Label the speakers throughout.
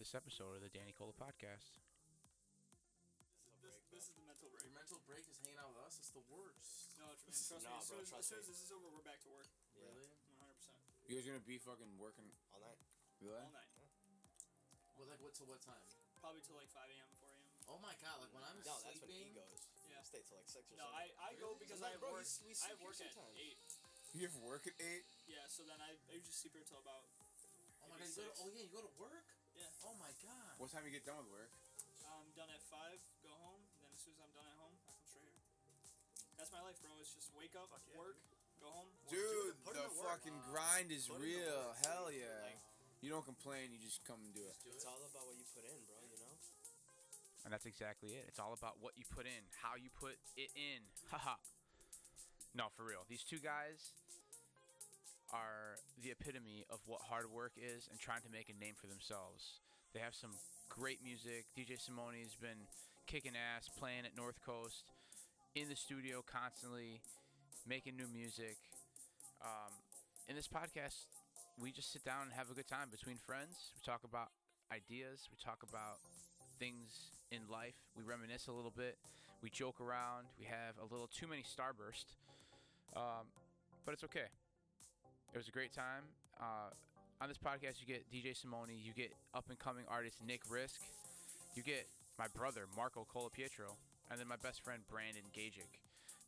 Speaker 1: this episode of the Danny Cola Podcast.
Speaker 2: This, this is the mental break.
Speaker 3: Your mental break is hanging out with us. It's the worst.
Speaker 2: No, tr- man, trust
Speaker 4: Nah,
Speaker 2: me. As
Speaker 4: bro,
Speaker 2: soon, as, as
Speaker 4: trust me.
Speaker 2: soon as this is over, we're back to work.
Speaker 4: Yeah.
Speaker 3: Really?
Speaker 2: 100. percent
Speaker 5: You guys gonna be fucking working
Speaker 4: All night.
Speaker 2: All
Speaker 5: really?
Speaker 2: night.
Speaker 3: Well, like what? Till what time?
Speaker 2: Probably till like 5 a.m. 4 a.m.
Speaker 3: Oh my god! Like when I'm
Speaker 4: No, that's when he
Speaker 3: sleeping.
Speaker 4: goes.
Speaker 2: Yeah.
Speaker 4: I stay till like six or
Speaker 2: No,
Speaker 4: something.
Speaker 2: I, I go
Speaker 3: Really?
Speaker 2: because
Speaker 4: No,
Speaker 2: I have
Speaker 4: bro,
Speaker 2: work.
Speaker 4: he's- he's
Speaker 2: I have
Speaker 4: sleepy
Speaker 2: work at
Speaker 4: sometimes.
Speaker 2: eight.
Speaker 5: You have work at eight.
Speaker 2: Yeah, so then I, I usually sleep here till about
Speaker 3: oh my god! You go to, oh yeah, you go to work.
Speaker 2: yeah.
Speaker 3: Oh my god.
Speaker 5: What time you get done with work?
Speaker 2: I'm um, done at five. Go home. And then as soon as I'm done at home, I come straight here. That's my life, bro. It's just wake up,
Speaker 4: Fuck yeah,
Speaker 2: work, go home. work.
Speaker 5: Dude,
Speaker 4: put
Speaker 5: the
Speaker 4: in
Speaker 5: Ah,
Speaker 4: the work.
Speaker 5: fucking grind is
Speaker 4: Put in the
Speaker 5: real.
Speaker 4: work, dude.
Speaker 5: Hell yeah.
Speaker 4: Like-
Speaker 5: you don't complain. You just come and do it.
Speaker 3: Just do
Speaker 4: It's
Speaker 3: it.
Speaker 4: all about what you put in, bro. You know.
Speaker 1: And that's exactly it. It's all about what you put in, how you put it in. Haha. no, for real. These two guys are the epitome of what hard work is and trying to make a name for themselves. They have some great music. DJ Simone's been kicking ass, playing at North Coast, in the studio constantly, making new music. Um, in this podcast, we just sit down and have a good time between friends. We talk about ideas, we talk about things in life. We reminisce a little bit. We joke around. We have a little too many starburst. Um, but it's okay. It was a great time. Uh, on this podcast, you get DJ Simone, you get up and coming artist Nick Risk, you get my brother Marco Colapietro, and then my best friend Brandon Gajic.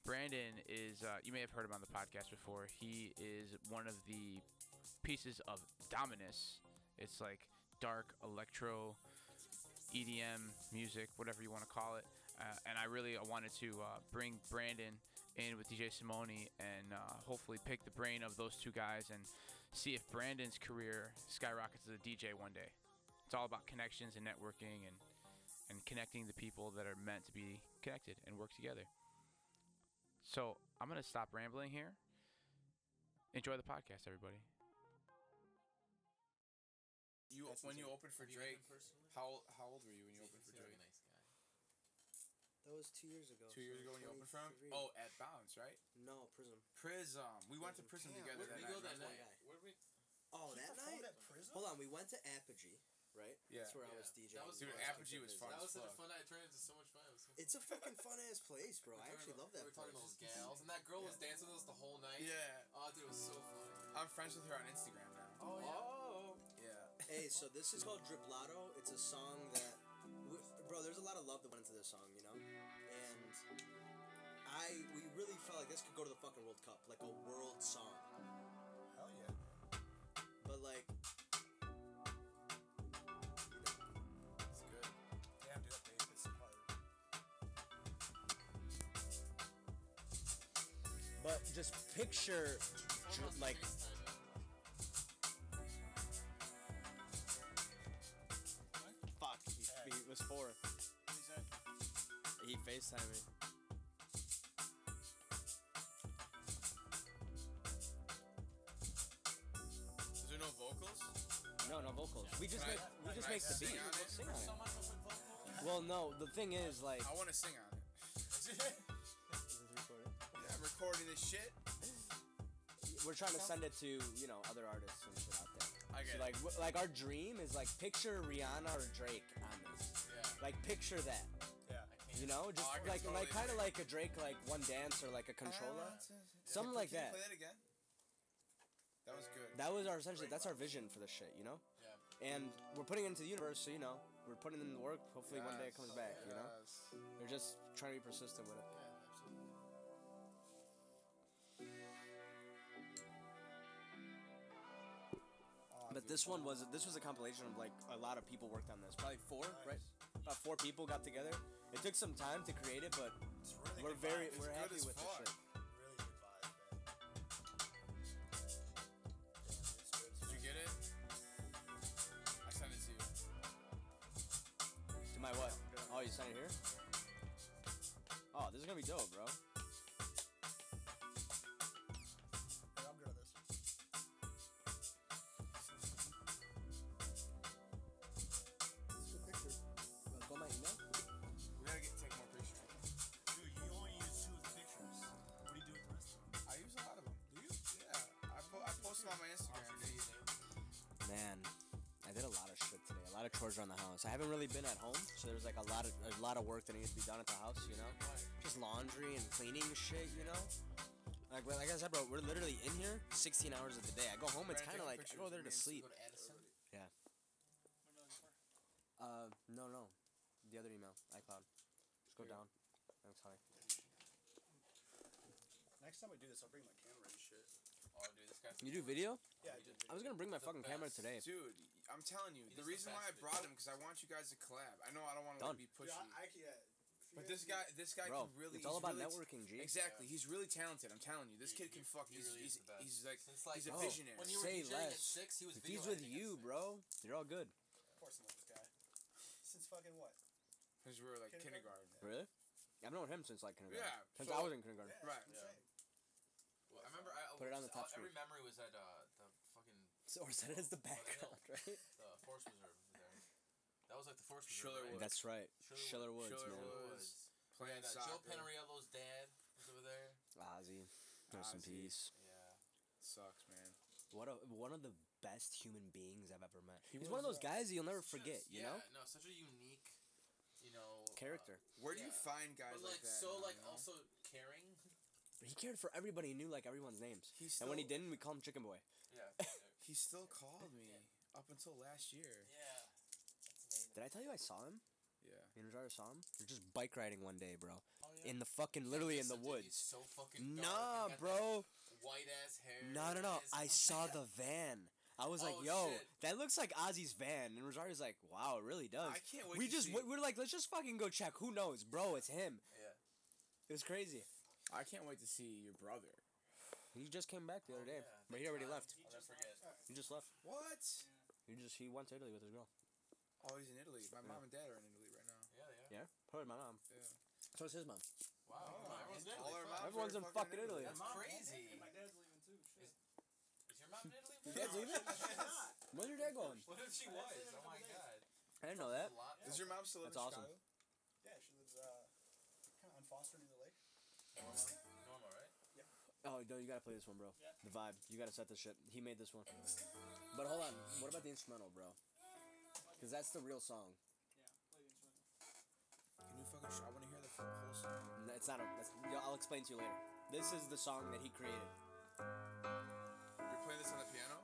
Speaker 1: Brandon is, uh, you may have heard him on the podcast before. He is one of the pieces of Dominus. It's like dark electro EDM E music, whatever you want to call it. Uh, and I really uh, wanted to uh, bring Brandon in with DJ Simone and uh, hopefully pick the brain of those two guys and see if Brandon's career skyrockets as a DJ one day. It's all about connections and networking and and connecting the people that are meant to be connected and work together. So I'm gonna stop rambling here. Enjoy the podcast, everybody.
Speaker 5: You
Speaker 4: That's
Speaker 5: when you
Speaker 4: insane.
Speaker 5: opened for
Speaker 3: Have you met
Speaker 5: Drake.
Speaker 3: him personally?
Speaker 5: How how old were you when you
Speaker 3: He
Speaker 5: opened for
Speaker 3: seems like
Speaker 5: Drake?
Speaker 3: a nice guy.
Speaker 4: That was two years ago.
Speaker 5: Two years ago when you opened for him. Oh, at Bounce, right?
Speaker 4: No, Prism.
Speaker 5: Prism. We went to prison
Speaker 4: Damn,
Speaker 5: together
Speaker 4: where'd
Speaker 5: that
Speaker 3: we
Speaker 5: night.
Speaker 3: go that
Speaker 5: remember?
Speaker 3: night?
Speaker 4: Guy.
Speaker 3: Where we?
Speaker 4: Oh, that night.
Speaker 2: prison?
Speaker 4: Hold on, we went to Apogee, right?
Speaker 5: Yeah.
Speaker 4: That's where I
Speaker 3: Yeah.
Speaker 4: was DJing.
Speaker 3: That was
Speaker 5: Dude,
Speaker 4: when I
Speaker 5: Apogee
Speaker 4: to
Speaker 5: was
Speaker 4: visit.
Speaker 5: fun
Speaker 3: That
Speaker 5: as
Speaker 3: was such a
Speaker 5: fuck.
Speaker 3: fun night. It turned into so much fun. It was so
Speaker 4: It's a fucking fun ass place, bro. I actually love that
Speaker 3: We were talking to
Speaker 4: place.
Speaker 3: those gals, and that girl was dancing with us the whole night.
Speaker 5: Yeah.
Speaker 3: Oh, dude, it was so fun.
Speaker 5: I'm friends with her on Instagram now.
Speaker 3: Oh,
Speaker 5: Yeah.
Speaker 4: Hey, so this is called Driplado. It's a song that, we, bro. There's a lot of love that went into this song, you know. And I, we really felt like this could go to the fucking World Cup, like a world song.
Speaker 5: Hell yeah.
Speaker 4: But like,
Speaker 3: It's good.
Speaker 5: Damn, dude, that bass is hard.
Speaker 4: but just picture,
Speaker 3: Almost
Speaker 4: like,
Speaker 3: FaceTime
Speaker 4: fuck. He, he was four.
Speaker 2: Is that-
Speaker 4: He Facetime me.
Speaker 5: Is there no vocals?
Speaker 6: No, no vocals. We just
Speaker 5: Right.
Speaker 6: make we just
Speaker 5: Right.
Speaker 6: make the
Speaker 5: Sing
Speaker 6: beat.
Speaker 5: on it.
Speaker 6: We'll sing on
Speaker 3: it. Someone with vocals?
Speaker 6: it. Well, no, the thing is like.
Speaker 5: I want to sing on it.
Speaker 6: Is this recorded?
Speaker 5: Yeah, recording this shit.
Speaker 6: We're trying to send it to you know other artists and shit out there.
Speaker 5: I get
Speaker 6: So
Speaker 5: it.
Speaker 6: like w- like our dream is like picture Rihanna or Drake on this.
Speaker 3: Yeah.
Speaker 6: Like picture that.
Speaker 5: Yeah.
Speaker 6: You know, just
Speaker 5: Oh, I can
Speaker 6: like
Speaker 5: totally
Speaker 6: like kind
Speaker 5: see
Speaker 6: of
Speaker 5: it. Uh-huh.
Speaker 6: like a Drake like one dance or like a controller. Something like
Speaker 5: Uh, Can
Speaker 6: that.
Speaker 5: you play that again? That was good.
Speaker 6: That was our essentially that's our vision for this shit. You know,
Speaker 3: Yeah.
Speaker 6: and we're putting it into the universe. So you know, we're putting in the work. Hopefully one day it
Speaker 5: Yes.
Speaker 6: comes back. You know,
Speaker 5: Yes.
Speaker 6: we're just trying to be persistent with it.
Speaker 3: Yeah, absolutely.
Speaker 6: But this one was this was a compilation of like a lot of people worked on this. Probably four, right? About four people got together. It took some time to create it, but we're very
Speaker 5: It's
Speaker 6: we're
Speaker 5: good
Speaker 6: happy
Speaker 5: as
Speaker 6: with
Speaker 5: fuck.
Speaker 6: this shit.
Speaker 4: Really good vibe, man.
Speaker 5: Did you get it? I sent it to you.
Speaker 6: To my what? Oh, you signed it here? Oh, this is gonna be dope, bro.
Speaker 4: I'm good at this.
Speaker 6: Wanna Go my email.
Speaker 5: We gotta get take more pictures.
Speaker 2: Dude, you only use two of the pictures. What do you do with the rest of them?
Speaker 5: I use a lot of them. Do you? Yeah. I, po- I post them on my Instagram.
Speaker 6: Man, I did a lot of of shit today. A lot of chores around the house. I haven't really been at home, so there's like a lot of a lot of work that needs to be done at the house. You know, just laundry and cleaning shit. You know. Like, well, like I said, bro, we're literally in here 16 hours of the day. I go home, it's kind of like I go there to sleep.
Speaker 2: What am I looking for?
Speaker 6: Uh, no, no, the other email, iCloud. Just go down. Thanks, honey.
Speaker 7: Next time I do this, I'll bring my camera and shit.
Speaker 5: Oh, dude, this guy's.
Speaker 6: You do video?
Speaker 7: Yeah, I did.
Speaker 6: I was gonna bring my
Speaker 5: The
Speaker 6: fucking camera
Speaker 5: best.
Speaker 6: today.
Speaker 5: Dude, I'm telling you,
Speaker 3: He's the
Speaker 5: the reason why I
Speaker 3: best.
Speaker 5: brought him because I want you guys to collab. I know I don't want to
Speaker 6: Done.
Speaker 5: like, be
Speaker 7: Dude, I,
Speaker 5: pushy,
Speaker 7: I, yeah, if you
Speaker 5: but
Speaker 7: guys
Speaker 5: this
Speaker 7: do-
Speaker 5: guy, this guy
Speaker 6: Bro,
Speaker 5: can really.
Speaker 6: it's all
Speaker 5: he's
Speaker 6: about
Speaker 5: really
Speaker 6: networking, G.
Speaker 5: Exactly, he's really talented. I'm telling you, this
Speaker 3: Dude,
Speaker 5: kid
Speaker 3: he-
Speaker 5: can fuck.
Speaker 3: he
Speaker 5: He's
Speaker 3: really
Speaker 5: he's,
Speaker 3: is the best.
Speaker 5: he's like
Speaker 3: Since, like,
Speaker 5: he's a
Speaker 6: Oh,
Speaker 5: visionary.
Speaker 3: When you were
Speaker 6: Say
Speaker 3: DJing at
Speaker 6: less.
Speaker 3: six, he was
Speaker 6: If he's with
Speaker 3: videoing at
Speaker 6: you,
Speaker 3: six.
Speaker 6: bro, you're all good.
Speaker 7: Of course I know this guy. Since fucking what?
Speaker 5: Because we were like kindergarten.
Speaker 7: Kindergarten?
Speaker 6: Really? I've known him since like kindergarten.
Speaker 5: Yeah,
Speaker 6: Since
Speaker 5: so-
Speaker 6: I was in kindergarten.
Speaker 7: Yeah,
Speaker 5: Right.
Speaker 7: that's what I'm
Speaker 5: Yeah.
Speaker 7: saying.
Speaker 3: I remember. I,
Speaker 6: Put it on the
Speaker 3: all-
Speaker 6: top screen.
Speaker 3: Every memory was at uh, the fucking
Speaker 6: So, or set it as the background, right?
Speaker 3: the force reserve there. That was like the force reserve.
Speaker 5: Schiller
Speaker 3: right?
Speaker 5: Woods.
Speaker 6: That's right. Schiller
Speaker 3: Schiller
Speaker 6: Woods,
Speaker 5: Woods.
Speaker 6: man.
Speaker 5: Schiller
Speaker 3: Woods.
Speaker 5: Woods.
Speaker 3: Yeah,
Speaker 5: Playing
Speaker 3: that
Speaker 5: soccer.
Speaker 3: Joe Penariello's dad was over there.
Speaker 6: Ozzy, rest in
Speaker 5: Ozzy.
Speaker 6: peace.
Speaker 3: Yeah.
Speaker 5: Sucks, man.
Speaker 6: What a one of the best human beings I've ever met.
Speaker 5: He
Speaker 6: He's one of
Speaker 5: was,
Speaker 6: those guys that you'll never
Speaker 3: It's
Speaker 6: forget,
Speaker 3: uh, just-
Speaker 6: you
Speaker 3: yeah,
Speaker 6: know?
Speaker 3: No, such a unique, you know, uh,
Speaker 6: Character.
Speaker 5: Where do you
Speaker 3: Yeah.
Speaker 5: find guys
Speaker 3: but like,
Speaker 5: like, that?
Speaker 3: so
Speaker 5: now,
Speaker 3: like
Speaker 5: you know?
Speaker 3: also caring.
Speaker 6: But he cared for everybody. He knew like everyone's names.
Speaker 5: He's
Speaker 6: and when he
Speaker 5: still-
Speaker 6: didn't, we called him Chicken Boy.
Speaker 3: Yeah.
Speaker 5: he still called me up until last year.
Speaker 3: yeah.
Speaker 6: Did I tell you I saw him?
Speaker 5: Yeah.
Speaker 6: You know where I saw him? We We're just bike riding one day, bro.
Speaker 3: Oh,
Speaker 6: In the fucking, literally in the woods.
Speaker 3: So fucking dark
Speaker 6: Nah,
Speaker 3: and got
Speaker 6: bro.
Speaker 3: that White ass hair.
Speaker 6: No, no, no.
Speaker 3: His-
Speaker 6: I saw the van. I was like,
Speaker 3: Oh,
Speaker 6: yo,
Speaker 3: shit.
Speaker 6: that looks like Ozzy's van. And Rosario's like, wow, it really does.
Speaker 5: I can't wait.
Speaker 6: we
Speaker 5: to
Speaker 6: just
Speaker 5: see,
Speaker 6: we- we're like, let's just fucking go check. Who knows, bro? It's him.
Speaker 3: Yeah.
Speaker 6: It was crazy.
Speaker 5: I can't wait to see your brother.
Speaker 6: He just came back the
Speaker 3: Oh,
Speaker 6: other day,
Speaker 3: yeah,
Speaker 6: but he
Speaker 3: big
Speaker 6: already
Speaker 3: time.
Speaker 6: left.
Speaker 3: I'll
Speaker 5: Oh,
Speaker 3: never forget.
Speaker 6: He just left.
Speaker 5: What?
Speaker 6: He just he went to Italy with his girl.
Speaker 5: Oh, he's in Italy. My mom and dad are in Italy right now.
Speaker 3: Yeah, they are.
Speaker 6: Yeah, probably my mom.
Speaker 5: Yeah.
Speaker 6: So is his mom.
Speaker 3: Wow. come on,
Speaker 5: Oh, everyone's,
Speaker 3: man.
Speaker 5: all our moms
Speaker 6: Everyone's
Speaker 5: are
Speaker 6: in fucking Italy.
Speaker 3: That's
Speaker 7: Mom and
Speaker 3: crazy.
Speaker 7: dad- And my dad's leaving too. Shit.
Speaker 3: Is your mom in Italy?
Speaker 6: Your
Speaker 3: bro?
Speaker 6: dad's leaving? Where's your dad going?
Speaker 3: What if she
Speaker 7: My
Speaker 3: was?
Speaker 7: dad's leaving in a
Speaker 3: Oh my
Speaker 7: couple days.
Speaker 6: I
Speaker 3: god.
Speaker 6: didn't know that.
Speaker 3: A lot-
Speaker 5: Does your mom still live
Speaker 6: That's
Speaker 5: in
Speaker 6: awesome.
Speaker 5: Chicago?
Speaker 7: Yeah, she lives uh, kind of on Foster near the lake.
Speaker 3: Normal, right?
Speaker 6: Oh no, you gotta play this one, bro.
Speaker 7: Yeah.
Speaker 6: The vibe. You gotta set this shit. He made this one. But hold on, what about the instrumental, bro? Because that's the real song.
Speaker 5: Can you fucking? Sh- I want to hear the full whole song.
Speaker 6: N- It's not a. That's, yo, I'll explain to you later. This is the song that he created.
Speaker 5: You're playing this on the piano.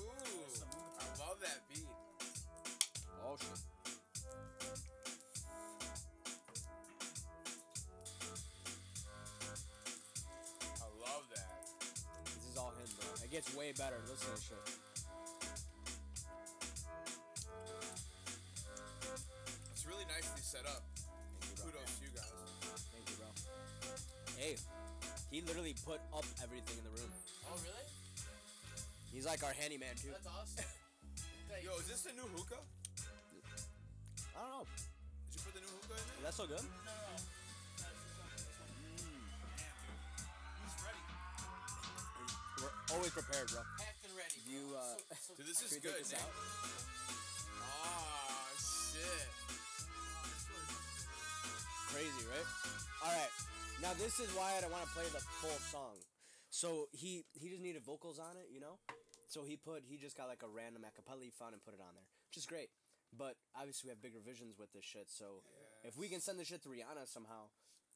Speaker 5: Ooh, I love that beat.
Speaker 6: Oh shit.
Speaker 5: I love that.
Speaker 6: This is all him, bro. It gets way better. Listen to this shit.
Speaker 5: It's really nicely set up.
Speaker 6: bro.
Speaker 5: Kudos to you guys.
Speaker 6: Thank you, bro. Hey, he literally put up everything in the room.
Speaker 3: Oh really?
Speaker 6: He's like our handyman too.
Speaker 3: That's awesome. Thanks.
Speaker 5: Yo, is this the new hookah?
Speaker 6: I don't know.
Speaker 5: Did you put the new hookah in
Speaker 6: Is
Speaker 5: there?
Speaker 6: that so good?
Speaker 2: No, no, no. That's the one, that's the one.
Speaker 5: Mm.
Speaker 2: Damn, dude. He's ready.
Speaker 6: We're always prepared, bro.
Speaker 3: packed and ready. bro.
Speaker 6: You, uh,
Speaker 3: so, so
Speaker 5: Dude, this
Speaker 6: Should
Speaker 5: is
Speaker 6: we take
Speaker 5: good,
Speaker 6: this
Speaker 5: Nick.
Speaker 6: out?
Speaker 5: Ah, shit.
Speaker 6: Crazy, right? All right. Now this is why I don't want to play the full song. So he he just needed vocals on it, you know. So he put he just got like a random acapella he found and put it on there, which is great. But obviously we have bigger visions with this shit. So if we can send this shit to Rihanna somehow,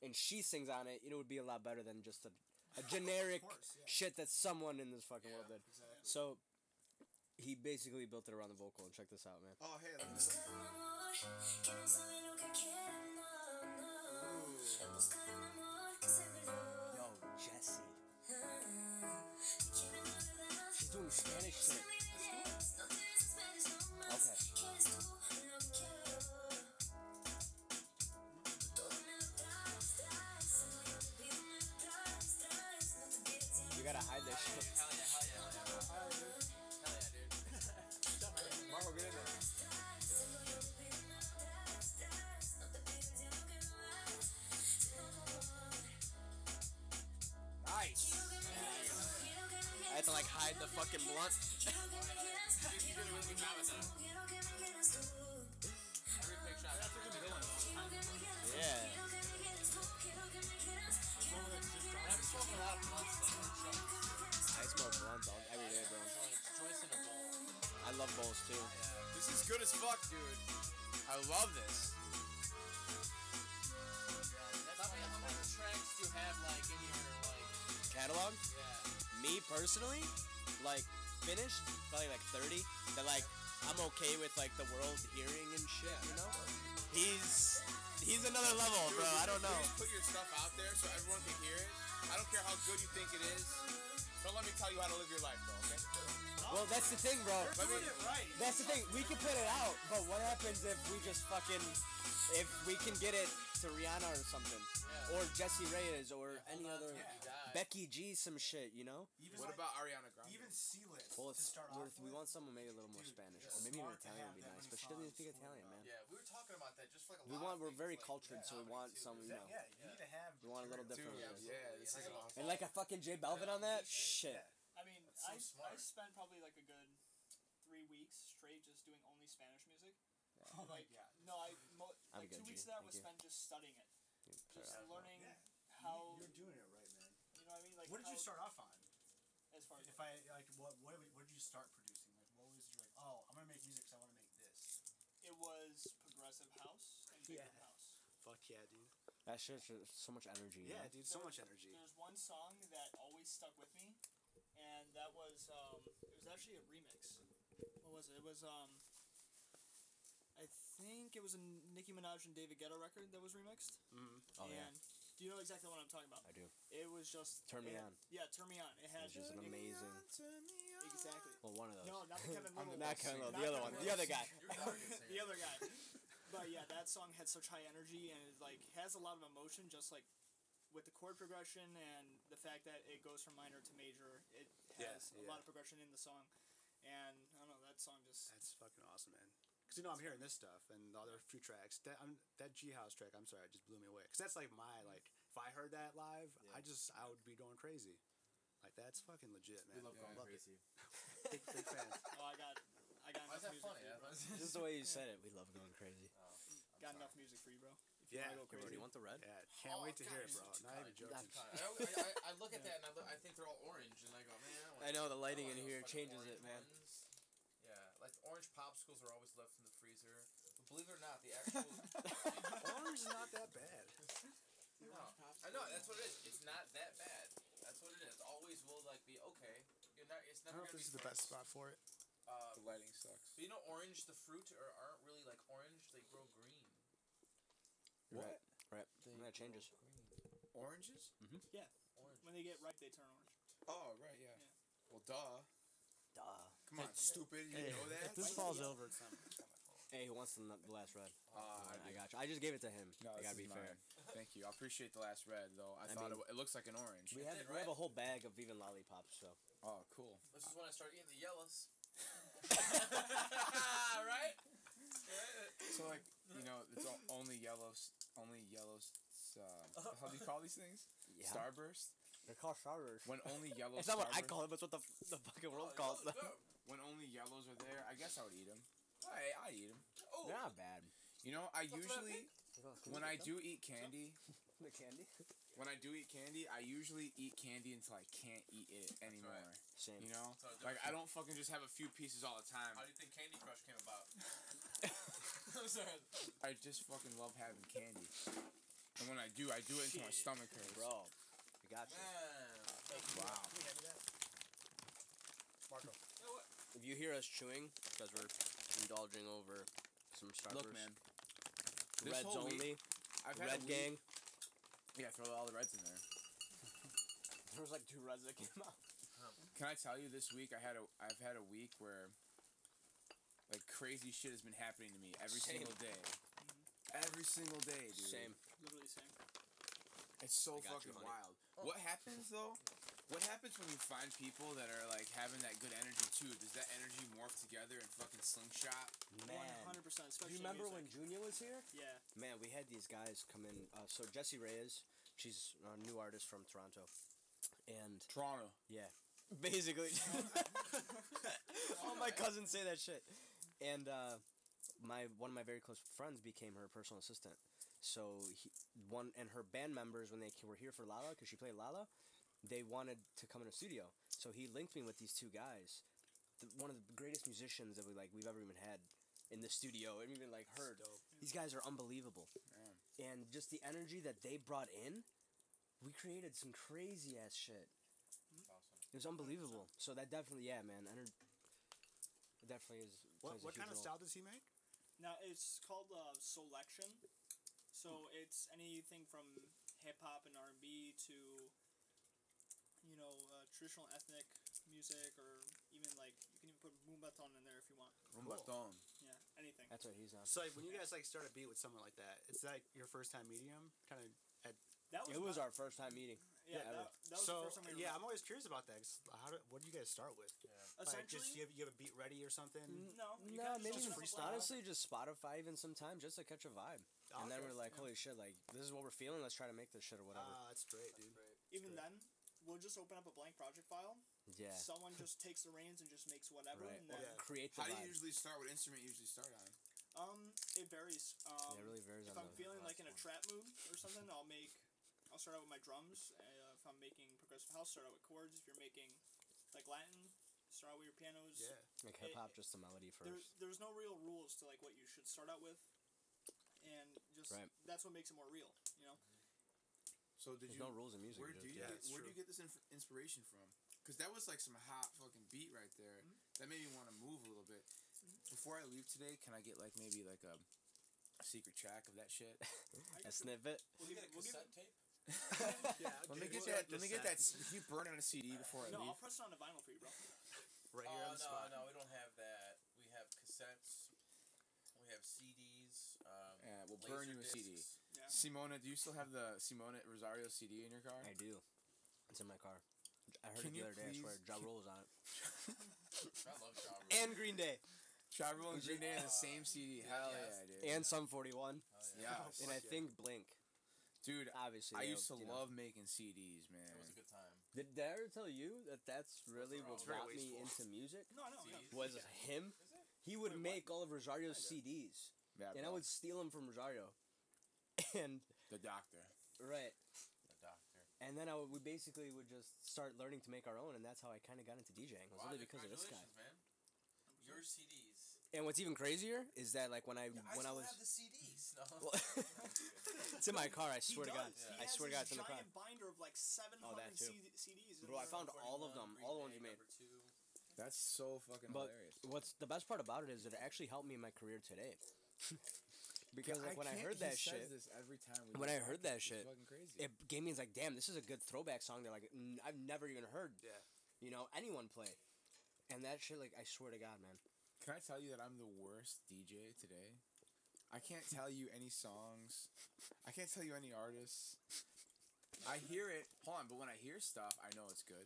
Speaker 6: and she sings on it, it would be a lot better than just a, a generic
Speaker 7: course, yeah.
Speaker 6: shit that someone in this fucking world did.
Speaker 7: Exactly.
Speaker 6: So he basically built it around the vocal. And check this out, man.
Speaker 5: Oh, hey. Let me see.
Speaker 6: Yo, Jesse. She's doing Spanish shit. Okay. You gotta hide that shit.
Speaker 3: hell yeah, hell yeah, hell yeah. Hell yeah, dude.
Speaker 5: Marco, get in there.
Speaker 6: Nice. I had to like hide the fucking blunt.
Speaker 3: Every picture I've ever been in.
Speaker 6: Yeah.
Speaker 3: I've smoked a lot of months.
Speaker 6: I smoke blunts all every day, bro.
Speaker 3: Joyce and
Speaker 6: love bowls too.
Speaker 5: This is good as fuck, dude. I love this.
Speaker 3: How many, how many tracks do you have like in your like?
Speaker 6: Catalog?
Speaker 3: Yeah.
Speaker 6: Me personally, like finished probably like 30. That like I'm okay with like the world hearing and shit. You know, he's he's another level,
Speaker 5: Dude,
Speaker 6: bro.
Speaker 5: you
Speaker 6: I don't
Speaker 5: just-
Speaker 6: know.
Speaker 5: you just put your stuff out there so everyone can hear it. I don't care how good you think it is. Don't let me tell you how to live your life, bro. Okay?
Speaker 6: Well, that's the thing, bro.
Speaker 5: Let me.
Speaker 2: right.
Speaker 6: That's the thing. We can put it out, but what happens if we just fucking if we can get it to Rihanna or something,
Speaker 3: Yeah.
Speaker 6: or Jesse Reyes, or any
Speaker 3: Hold
Speaker 6: other
Speaker 3: on till you die.
Speaker 6: Becky G, some shit, you know?
Speaker 7: Even
Speaker 5: What
Speaker 7: like,
Speaker 5: about Ariana Grande?
Speaker 7: even C-list
Speaker 6: Well,
Speaker 7: to
Speaker 6: it's,
Speaker 7: start
Speaker 6: we're-
Speaker 7: off
Speaker 6: we
Speaker 7: with.
Speaker 6: want someone maybe a little more
Speaker 7: Dude,
Speaker 6: Spanish,
Speaker 7: it's
Speaker 6: or maybe even
Speaker 7: smart to
Speaker 6: Italian
Speaker 7: have
Speaker 6: would be
Speaker 7: that many
Speaker 6: nice, but she doesn't even
Speaker 7: songs
Speaker 6: speak
Speaker 7: to pull
Speaker 6: Italian,
Speaker 7: it
Speaker 6: man.
Speaker 7: up.
Speaker 3: Yeah, we were talking about that just like a
Speaker 6: We
Speaker 3: lot
Speaker 6: want
Speaker 3: of
Speaker 6: we're
Speaker 3: things,
Speaker 6: very
Speaker 3: like,
Speaker 6: cultured, so we
Speaker 3: comedy,
Speaker 6: want
Speaker 3: too.
Speaker 6: some, you
Speaker 7: That-
Speaker 6: know,
Speaker 7: yeah, you need to have.
Speaker 6: we want a little
Speaker 5: Dude,
Speaker 6: different.
Speaker 5: yeah,
Speaker 6: with it.
Speaker 3: absolutely.
Speaker 5: this is
Speaker 3: And, like,
Speaker 5: awesome.
Speaker 6: And like a fucking J Balvin on that shit.
Speaker 2: I mean,
Speaker 3: That's so
Speaker 2: I, I
Speaker 3: smart.
Speaker 2: spent probably like a good three weeks straight just doing only Spanish music.
Speaker 7: Oh my
Speaker 2: Like,
Speaker 7: god.
Speaker 2: no, I mo-
Speaker 6: I'm
Speaker 2: like
Speaker 6: good,
Speaker 2: two
Speaker 6: G.
Speaker 2: weeks of that
Speaker 6: Thank you.
Speaker 2: was spent just studying it, just
Speaker 6: Fair enough.
Speaker 2: learning
Speaker 7: Yeah.
Speaker 2: how
Speaker 7: You're doing it right, man.
Speaker 2: you know what I mean. Like,
Speaker 7: What did you
Speaker 2: how-
Speaker 7: start off on?
Speaker 2: As far as
Speaker 7: If I like, what what, what did you start producing? Like, what was you like? Oh, I'm gonna make music 'cause I want to make this.
Speaker 2: it was progressive house and big
Speaker 7: Yeah.
Speaker 2: room house.
Speaker 8: Fuck yeah, dude.
Speaker 6: That shit's just so much energy.
Speaker 8: Yeah,
Speaker 6: Yeah.
Speaker 8: dude, so much energy.
Speaker 2: There's one song that always stuck with me, and that was um, it was actually a remix. What was it? It was um, I think it was a Nicki Minaj and David Guetta record that was remixed.
Speaker 8: Mhm.
Speaker 6: Oh, yeah.
Speaker 2: and do you know exactly what I'm talking about?
Speaker 6: I do.
Speaker 2: It was just
Speaker 6: Turn me
Speaker 2: it-
Speaker 6: on.
Speaker 2: Yeah, turn me on. It had
Speaker 6: It's just an
Speaker 2: it-
Speaker 6: amazing.
Speaker 2: exactly.
Speaker 6: Well, one of those.
Speaker 2: No, not the Kevin
Speaker 6: I'm
Speaker 2: Little.
Speaker 6: not
Speaker 2: one.
Speaker 6: Kevin Little,
Speaker 2: Not
Speaker 6: the other one,
Speaker 2: Kevin
Speaker 6: the
Speaker 2: Little.
Speaker 6: other guy.
Speaker 3: You're not a good singer.
Speaker 2: the other guy. But yeah, that song had such high energy and it like has a lot of emotion, just like with the chord progression and the fact that it goes from minor to major. It
Speaker 8: Yeah,
Speaker 2: has a
Speaker 8: yeah.
Speaker 2: lot of progression in the song, and I don't know that song just
Speaker 8: That's fucking awesome, man. Because you know I'm hearing this stuff and the other few tracks. That I'm, that G House track, I'm sorry, it just blew me away. Because that's like my like. If I heard that live, I just I would be going crazy. Like that's fucking legit, man.
Speaker 3: love going
Speaker 8: Loved it. Big, big fan.
Speaker 2: oh I got I got
Speaker 3: Why is
Speaker 2: enough
Speaker 3: that
Speaker 2: music
Speaker 3: funny?
Speaker 2: for you, bro.
Speaker 6: Just the way you said it, we love going crazy.
Speaker 2: Got enough music for you, bro.
Speaker 8: yeah, Oh,
Speaker 2: wanna go
Speaker 8: dude.
Speaker 2: crazy.
Speaker 6: you want the red?
Speaker 8: Yeah, can't wait to hear it, bro. Not even joking.
Speaker 3: I, always- I, I- I look at that and I, look, I think they're all orange and I go, man. I, want
Speaker 6: I know the
Speaker 3: I
Speaker 6: lighting
Speaker 3: want
Speaker 6: in here
Speaker 3: those fucking
Speaker 6: changes it,
Speaker 3: orange
Speaker 6: man.
Speaker 3: ones." Yeah, like orange popsicles are always left in the freezer. But believe it or not, the actual.
Speaker 8: Orange is not that bad.
Speaker 3: no, I know that's what it is. It's not that bad. That's what it is. Always will like be okay. You're not. It's
Speaker 8: I
Speaker 3: never
Speaker 8: don't know if
Speaker 3: gonna
Speaker 8: this is
Speaker 3: be
Speaker 8: the best spot
Speaker 3: perfect.
Speaker 8: for it.
Speaker 3: Uh,
Speaker 5: The lighting sucks.
Speaker 3: but you know, orange, the fruit are, aren't really like orange. They grow green.
Speaker 6: Right. Right. And that changes.
Speaker 5: Oranges?
Speaker 3: Orange.
Speaker 2: When they get ripe, they turn orange.
Speaker 5: Oh, right, yeah.
Speaker 2: Yeah.
Speaker 5: Well, duh.
Speaker 6: Duh.
Speaker 5: Come on, stupid. You know that?
Speaker 2: this falls
Speaker 8: over, it's not.
Speaker 6: Hey, who wants the, n- the last red?
Speaker 5: Uh, I
Speaker 6: I
Speaker 5: do.
Speaker 6: got you. I just gave it to him.
Speaker 5: No,
Speaker 6: I
Speaker 5: this
Speaker 6: gotta be
Speaker 5: is
Speaker 6: fair.
Speaker 5: mine. Thank you. I appreciate the last red, though.
Speaker 6: I
Speaker 5: I, thought
Speaker 6: mean-
Speaker 5: it, w- it looks like an orange.
Speaker 6: We have
Speaker 3: did,
Speaker 6: we have
Speaker 3: right?
Speaker 6: a whole bag of even lollipops. So
Speaker 5: Oh, cool.
Speaker 3: This is when I start eating the yellows. right?
Speaker 5: So, like, you know, it's o- only yellows. Only yellows. Uh, how do you call these things?
Speaker 6: yeah,
Speaker 5: Starburst.
Speaker 6: they're called starters.
Speaker 5: When only yellows.
Speaker 6: It's not what I
Speaker 5: Starburst-
Speaker 6: call them. It's what the f- the fucking world
Speaker 3: Oh,
Speaker 6: calls
Speaker 3: no,
Speaker 6: them.
Speaker 3: no.
Speaker 5: When only yellows are there, I guess I would eat them. I I eat them.
Speaker 3: Oh,
Speaker 6: They're not bad.
Speaker 5: You know, I
Speaker 3: That's what I
Speaker 5: usually when I do eat candy,
Speaker 6: the candy,
Speaker 5: when I do eat candy, I usually eat candy until I can't eat it anymore.
Speaker 6: same.
Speaker 5: You know,
Speaker 3: So
Speaker 5: like I don't fucking just have a few pieces all the time.
Speaker 3: How do you think Candy Crush came about? I'm sorry.
Speaker 5: I just fucking love having candy. And when I do, I do it until my
Speaker 2: Shit.
Speaker 5: stomach hurts.
Speaker 6: bro, I got you.
Speaker 3: Man.
Speaker 5: Wow.
Speaker 6: If you hear us chewing, because we're indulging over some starters.
Speaker 5: Look, man. This
Speaker 6: Reds
Speaker 5: whole week,
Speaker 6: only.
Speaker 5: I've had a
Speaker 6: Red
Speaker 5: week-
Speaker 6: gang.
Speaker 5: Yeah, throw all the reds in there.
Speaker 6: There was like two reds that came out.
Speaker 5: Can I tell you this week I had a I've had a week where like crazy shit has been happening to me every
Speaker 6: Same.
Speaker 5: single day. Every single day, dude.
Speaker 6: Same.
Speaker 2: Literally same.
Speaker 5: It's so
Speaker 6: I got you,
Speaker 5: fucking
Speaker 6: honey.
Speaker 5: wild. What happens though? What happens when you find people that are like having that good energy too? Does that energy morph together and fucking slingshot?
Speaker 2: One
Speaker 6: Man.
Speaker 2: hundred percent.
Speaker 6: Do you
Speaker 2: Especially
Speaker 6: remember when
Speaker 2: music.
Speaker 6: Junior was here?
Speaker 2: Yeah.
Speaker 6: Man, we had these guys come in. Uh, so Jessie Reyes, she's a new artist from Toronto, and
Speaker 5: Toronto.
Speaker 6: basically, all my cousins say that shit. And uh, my one of my very close friends became her personal assistant. So he, one and her band members when they ca- were here for Lala because she played Lala, they wanted to come in a studio. So he linked me with these two guys. the, one of the greatest musicians that we like we've ever even had in the studio and even like heard. These guys are unbelievable, and just the energy that they brought in, we created some crazy ass shit. It was unbelievable. So that definitely, yeah, man, ener- it definitely is.
Speaker 8: What,
Speaker 6: plays a
Speaker 8: what kind
Speaker 6: huge
Speaker 8: of
Speaker 6: role.
Speaker 8: style does he make?
Speaker 2: Now it's called uh, selection. So it's anything from hip hop and R and B to, you know, uh, traditional ethnic music, or even like you can even put mumbaton in there if you want.
Speaker 5: Rumba Stone.
Speaker 2: Yeah, anything.
Speaker 6: That's what he's on.
Speaker 8: So like, when you guys like start a beat with someone like that, it's like your first time meeting him, kind of.
Speaker 2: That was,
Speaker 6: It was
Speaker 2: about-
Speaker 6: our first time meeting. yeah,
Speaker 2: yeah. that, that was
Speaker 8: so
Speaker 2: the first time we
Speaker 8: yeah,
Speaker 2: yeah,
Speaker 8: I'm always curious about that. 'cause How do, what do you guys start with? Like,
Speaker 2: essentially.
Speaker 8: just you have, you have a beat ready or something.
Speaker 2: no, you
Speaker 6: No,
Speaker 2: kinda
Speaker 6: maybe
Speaker 2: just
Speaker 6: even
Speaker 2: off the fly.
Speaker 6: honestly just Spotify even sometimes just to catch a vibe.
Speaker 8: Oh,
Speaker 6: and
Speaker 8: Ah,
Speaker 6: then we're like, holy shit, like this is what we're feeling. Let's try to make this shit or whatever.
Speaker 8: ah, that's great, dude.
Speaker 2: even then, we'll just open up a blank project file.
Speaker 6: yeah,
Speaker 2: Someone just takes the reins and just makes whatever.
Speaker 6: right.
Speaker 2: And
Speaker 6: Or
Speaker 2: then,
Speaker 8: Yeah.
Speaker 6: create the
Speaker 5: How do
Speaker 6: vibe.
Speaker 5: you usually start? What instrument you usually start on?
Speaker 2: Um, it varies. Um,
Speaker 6: yeah, it really varies
Speaker 2: if
Speaker 6: on
Speaker 2: I'm
Speaker 6: the
Speaker 2: feeling like in a
Speaker 6: platform.
Speaker 2: trap mood or something, I'll make. I'll start out with my drums. Uh, if I'm making progressive house, start out with chords. If you're making like Latin, start out with your pianos.
Speaker 8: Yeah.
Speaker 6: like hip hop, just the melody
Speaker 2: There,
Speaker 6: first.
Speaker 2: there's no real rules to like what you should start out with, and just
Speaker 6: Right.
Speaker 2: that's what makes it more real. You know,
Speaker 5: So did
Speaker 6: There's
Speaker 5: you?
Speaker 6: no rules in music.
Speaker 5: Where
Speaker 6: dude.
Speaker 5: do you
Speaker 8: Yeah,
Speaker 5: get,
Speaker 8: it's
Speaker 5: where do you get this inf- inspiration from? Because that was like some hot fucking beat right there. That made me want to move a little bit. Before I leave today, can I get like maybe like a secret track of that shit?
Speaker 6: A snippet.
Speaker 2: we'll give,
Speaker 3: get a
Speaker 2: it- we'll give,
Speaker 3: cassette tape?
Speaker 2: it-
Speaker 5: let me
Speaker 8: dude,
Speaker 5: get
Speaker 8: we'll
Speaker 5: that.
Speaker 8: get
Speaker 5: Let me get
Speaker 8: this
Speaker 5: that. s- Can you burn it on a CD before I
Speaker 2: no, I'll
Speaker 5: leave?
Speaker 2: press it on a vinyl for you, bro.
Speaker 8: Right here
Speaker 3: Oh,
Speaker 8: on the
Speaker 3: no,
Speaker 8: spot.
Speaker 3: no, we don't have that. We have cassettes. We have CDs. Um,
Speaker 5: Yeah, Uh, we'll burn you a CD.
Speaker 3: Laserdiscs.
Speaker 2: Yeah.
Speaker 5: Simona, do you still have the Simona Rosario CD in your car?
Speaker 6: I do. It's in my car. I heard
Speaker 5: Can
Speaker 6: it the
Speaker 5: you
Speaker 6: other day. I swear,
Speaker 5: please-
Speaker 6: Ja Rule's on it.
Speaker 3: I love John
Speaker 6: And Green Day.
Speaker 5: Ja Rule and Green Day in the
Speaker 3: Uh,
Speaker 5: same CD. Hell
Speaker 3: yeah.
Speaker 5: yeah, dude.
Speaker 6: And Sum 41.
Speaker 5: yeah,
Speaker 6: And I think Blink.
Speaker 5: dude.
Speaker 6: Obviously.
Speaker 5: I
Speaker 6: they-
Speaker 5: used to
Speaker 6: you know.
Speaker 5: love making CDs, man.
Speaker 3: It was a good time.
Speaker 6: Did, did I ever tell you that that's really
Speaker 3: wrong.
Speaker 6: what
Speaker 3: It's
Speaker 8: very
Speaker 6: got me
Speaker 8: wasteful.
Speaker 6: into music?
Speaker 2: No, no, no.
Speaker 3: CDs.
Speaker 6: Was him?
Speaker 3: Is it?
Speaker 6: He would
Speaker 2: Wait, what?
Speaker 6: make all of Rosario's CDs,
Speaker 5: Yeah,
Speaker 6: and I
Speaker 5: bro.
Speaker 6: would steal them from Rosario. And
Speaker 5: the doctor.
Speaker 6: right,
Speaker 3: The doctor.
Speaker 6: and then I would, we basically would just start learning to make our own, and that's how I kind of got into DJing. Was really
Speaker 3: dude,
Speaker 6: because of this guy.
Speaker 3: congratulations, man. Your CDs.
Speaker 6: And what's even crazier is that like when I when I
Speaker 3: still
Speaker 6: was
Speaker 3: have the CDs. No.
Speaker 6: Well- it's in my car. I swear to God,
Speaker 2: does. He
Speaker 6: I
Speaker 2: has
Speaker 6: swear to
Speaker 2: this
Speaker 6: God, it's in the car.
Speaker 2: giant binder of like 700
Speaker 6: that too.
Speaker 2: CD- CDs. in
Speaker 6: Bro, I
Speaker 2: there.
Speaker 6: found all of
Speaker 3: 41,
Speaker 6: them,
Speaker 3: Green
Speaker 6: all the ones
Speaker 3: Day,
Speaker 6: you made.
Speaker 3: number two.
Speaker 5: That's so fucking
Speaker 6: But-
Speaker 5: hilarious.
Speaker 6: What's the best part about it is that it actually helped me in my career today. because like when I heard that shit,
Speaker 5: every time
Speaker 6: when I heard that shit,
Speaker 5: fucking crazy.
Speaker 6: it gave me it's like, damn, this is a good throwback song. They're like, mm, I've never even heard,
Speaker 8: Yeah.
Speaker 6: you know, anyone play. And that shit, like, I swear to God, man.
Speaker 5: Can I tell you that I'm the worst DJ today? I can't tell you any songs. I can't tell you any artists. I hear it. Hold on, but when I hear stuff, I know it's good.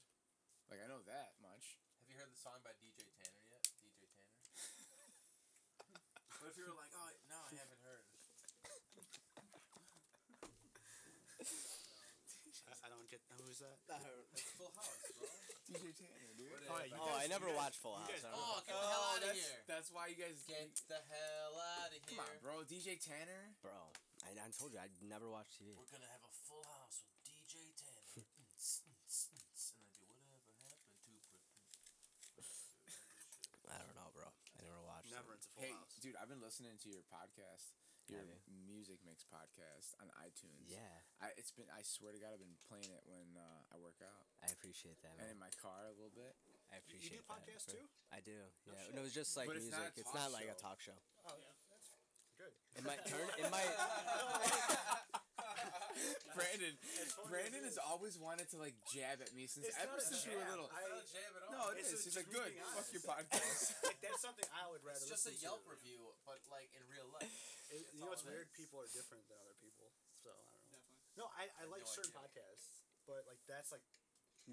Speaker 5: Like I know that much.
Speaker 3: Have you heard the song by DJ Tanner yet? DJ Tanner. what if you were like, oh no, I haven't heard.
Speaker 8: I, I don't get who's that.
Speaker 3: That's Full House, bro.
Speaker 5: DJ Tanner, dude.
Speaker 3: What
Speaker 8: Oh,
Speaker 3: is-
Speaker 8: you
Speaker 6: oh,
Speaker 8: guys-
Speaker 6: I never
Speaker 8: you guys-
Speaker 6: watched Full
Speaker 8: you
Speaker 6: House.
Speaker 8: guys-
Speaker 6: I don't know.
Speaker 3: Oh, get the hell out of
Speaker 5: that's,
Speaker 3: here!
Speaker 5: that's why you guys
Speaker 3: Get the hell out of here!
Speaker 5: Come on, bro. DJ Tanner.
Speaker 6: Bro, I, I told you, I never watched TV.
Speaker 3: We're gonna have a full house with DJ Tanner. and I do whatever happened to.
Speaker 6: I don't know, bro. I never watched
Speaker 8: Never
Speaker 6: it.
Speaker 8: into Full
Speaker 5: Hey,
Speaker 8: House.
Speaker 5: dude, I've been listening to your podcast, your
Speaker 6: Have
Speaker 5: music mix podcast on iTunes.
Speaker 6: Yeah,
Speaker 5: I, it's been. I swear to God, I've been playing it when uh, I work out
Speaker 6: I appreciate that,
Speaker 5: and
Speaker 6: man.
Speaker 5: in my car a little bit.
Speaker 6: I
Speaker 8: You, you
Speaker 6: appreciate
Speaker 8: do
Speaker 6: that.
Speaker 8: podcasts
Speaker 6: bro.
Speaker 8: too?
Speaker 6: I do. Yeah, no, it's just like
Speaker 5: But it's
Speaker 6: music.
Speaker 5: not a
Speaker 6: It's not,
Speaker 5: talk
Speaker 6: like a
Speaker 5: show.
Speaker 6: talk show.
Speaker 8: Oh, yeah. That's good.
Speaker 6: It might turn. It might.
Speaker 5: Brandon,
Speaker 8: funny
Speaker 5: Brandon
Speaker 8: as
Speaker 5: has always wanted to like jab at me since
Speaker 8: It's
Speaker 5: ever
Speaker 8: not a
Speaker 5: since you were
Speaker 8: jab.
Speaker 5: little.
Speaker 3: I don't jam at all.
Speaker 5: no, it
Speaker 8: It's
Speaker 5: is.
Speaker 8: just-
Speaker 5: He's
Speaker 8: just
Speaker 5: like, good.
Speaker 8: being
Speaker 5: Fuck
Speaker 8: honest.
Speaker 5: your podcast.
Speaker 8: like, that's something I would rather.
Speaker 3: It's just a
Speaker 8: listen to
Speaker 3: Yelp
Speaker 8: than-
Speaker 3: review, but like in real life.
Speaker 8: It,
Speaker 3: That's
Speaker 8: you know
Speaker 3: all
Speaker 8: what's
Speaker 3: it
Speaker 8: weird?
Speaker 3: is.
Speaker 8: People are different than other people, so I don't know.
Speaker 2: Definitely.
Speaker 8: No, I, I
Speaker 3: have
Speaker 8: like
Speaker 3: no
Speaker 8: certain
Speaker 3: idea.
Speaker 8: podcasts, but like that's like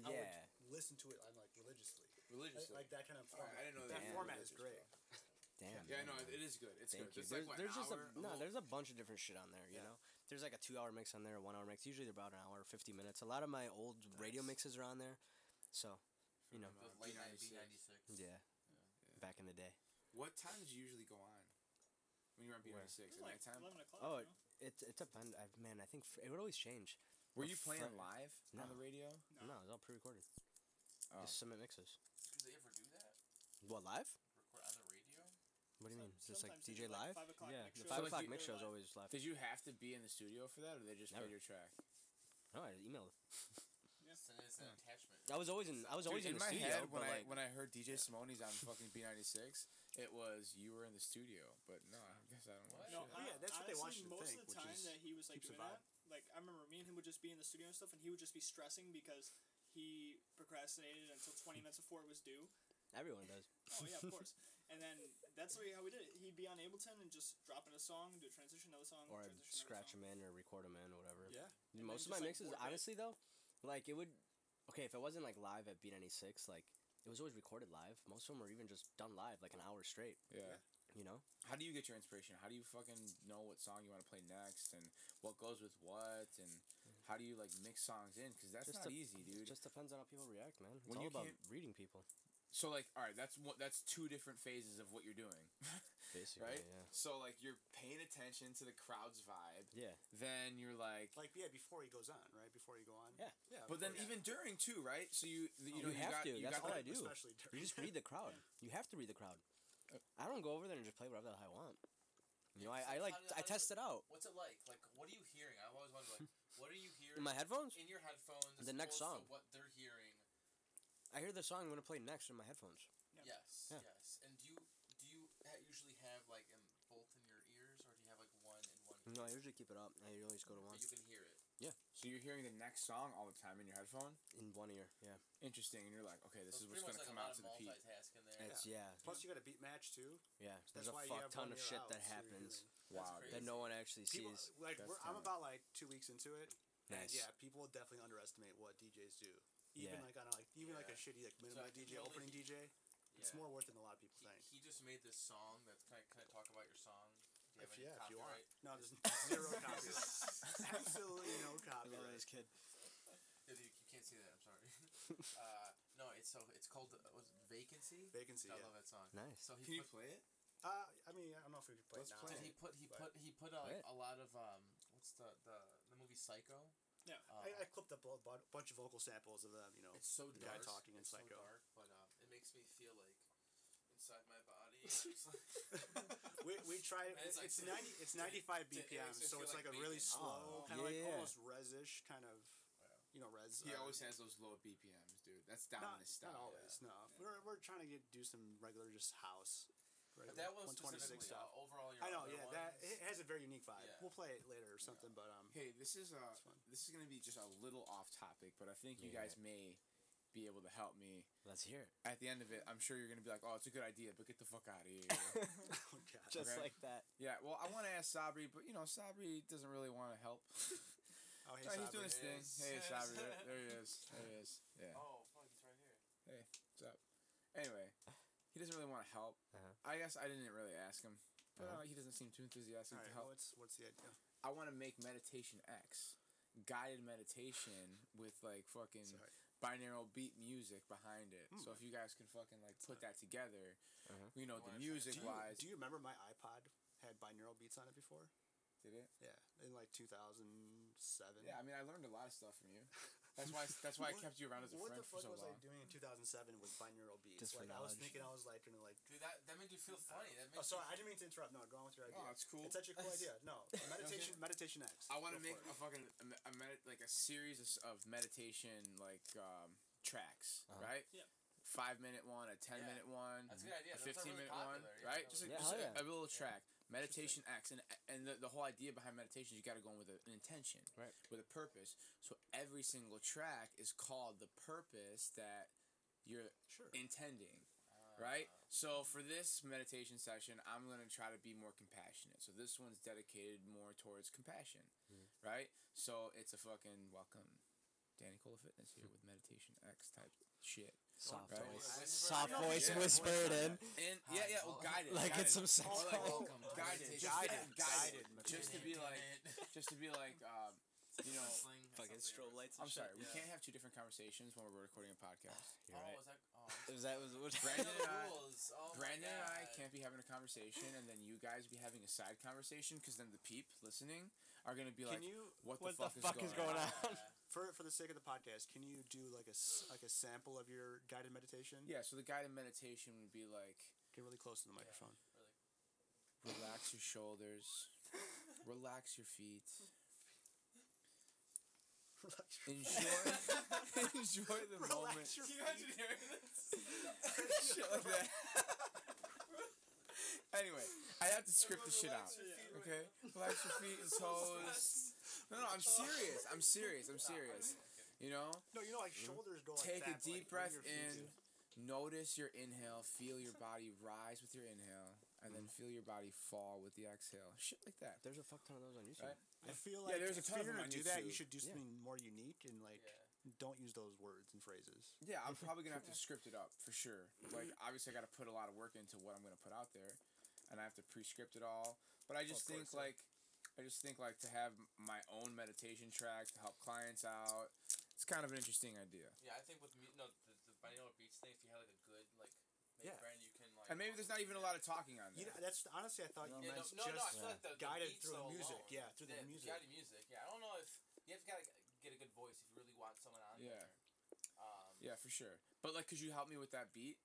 Speaker 8: I
Speaker 6: yeah.
Speaker 8: would listen to it. I'm like religiously,
Speaker 5: Religiously.
Speaker 8: like, like that kind of
Speaker 5: All right,
Speaker 8: format.
Speaker 5: I didn't know
Speaker 8: that
Speaker 5: that.
Speaker 8: format is
Speaker 5: Religious,
Speaker 8: great.
Speaker 6: Damn.
Speaker 5: Yeah, no,
Speaker 6: man.
Speaker 5: it, it is good. It's
Speaker 6: Thank
Speaker 5: good.
Speaker 6: you.
Speaker 5: It's
Speaker 6: There's,
Speaker 5: like what,
Speaker 6: there's just a
Speaker 5: hour?
Speaker 6: no.
Speaker 5: Well,
Speaker 6: There's a bunch of different shit on there. You
Speaker 8: Yeah.
Speaker 6: know, there's like a two-hour mix on there, a one-hour mix. Usually they're about an hour, fifty minutes. A lot of my old radio mixes are on there, so you know,
Speaker 5: From,
Speaker 3: Those
Speaker 5: uh,
Speaker 3: late night
Speaker 5: B96.
Speaker 3: B96.
Speaker 6: yeah. Back in the day,
Speaker 5: What time did you usually go on when you were on B96? At
Speaker 2: It's like
Speaker 5: nighttime?
Speaker 2: 11 o'clock.
Speaker 6: Oh,
Speaker 2: you know?
Speaker 6: it it depends. I, man, I think f- it would always change. a
Speaker 5: Were you playing
Speaker 6: friend-
Speaker 5: live
Speaker 6: No.
Speaker 5: on the radio?
Speaker 6: No, it's all pre-recorded.
Speaker 5: Oh.
Speaker 6: Just submit mixes.
Speaker 3: Do they ever do that?
Speaker 6: What live?
Speaker 3: Record on the radio?
Speaker 6: What do you mean? Just like
Speaker 2: Sometimes they
Speaker 6: DJ
Speaker 2: do,
Speaker 6: live?
Speaker 2: like, five o'clock
Speaker 6: yeah,
Speaker 2: mix
Speaker 6: the
Speaker 2: shows.
Speaker 6: five
Speaker 5: So, like,
Speaker 6: o'clock
Speaker 5: you-
Speaker 6: mix show is always live.
Speaker 5: Did you have to be in the studio for that, or they just
Speaker 6: Never.
Speaker 5: played your track?
Speaker 6: No, I emailed.
Speaker 3: It's an, it's an
Speaker 6: Hmm.
Speaker 3: attachment.
Speaker 6: I was always in. I was always
Speaker 5: Dude,
Speaker 6: in, the
Speaker 5: my
Speaker 6: studio.
Speaker 5: head when
Speaker 6: but
Speaker 5: I
Speaker 6: like,
Speaker 5: when I heard DJ Simone's on fucking B ninety six, it was you were in the studio, but no, I guess I don't know.
Speaker 3: What?
Speaker 5: shit.
Speaker 2: No,
Speaker 8: Well, yeah, that's what
Speaker 2: honestly,
Speaker 8: they want you to
Speaker 2: most
Speaker 8: think,
Speaker 2: of the
Speaker 8: which
Speaker 2: time
Speaker 8: is
Speaker 2: that he was like
Speaker 8: keeps the
Speaker 2: doing that, like I remember me and him would just be in the studio and stuff, and he would just be stressing because he procrastinated until twenty minutes before it was due.
Speaker 6: everyone does.
Speaker 2: Oh yeah, of course. And then that's the way how we did it. He'd be on Ableton and just drop in a song, do a transition, another song,
Speaker 6: Or I'd
Speaker 2: transition, another
Speaker 6: scratch
Speaker 2: song.
Speaker 6: them in or record them in or whatever.
Speaker 8: Yeah.
Speaker 6: Dude,
Speaker 2: And
Speaker 6: Most of my
Speaker 2: then
Speaker 6: mixes,
Speaker 2: just, like, work it.
Speaker 6: honestly though, like it would. Okay, if it wasn't like live at B ninety six, like it was always recorded live. Most of them were even just done live, like an hour straight.
Speaker 5: Yeah.
Speaker 6: You know.
Speaker 5: How do you get your inspiration? How do you fucking know what song you want to play next, and what goes with what, and how do you like mix songs in? Because that's
Speaker 6: Mm-hmm. Just a-
Speaker 5: not easy,
Speaker 6: It
Speaker 5: dude.
Speaker 6: just depends on how people react, man. It's
Speaker 5: When
Speaker 6: all
Speaker 5: you
Speaker 6: about
Speaker 5: can't-
Speaker 6: reading people,
Speaker 5: so like, all right, that's one, that's two different phases of what you're doing,
Speaker 6: basically.
Speaker 5: right?
Speaker 6: Yeah.
Speaker 5: So like, you're paying attention to the crowd's vibe.
Speaker 6: Yeah.
Speaker 5: Then you're like,
Speaker 8: Like yeah, before he goes on, right? Before you go on.
Speaker 6: Yeah. Oh,
Speaker 8: Yeah.
Speaker 5: but then
Speaker 8: before-
Speaker 5: even during too, right? So you you,
Speaker 6: You
Speaker 5: know you
Speaker 6: have
Speaker 5: got,
Speaker 6: to,
Speaker 5: You
Speaker 6: that's
Speaker 5: got
Speaker 6: all
Speaker 5: the-
Speaker 6: I do.
Speaker 8: Especially during.
Speaker 6: You just read the crowd. You have to read the crowd. I don't go over there and just play whatever the hell I want. You know,
Speaker 3: Yeah,
Speaker 6: I, I
Speaker 3: so
Speaker 6: like
Speaker 3: how
Speaker 6: I
Speaker 3: do- how do
Speaker 6: test it out
Speaker 3: What's it like? Like, what are you hearing? I've always wondered, like, what are you hearing
Speaker 6: in my headphones.
Speaker 3: in your headphones? as
Speaker 6: The next
Speaker 3: opposed to
Speaker 6: song.
Speaker 3: what they're hearing.
Speaker 6: I hear the song I'm gonna play next in my headphones.
Speaker 2: Yeah.
Speaker 3: Yes,
Speaker 6: Yeah.
Speaker 3: yes. And do you do you ha- usually have like in both in your ears, or do you have like one and one?
Speaker 6: No, I usually keep it up. I always go to Mm,
Speaker 3: But
Speaker 6: one
Speaker 3: you can hear it.
Speaker 5: So you're hearing the next song all the time in your headphone.
Speaker 6: in one ear. Yeah,
Speaker 5: Interesting, and you're like, okay, this
Speaker 3: So
Speaker 5: is
Speaker 3: it's
Speaker 5: what's
Speaker 3: pretty
Speaker 5: gonna
Speaker 3: much like a lot of
Speaker 5: come out to the peak.
Speaker 3: multitasking there.
Speaker 6: it's yeah,
Speaker 8: Plus you got a beat match too.
Speaker 6: yeah. There's a
Speaker 8: That's why you
Speaker 6: fuck
Speaker 8: have
Speaker 6: ton of
Speaker 8: one ear
Speaker 6: shit
Speaker 8: out,
Speaker 6: that
Speaker 8: so you're
Speaker 6: happens
Speaker 8: hearing.
Speaker 5: Wow,
Speaker 3: crazy.
Speaker 6: that no one actually
Speaker 8: People
Speaker 6: sees.
Speaker 8: like
Speaker 5: That's
Speaker 8: we're, I'm
Speaker 5: talent.
Speaker 8: about like two weeks into it, and
Speaker 6: Nice.
Speaker 8: yeah, people definitely underestimate what DJs do. Even
Speaker 6: Yeah.
Speaker 8: like on a, like even like a
Speaker 3: Yeah.
Speaker 8: shitty like
Speaker 3: I
Speaker 8: minimum
Speaker 3: can
Speaker 8: DJ
Speaker 3: only
Speaker 8: opening
Speaker 3: he-
Speaker 8: DJ, it's
Speaker 3: Yeah.
Speaker 8: more worth than a lot of people
Speaker 3: He,
Speaker 8: think.
Speaker 3: he just made this song. That's can I, can I talk about your song? Do you have
Speaker 8: If,
Speaker 3: any
Speaker 8: yeah, if you want.
Speaker 3: copyright?
Speaker 8: No, there's zero copyright. Absolutely no copyright.
Speaker 6: kid.
Speaker 3: Yeah, you, you can't see that. I'm sorry. uh, no, it's so it's called uh, was it vacancy.
Speaker 8: Vacancy.
Speaker 3: I
Speaker 8: Yeah.
Speaker 3: love that song.
Speaker 6: Nice.
Speaker 3: So he put,
Speaker 5: play it?
Speaker 8: Uh, I mean, I don't know if we can play
Speaker 5: Let's
Speaker 8: it now.
Speaker 5: play
Speaker 3: Did
Speaker 5: it.
Speaker 3: he put he
Speaker 8: But-
Speaker 3: put he put uh,
Speaker 6: Right.
Speaker 3: like, a lot of um what's the the the movie Psycho?
Speaker 2: Yeah.
Speaker 6: Uh,
Speaker 3: Um,
Speaker 8: I, I clipped up a bu- bunch of vocal samples of them, you know.
Speaker 3: it's so
Speaker 8: the guy
Speaker 3: dark.
Speaker 8: talking in
Speaker 3: it's so
Speaker 8: Psycho.
Speaker 3: dark, but um, it makes me feel like inside my body. it's like-
Speaker 8: We, we try
Speaker 3: And
Speaker 8: it's,
Speaker 3: it's like-
Speaker 8: it's ninety it's ninety five
Speaker 3: It- it
Speaker 8: BPM,
Speaker 3: makes me
Speaker 8: so
Speaker 3: feel
Speaker 8: it's
Speaker 3: like
Speaker 8: like, a really
Speaker 3: bacon.
Speaker 8: slow,
Speaker 6: Oh,
Speaker 8: kind of
Speaker 6: yeah.
Speaker 8: like almost resish kind of, you know, res.
Speaker 5: He
Speaker 8: uh,
Speaker 5: always has those low BPMs, dude. That's
Speaker 8: not,
Speaker 5: dominant
Speaker 8: not
Speaker 5: style.
Speaker 8: always. No, we're, we're trying to get do some regular just house.
Speaker 3: But
Speaker 8: regular
Speaker 3: that one
Speaker 8: 126
Speaker 3: specifically. Uh, overall, your
Speaker 8: I know.
Speaker 3: other
Speaker 8: Yeah, that
Speaker 3: ones-
Speaker 8: it has a very unique vibe.
Speaker 3: Yeah.
Speaker 8: We'll play it later or something, but um,
Speaker 5: Hey, this is uh,
Speaker 8: It's fun.
Speaker 5: this is gonna be just a little off topic, but I think you
Speaker 6: Yeah.
Speaker 5: guys may be able to help me.
Speaker 6: Let's hear it.
Speaker 5: At the end of it, I'm sure you're gonna be like, "Oh, it's a good idea," but get the fuck out of here.
Speaker 8: oh god,
Speaker 6: Just
Speaker 5: Okay.
Speaker 6: like that.
Speaker 5: yeah. Well, I want to ask Sabri, but you know, Sabri doesn't really want to help.
Speaker 8: oh hey,
Speaker 5: No, he's
Speaker 8: Sabri.
Speaker 5: doing his thing.
Speaker 3: Yes.
Speaker 5: Hey, Sabri, there, there he is. There he is. Yeah.
Speaker 3: Oh fuck, it's right here.
Speaker 5: Anyway, he doesn't really want to help.
Speaker 6: Uh-huh.
Speaker 5: I guess I didn't really ask him, but
Speaker 6: Uh-huh.
Speaker 5: uh, he doesn't seem too enthusiastic
Speaker 8: All
Speaker 5: to
Speaker 8: right,
Speaker 5: help.
Speaker 8: what's what's the idea?
Speaker 5: I want to make meditation X, guided meditation with like fucking
Speaker 8: Sorry.
Speaker 5: binaural beat music behind it. So
Speaker 8: Hmm.
Speaker 5: if you guys can fucking like put that together,
Speaker 6: Uh-huh.
Speaker 5: you know
Speaker 3: Wanna try
Speaker 5: the
Speaker 3: it?
Speaker 8: Do
Speaker 5: music
Speaker 8: you,
Speaker 5: wise,
Speaker 8: do you remember my iPod had binaural beats on it before?
Speaker 5: did it?
Speaker 8: Yeah, in like 2007.
Speaker 5: Yeah, I mean I learned a lot of stuff from you. That's why that's why I
Speaker 8: What-
Speaker 5: kept you around as a
Speaker 8: What
Speaker 5: friend
Speaker 8: the
Speaker 5: for
Speaker 8: fuck
Speaker 5: so
Speaker 8: was I
Speaker 5: long.
Speaker 8: doing in 2007 with binaural beats?
Speaker 6: Just for
Speaker 8: like I
Speaker 6: knowledge.
Speaker 8: was thinking I was like gonna like.
Speaker 3: Dude, that that made you feel funny. That
Speaker 8: Oh,
Speaker 3: makes.
Speaker 8: sorry, I
Speaker 3: you,
Speaker 8: didn't mean to interrupt. No, go on with your idea.
Speaker 5: Oh, it's cool.
Speaker 8: It's such a cool idea. No, meditation, meditation X.
Speaker 5: I want to
Speaker 8: Go
Speaker 5: make
Speaker 8: for
Speaker 5: a fucking a, me- a med- like a series of, s- of meditation like um, tracks,
Speaker 6: Uh-huh.
Speaker 5: right?
Speaker 2: Yep.
Speaker 5: Five minute one, a ten
Speaker 3: Yeah.
Speaker 5: minute one,
Speaker 3: That's a good idea.
Speaker 5: a
Speaker 3: Those are
Speaker 5: fifteen
Speaker 3: really
Speaker 5: minute
Speaker 3: popular.
Speaker 5: one,
Speaker 3: Yeah,
Speaker 5: right?
Speaker 3: those
Speaker 5: Just, a,
Speaker 6: are- Yeah,
Speaker 5: just
Speaker 6: hell
Speaker 5: a-
Speaker 6: yeah.
Speaker 5: a little track. Meditation acts, and and the, the whole idea behind meditation is you got to go in with a, an intention,
Speaker 6: Right.
Speaker 5: With a purpose. So every single track is called the purpose that you're
Speaker 8: it. Sure.
Speaker 5: intending
Speaker 3: Uh-huh. Uh,
Speaker 5: right? So for this meditation session, I'm gonna try to be more compassionate. So this one's dedicated more towards compassion,
Speaker 6: Mm-hmm.
Speaker 5: right? So it's a fucking welcome, Danny Cole Fitness here with meditation X type shit.
Speaker 6: Soft
Speaker 5: Right.
Speaker 6: voice.
Speaker 3: I-
Speaker 6: Soft
Speaker 5: I-
Speaker 6: voice
Speaker 5: yeah.
Speaker 6: whispered in
Speaker 5: And yeah, yeah, well, guided,
Speaker 6: like
Speaker 5: guided.
Speaker 6: it's some sex.
Speaker 5: Oh, like,
Speaker 6: call.
Speaker 3: Welcome to
Speaker 5: guided,
Speaker 3: meditation.
Speaker 5: guided,
Speaker 8: Guided,
Speaker 5: guided,
Speaker 8: guided
Speaker 5: just to be like, just to be like, um, you know.
Speaker 3: Wrestling or
Speaker 6: Fucking
Speaker 3: something.
Speaker 6: strobe lights.
Speaker 5: I'm sorry, we
Speaker 3: Yeah.
Speaker 5: can't have two different conversations when we're recording a podcast.
Speaker 6: You're
Speaker 3: oh,
Speaker 6: right.
Speaker 3: was that? Oh, I'm
Speaker 6: Was that was was
Speaker 5: Brandon and I-
Speaker 3: rules. Oh my
Speaker 5: Brandon and I
Speaker 3: God.
Speaker 5: can't be having a conversation, and then you guys be having a side conversation, because then the peep listening are gonna be
Speaker 8: Can
Speaker 5: like,
Speaker 8: you
Speaker 5: "What the
Speaker 6: What
Speaker 5: fuck,
Speaker 6: the fuck is going
Speaker 5: on?"
Speaker 6: on?
Speaker 3: Yeah.
Speaker 8: for for the sake of the podcast, can you do like a s- like a sample of your guided meditation?
Speaker 5: Yeah, so the guided meditation would be like
Speaker 8: Get really close to the microphone.
Speaker 5: relax your shoulders, relax your feet. Enjoy, enjoy the moment.
Speaker 8: Relax your
Speaker 3: Can you imagine hearing this?
Speaker 5: Shit like that. anyway, I have to script the shit out. Okay, relax your feet and toes. No, no, I'm serious. I'm serious. I'm serious. You know,
Speaker 8: No, you know like
Speaker 6: Hmm?
Speaker 8: shoulders go.
Speaker 5: take
Speaker 8: like
Speaker 5: a
Speaker 8: that,
Speaker 5: deep
Speaker 8: like, when
Speaker 5: breath
Speaker 8: your feet
Speaker 5: in.
Speaker 8: do.
Speaker 5: Notice your inhale. Feel your body rise with your inhale, and then feel your body fall with the exhale. Shit like that.
Speaker 6: There's a fuck ton of those on YouTube.
Speaker 5: Right.
Speaker 8: I feel
Speaker 5: Yeah,
Speaker 8: like
Speaker 5: there's a
Speaker 8: if
Speaker 5: ton of
Speaker 8: you're
Speaker 5: them
Speaker 8: gonna do
Speaker 5: on
Speaker 8: that, you
Speaker 5: YouTube.
Speaker 8: should do
Speaker 6: Yeah.
Speaker 8: something more unique and like
Speaker 3: Yeah.
Speaker 8: don't use those words and phrases.
Speaker 5: Yeah, I'm probably gonna have to script it up for sure. Like, obviously, I got to put a lot of work into what I'm gonna put out there, and I have to pre-script it all. But I just
Speaker 8: Of
Speaker 5: think
Speaker 8: course, yeah.
Speaker 5: like, I just think like to have m- my own meditation track to help clients out. It's kind of an interesting idea,
Speaker 3: Yeah, I think with mu- no the, the binaural beats thing, if you have like a good like main
Speaker 8: Yeah.
Speaker 3: friend, you can like.
Speaker 5: and maybe there's not even a lot of talking on
Speaker 8: You
Speaker 5: there.
Speaker 8: know, that's honestly, I thought
Speaker 7: No,
Speaker 8: you
Speaker 3: Yeah, no,
Speaker 8: meant
Speaker 3: no, no, I
Speaker 8: just
Speaker 3: feel like the, the
Speaker 8: guided
Speaker 3: beats
Speaker 8: through the
Speaker 3: alone,
Speaker 8: music. Yeah, through the
Speaker 3: Yeah,
Speaker 8: music.
Speaker 3: Guided music. Yeah, I don't know if you have got get a good voice if you really want someone on
Speaker 5: Yeah.
Speaker 3: there. Um,
Speaker 5: Yeah, for sure. But like, could you help me with that beat?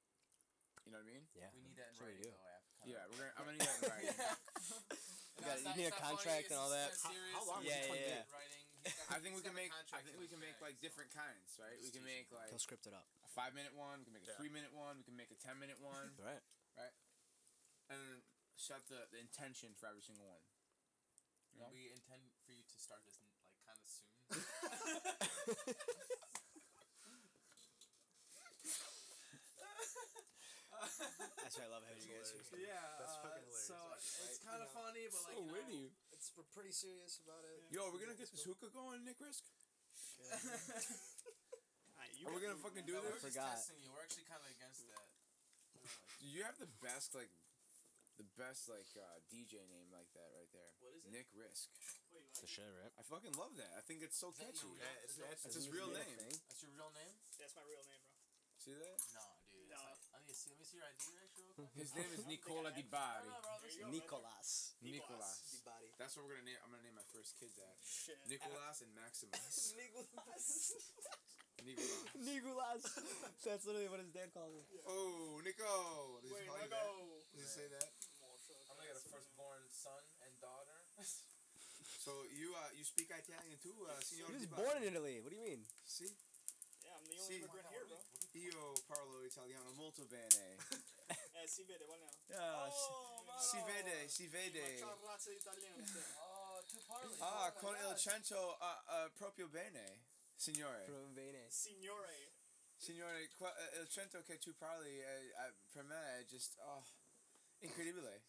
Speaker 5: You know what I mean?
Speaker 6: Yeah.
Speaker 3: We need that in
Speaker 6: Sure we do.
Speaker 3: writing though. After
Speaker 5: Yeah, we're gonna. I'm gonna need that in writing.
Speaker 6: You gotta- you need a contract and all that.
Speaker 8: How- how long
Speaker 6: Yeah, yeah, yeah.
Speaker 5: I think we can make. I think we can make like different kinds, right? We can make like
Speaker 6: He'll script it up.
Speaker 5: a five minute one. We can make a
Speaker 8: Yeah.
Speaker 5: three minute one. We can make a ten minute one.
Speaker 6: Right.
Speaker 5: and then set the, the intention for every single one. Yeah.
Speaker 3: We intend for you to start this n- like kind of soon.
Speaker 6: That's why I love having you guys here.
Speaker 3: yeah,
Speaker 8: That's
Speaker 3: uh,
Speaker 8: fucking hilarious,
Speaker 3: So
Speaker 8: actually.
Speaker 3: it's kind of
Speaker 6: know,
Speaker 3: funny, but like you know,
Speaker 6: It's, we're pretty serious about it.
Speaker 5: Yo, we're gonna get this hookah going, Nick Risk.
Speaker 8: Alright, you
Speaker 5: Are we
Speaker 8: got-
Speaker 5: gonna fucking do
Speaker 3: no,
Speaker 5: this?
Speaker 3: we're just
Speaker 6: forgot.
Speaker 3: testing you. We're actually kind of against that. We're like,
Speaker 5: You have the best like, the best like uh, DJ name like that right there.
Speaker 3: What is it?
Speaker 5: Nick Risk.
Speaker 2: Wait,
Speaker 6: It's the shit, right?
Speaker 5: I fucking love that. I think it's so
Speaker 3: Is that
Speaker 5: catchy.
Speaker 3: your real-
Speaker 8: Yeah, it's- that's-
Speaker 5: That's
Speaker 8: it's
Speaker 5: his real name.
Speaker 3: That's your real name?
Speaker 2: That's my real name, bro.
Speaker 5: See that?
Speaker 3: No, dude.
Speaker 2: No.
Speaker 3: that's not- I need to see. Let me see your ID actually real quick.
Speaker 5: His name is
Speaker 2: I don't think
Speaker 5: Nicola
Speaker 2: I-
Speaker 5: Di
Speaker 3: I don't
Speaker 5: Bari.
Speaker 3: know, bro. This
Speaker 2: There you go.
Speaker 6: Nicolas.
Speaker 5: Nicolas.
Speaker 6: body.
Speaker 5: That's what we're gonna name. I'm gonna name my first kid that.
Speaker 2: Shit.
Speaker 5: Nicolas and Maximus.
Speaker 6: Nicolas.
Speaker 5: Nicolas.
Speaker 6: Nicolas. That's literally what his dad calls him.
Speaker 5: Oh, Nico. Did he
Speaker 2: Wait,
Speaker 5: call you
Speaker 2: let
Speaker 5: that?
Speaker 2: go.
Speaker 5: Did he say that?
Speaker 3: I'm gonna get a firstborn son and daughter.
Speaker 5: So you uh, you speak Italian too, uh, signor?
Speaker 6: He was
Speaker 5: Di Bari?
Speaker 6: born in Italy. What do you mean?
Speaker 5: See,
Speaker 2: Yeah, I'm the
Speaker 5: Sì.
Speaker 2: only immigrant here, bro.
Speaker 5: io parlo italiano molto bene.
Speaker 2: Eh, si vede, guarda.
Speaker 6: Oh,
Speaker 5: si vede, si vede.
Speaker 2: Faccio la razza italiana.
Speaker 3: Oh, two parley. Oh
Speaker 5: Ah,
Speaker 3: my
Speaker 5: con il
Speaker 3: God.
Speaker 5: censo ah, ah, proprio bene, signore.
Speaker 6: From Venice.
Speaker 2: Signore.
Speaker 5: Signore, qua, eh, il cento che tu parli eh, eh, per me è just oh, incredibile.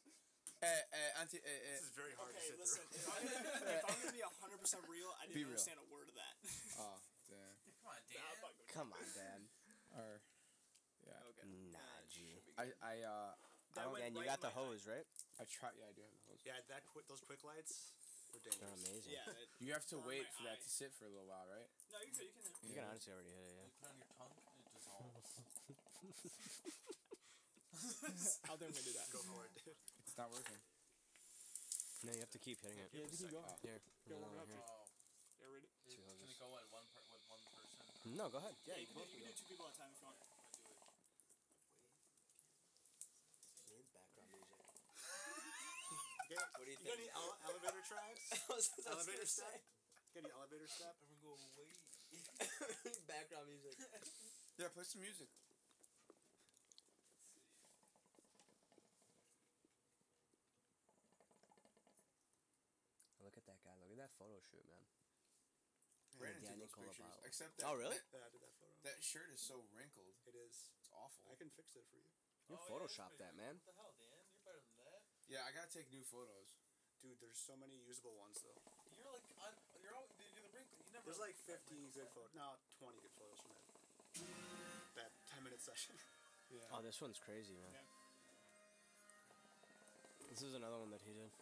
Speaker 5: Eh, eh, anti, eh, eh,
Speaker 8: This is very hard
Speaker 2: Okay,
Speaker 8: to sit
Speaker 2: listen. If I'm,
Speaker 8: through.
Speaker 2: gonna, if I'm gonna be 100% real, I
Speaker 5: Be
Speaker 2: didn't
Speaker 5: real.
Speaker 2: understand a word of that.
Speaker 5: oh, damn.
Speaker 3: Come on, Dan.
Speaker 2: Nah, I'm fucking with you.
Speaker 6: Come on, Dad.
Speaker 5: Or, yeah.
Speaker 2: Okay.
Speaker 6: Nah, G.
Speaker 5: I, I, uh,
Speaker 2: That went
Speaker 6: Dan, you
Speaker 2: right
Speaker 6: got
Speaker 2: in
Speaker 6: the
Speaker 2: my head.
Speaker 6: hose, right?
Speaker 5: I try. Yeah, I do have the hose.
Speaker 8: yeah, that qu- those quick lights were
Speaker 6: They're
Speaker 8: dangerous.
Speaker 6: Oh, amazing.
Speaker 2: Yeah. that-
Speaker 5: You have to
Speaker 2: Oh,
Speaker 5: wait
Speaker 2: my
Speaker 5: for that
Speaker 2: eye.
Speaker 5: to sit for a little while, right?
Speaker 2: No, you're good. You can.
Speaker 6: You can honestly already hit it,
Speaker 3: You
Speaker 6: yeah.
Speaker 3: put on your tongue and it dissolves.
Speaker 2: Out there, I'm gonna do that.
Speaker 8: Go for it, dude.
Speaker 5: It's not working.
Speaker 6: No, you have to keep hitting it.
Speaker 2: Yeah, you can go.
Speaker 5: Ah.
Speaker 6: Here.
Speaker 2: Yeah,
Speaker 6: another
Speaker 2: warm
Speaker 6: one
Speaker 2: it up.
Speaker 6: here.
Speaker 3: Oh.
Speaker 2: Get rid of-
Speaker 3: It, can it go at one per, with one person?
Speaker 6: No, go ahead.
Speaker 2: Yeah, you can, do, you can do two people at a time if you want.
Speaker 6: Background music.
Speaker 8: Okay,
Speaker 6: What do you
Speaker 8: you got any ele- elevator tracks? elevator step? Got any elevator step?
Speaker 3: Everyone go away.
Speaker 6: Background music.
Speaker 5: Yeah, play some music.
Speaker 6: Oh, Look at that guy. Look at that photo shoot, man.
Speaker 5: Brandon
Speaker 6: Yeah,
Speaker 5: took those
Speaker 6: Nicola
Speaker 5: pictures.
Speaker 6: Bauer.
Speaker 5: Except that,
Speaker 6: Oh, really?
Speaker 8: Yeah, I did that photo.
Speaker 5: That shirt is so wrinkled.
Speaker 8: It is.
Speaker 5: It's awful.
Speaker 8: I can fix it for you.
Speaker 6: You Photoshop that, man.
Speaker 3: What the hell, Dan? You're better than that.
Speaker 5: Yeah, I gotta take new photos.
Speaker 8: Dude, there's so many usable ones though.
Speaker 3: You're like, on, you're all, you're the wrinkle. You never.
Speaker 8: There's like 50 good photos. No, 20 good photos from that. That 10 minute session.
Speaker 6: Oh, this one's crazy, man.
Speaker 2: Yeah.
Speaker 6: This is another one that he did.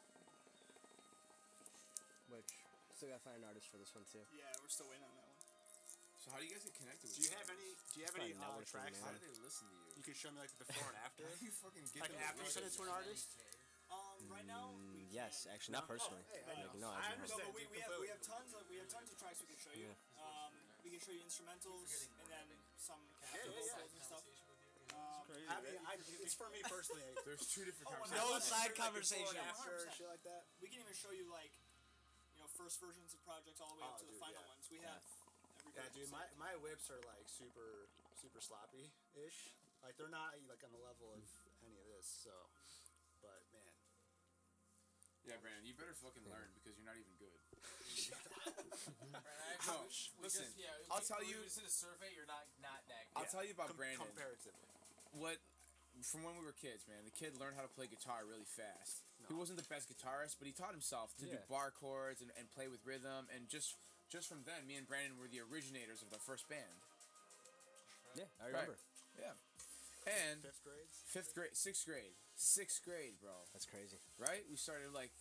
Speaker 6: Which still gotta find an artist for this one too.
Speaker 2: Yeah, we're still waiting on that one.
Speaker 5: So how do you guys get
Speaker 8: Do
Speaker 5: connected?
Speaker 8: you
Speaker 5: with each
Speaker 8: have
Speaker 5: other?
Speaker 8: any? Do you have any
Speaker 6: Probably
Speaker 8: uh,
Speaker 6: networking,
Speaker 8: tracks?
Speaker 5: How
Speaker 6: man.
Speaker 5: do they listen to you?
Speaker 8: You can show me like the before and after.
Speaker 5: How do you fucking get
Speaker 8: Like
Speaker 5: them
Speaker 8: after you send
Speaker 5: to
Speaker 8: it
Speaker 5: listen?
Speaker 8: to an artist.
Speaker 2: Um, right now.
Speaker 6: Mm,
Speaker 2: we
Speaker 6: yes,
Speaker 2: can-
Speaker 6: actually, not
Speaker 8: No? Oh,
Speaker 6: personally.
Speaker 8: hey, I
Speaker 6: Like,
Speaker 8: know.
Speaker 6: no,
Speaker 8: I
Speaker 6: actually,
Speaker 8: understand.
Speaker 2: No, but we, we have we have tons of we have tons of tracks we can show you. Um, nature instrumentals,
Speaker 3: Forgetting
Speaker 2: and
Speaker 3: more
Speaker 2: then
Speaker 3: things.
Speaker 2: some
Speaker 8: yeah,
Speaker 2: casual
Speaker 8: yeah.
Speaker 2: vocals and stuff.
Speaker 3: Uh,
Speaker 8: Um,
Speaker 7: crazy,
Speaker 8: I
Speaker 7: right?
Speaker 8: mean, I, it's for me personally. like,
Speaker 5: There's two different
Speaker 2: Oh, and
Speaker 6: No
Speaker 5: conversations.
Speaker 2: I-
Speaker 6: side
Speaker 2: like,
Speaker 6: conversation.
Speaker 2: before and
Speaker 8: after,
Speaker 2: after,
Speaker 8: shit like that.
Speaker 2: We can even show you like, you know, first versions of projects all the way up
Speaker 8: Oh,
Speaker 2: to the
Speaker 8: dude,
Speaker 2: final
Speaker 8: yeah.
Speaker 2: ones. We have
Speaker 8: Yeah, dude,
Speaker 2: everybody.
Speaker 8: my, my whips are like super super sloppy ish. Like they're not like on the level of any of this. So, but man,
Speaker 5: Yeah, Brandon, you better fucking learn because you're not even good.
Speaker 3: Actually,
Speaker 5: Ouch.
Speaker 3: we just-
Speaker 5: Listen,
Speaker 3: yeah, we-
Speaker 5: I'll tell
Speaker 3: we
Speaker 5: you-
Speaker 3: just did a survey. You're not not that
Speaker 5: I'll
Speaker 3: good.
Speaker 5: tell you about
Speaker 8: com-
Speaker 5: Brandon.
Speaker 8: comparatively.
Speaker 5: What from when we were kids, man. The kid learned how to play guitar really fast. He
Speaker 8: No.
Speaker 5: wasn't the best guitarist, but he taught himself to do
Speaker 8: Yeah.
Speaker 5: bar chords and, and play with rhythm. And just just from then, me and Brandon were the originators of the first band.
Speaker 6: Yeah, I remember.
Speaker 5: And
Speaker 8: Fifth grades.
Speaker 5: fifth grade, sixth grade, sixth grade, bro.
Speaker 6: That's crazy.
Speaker 5: Right? We started like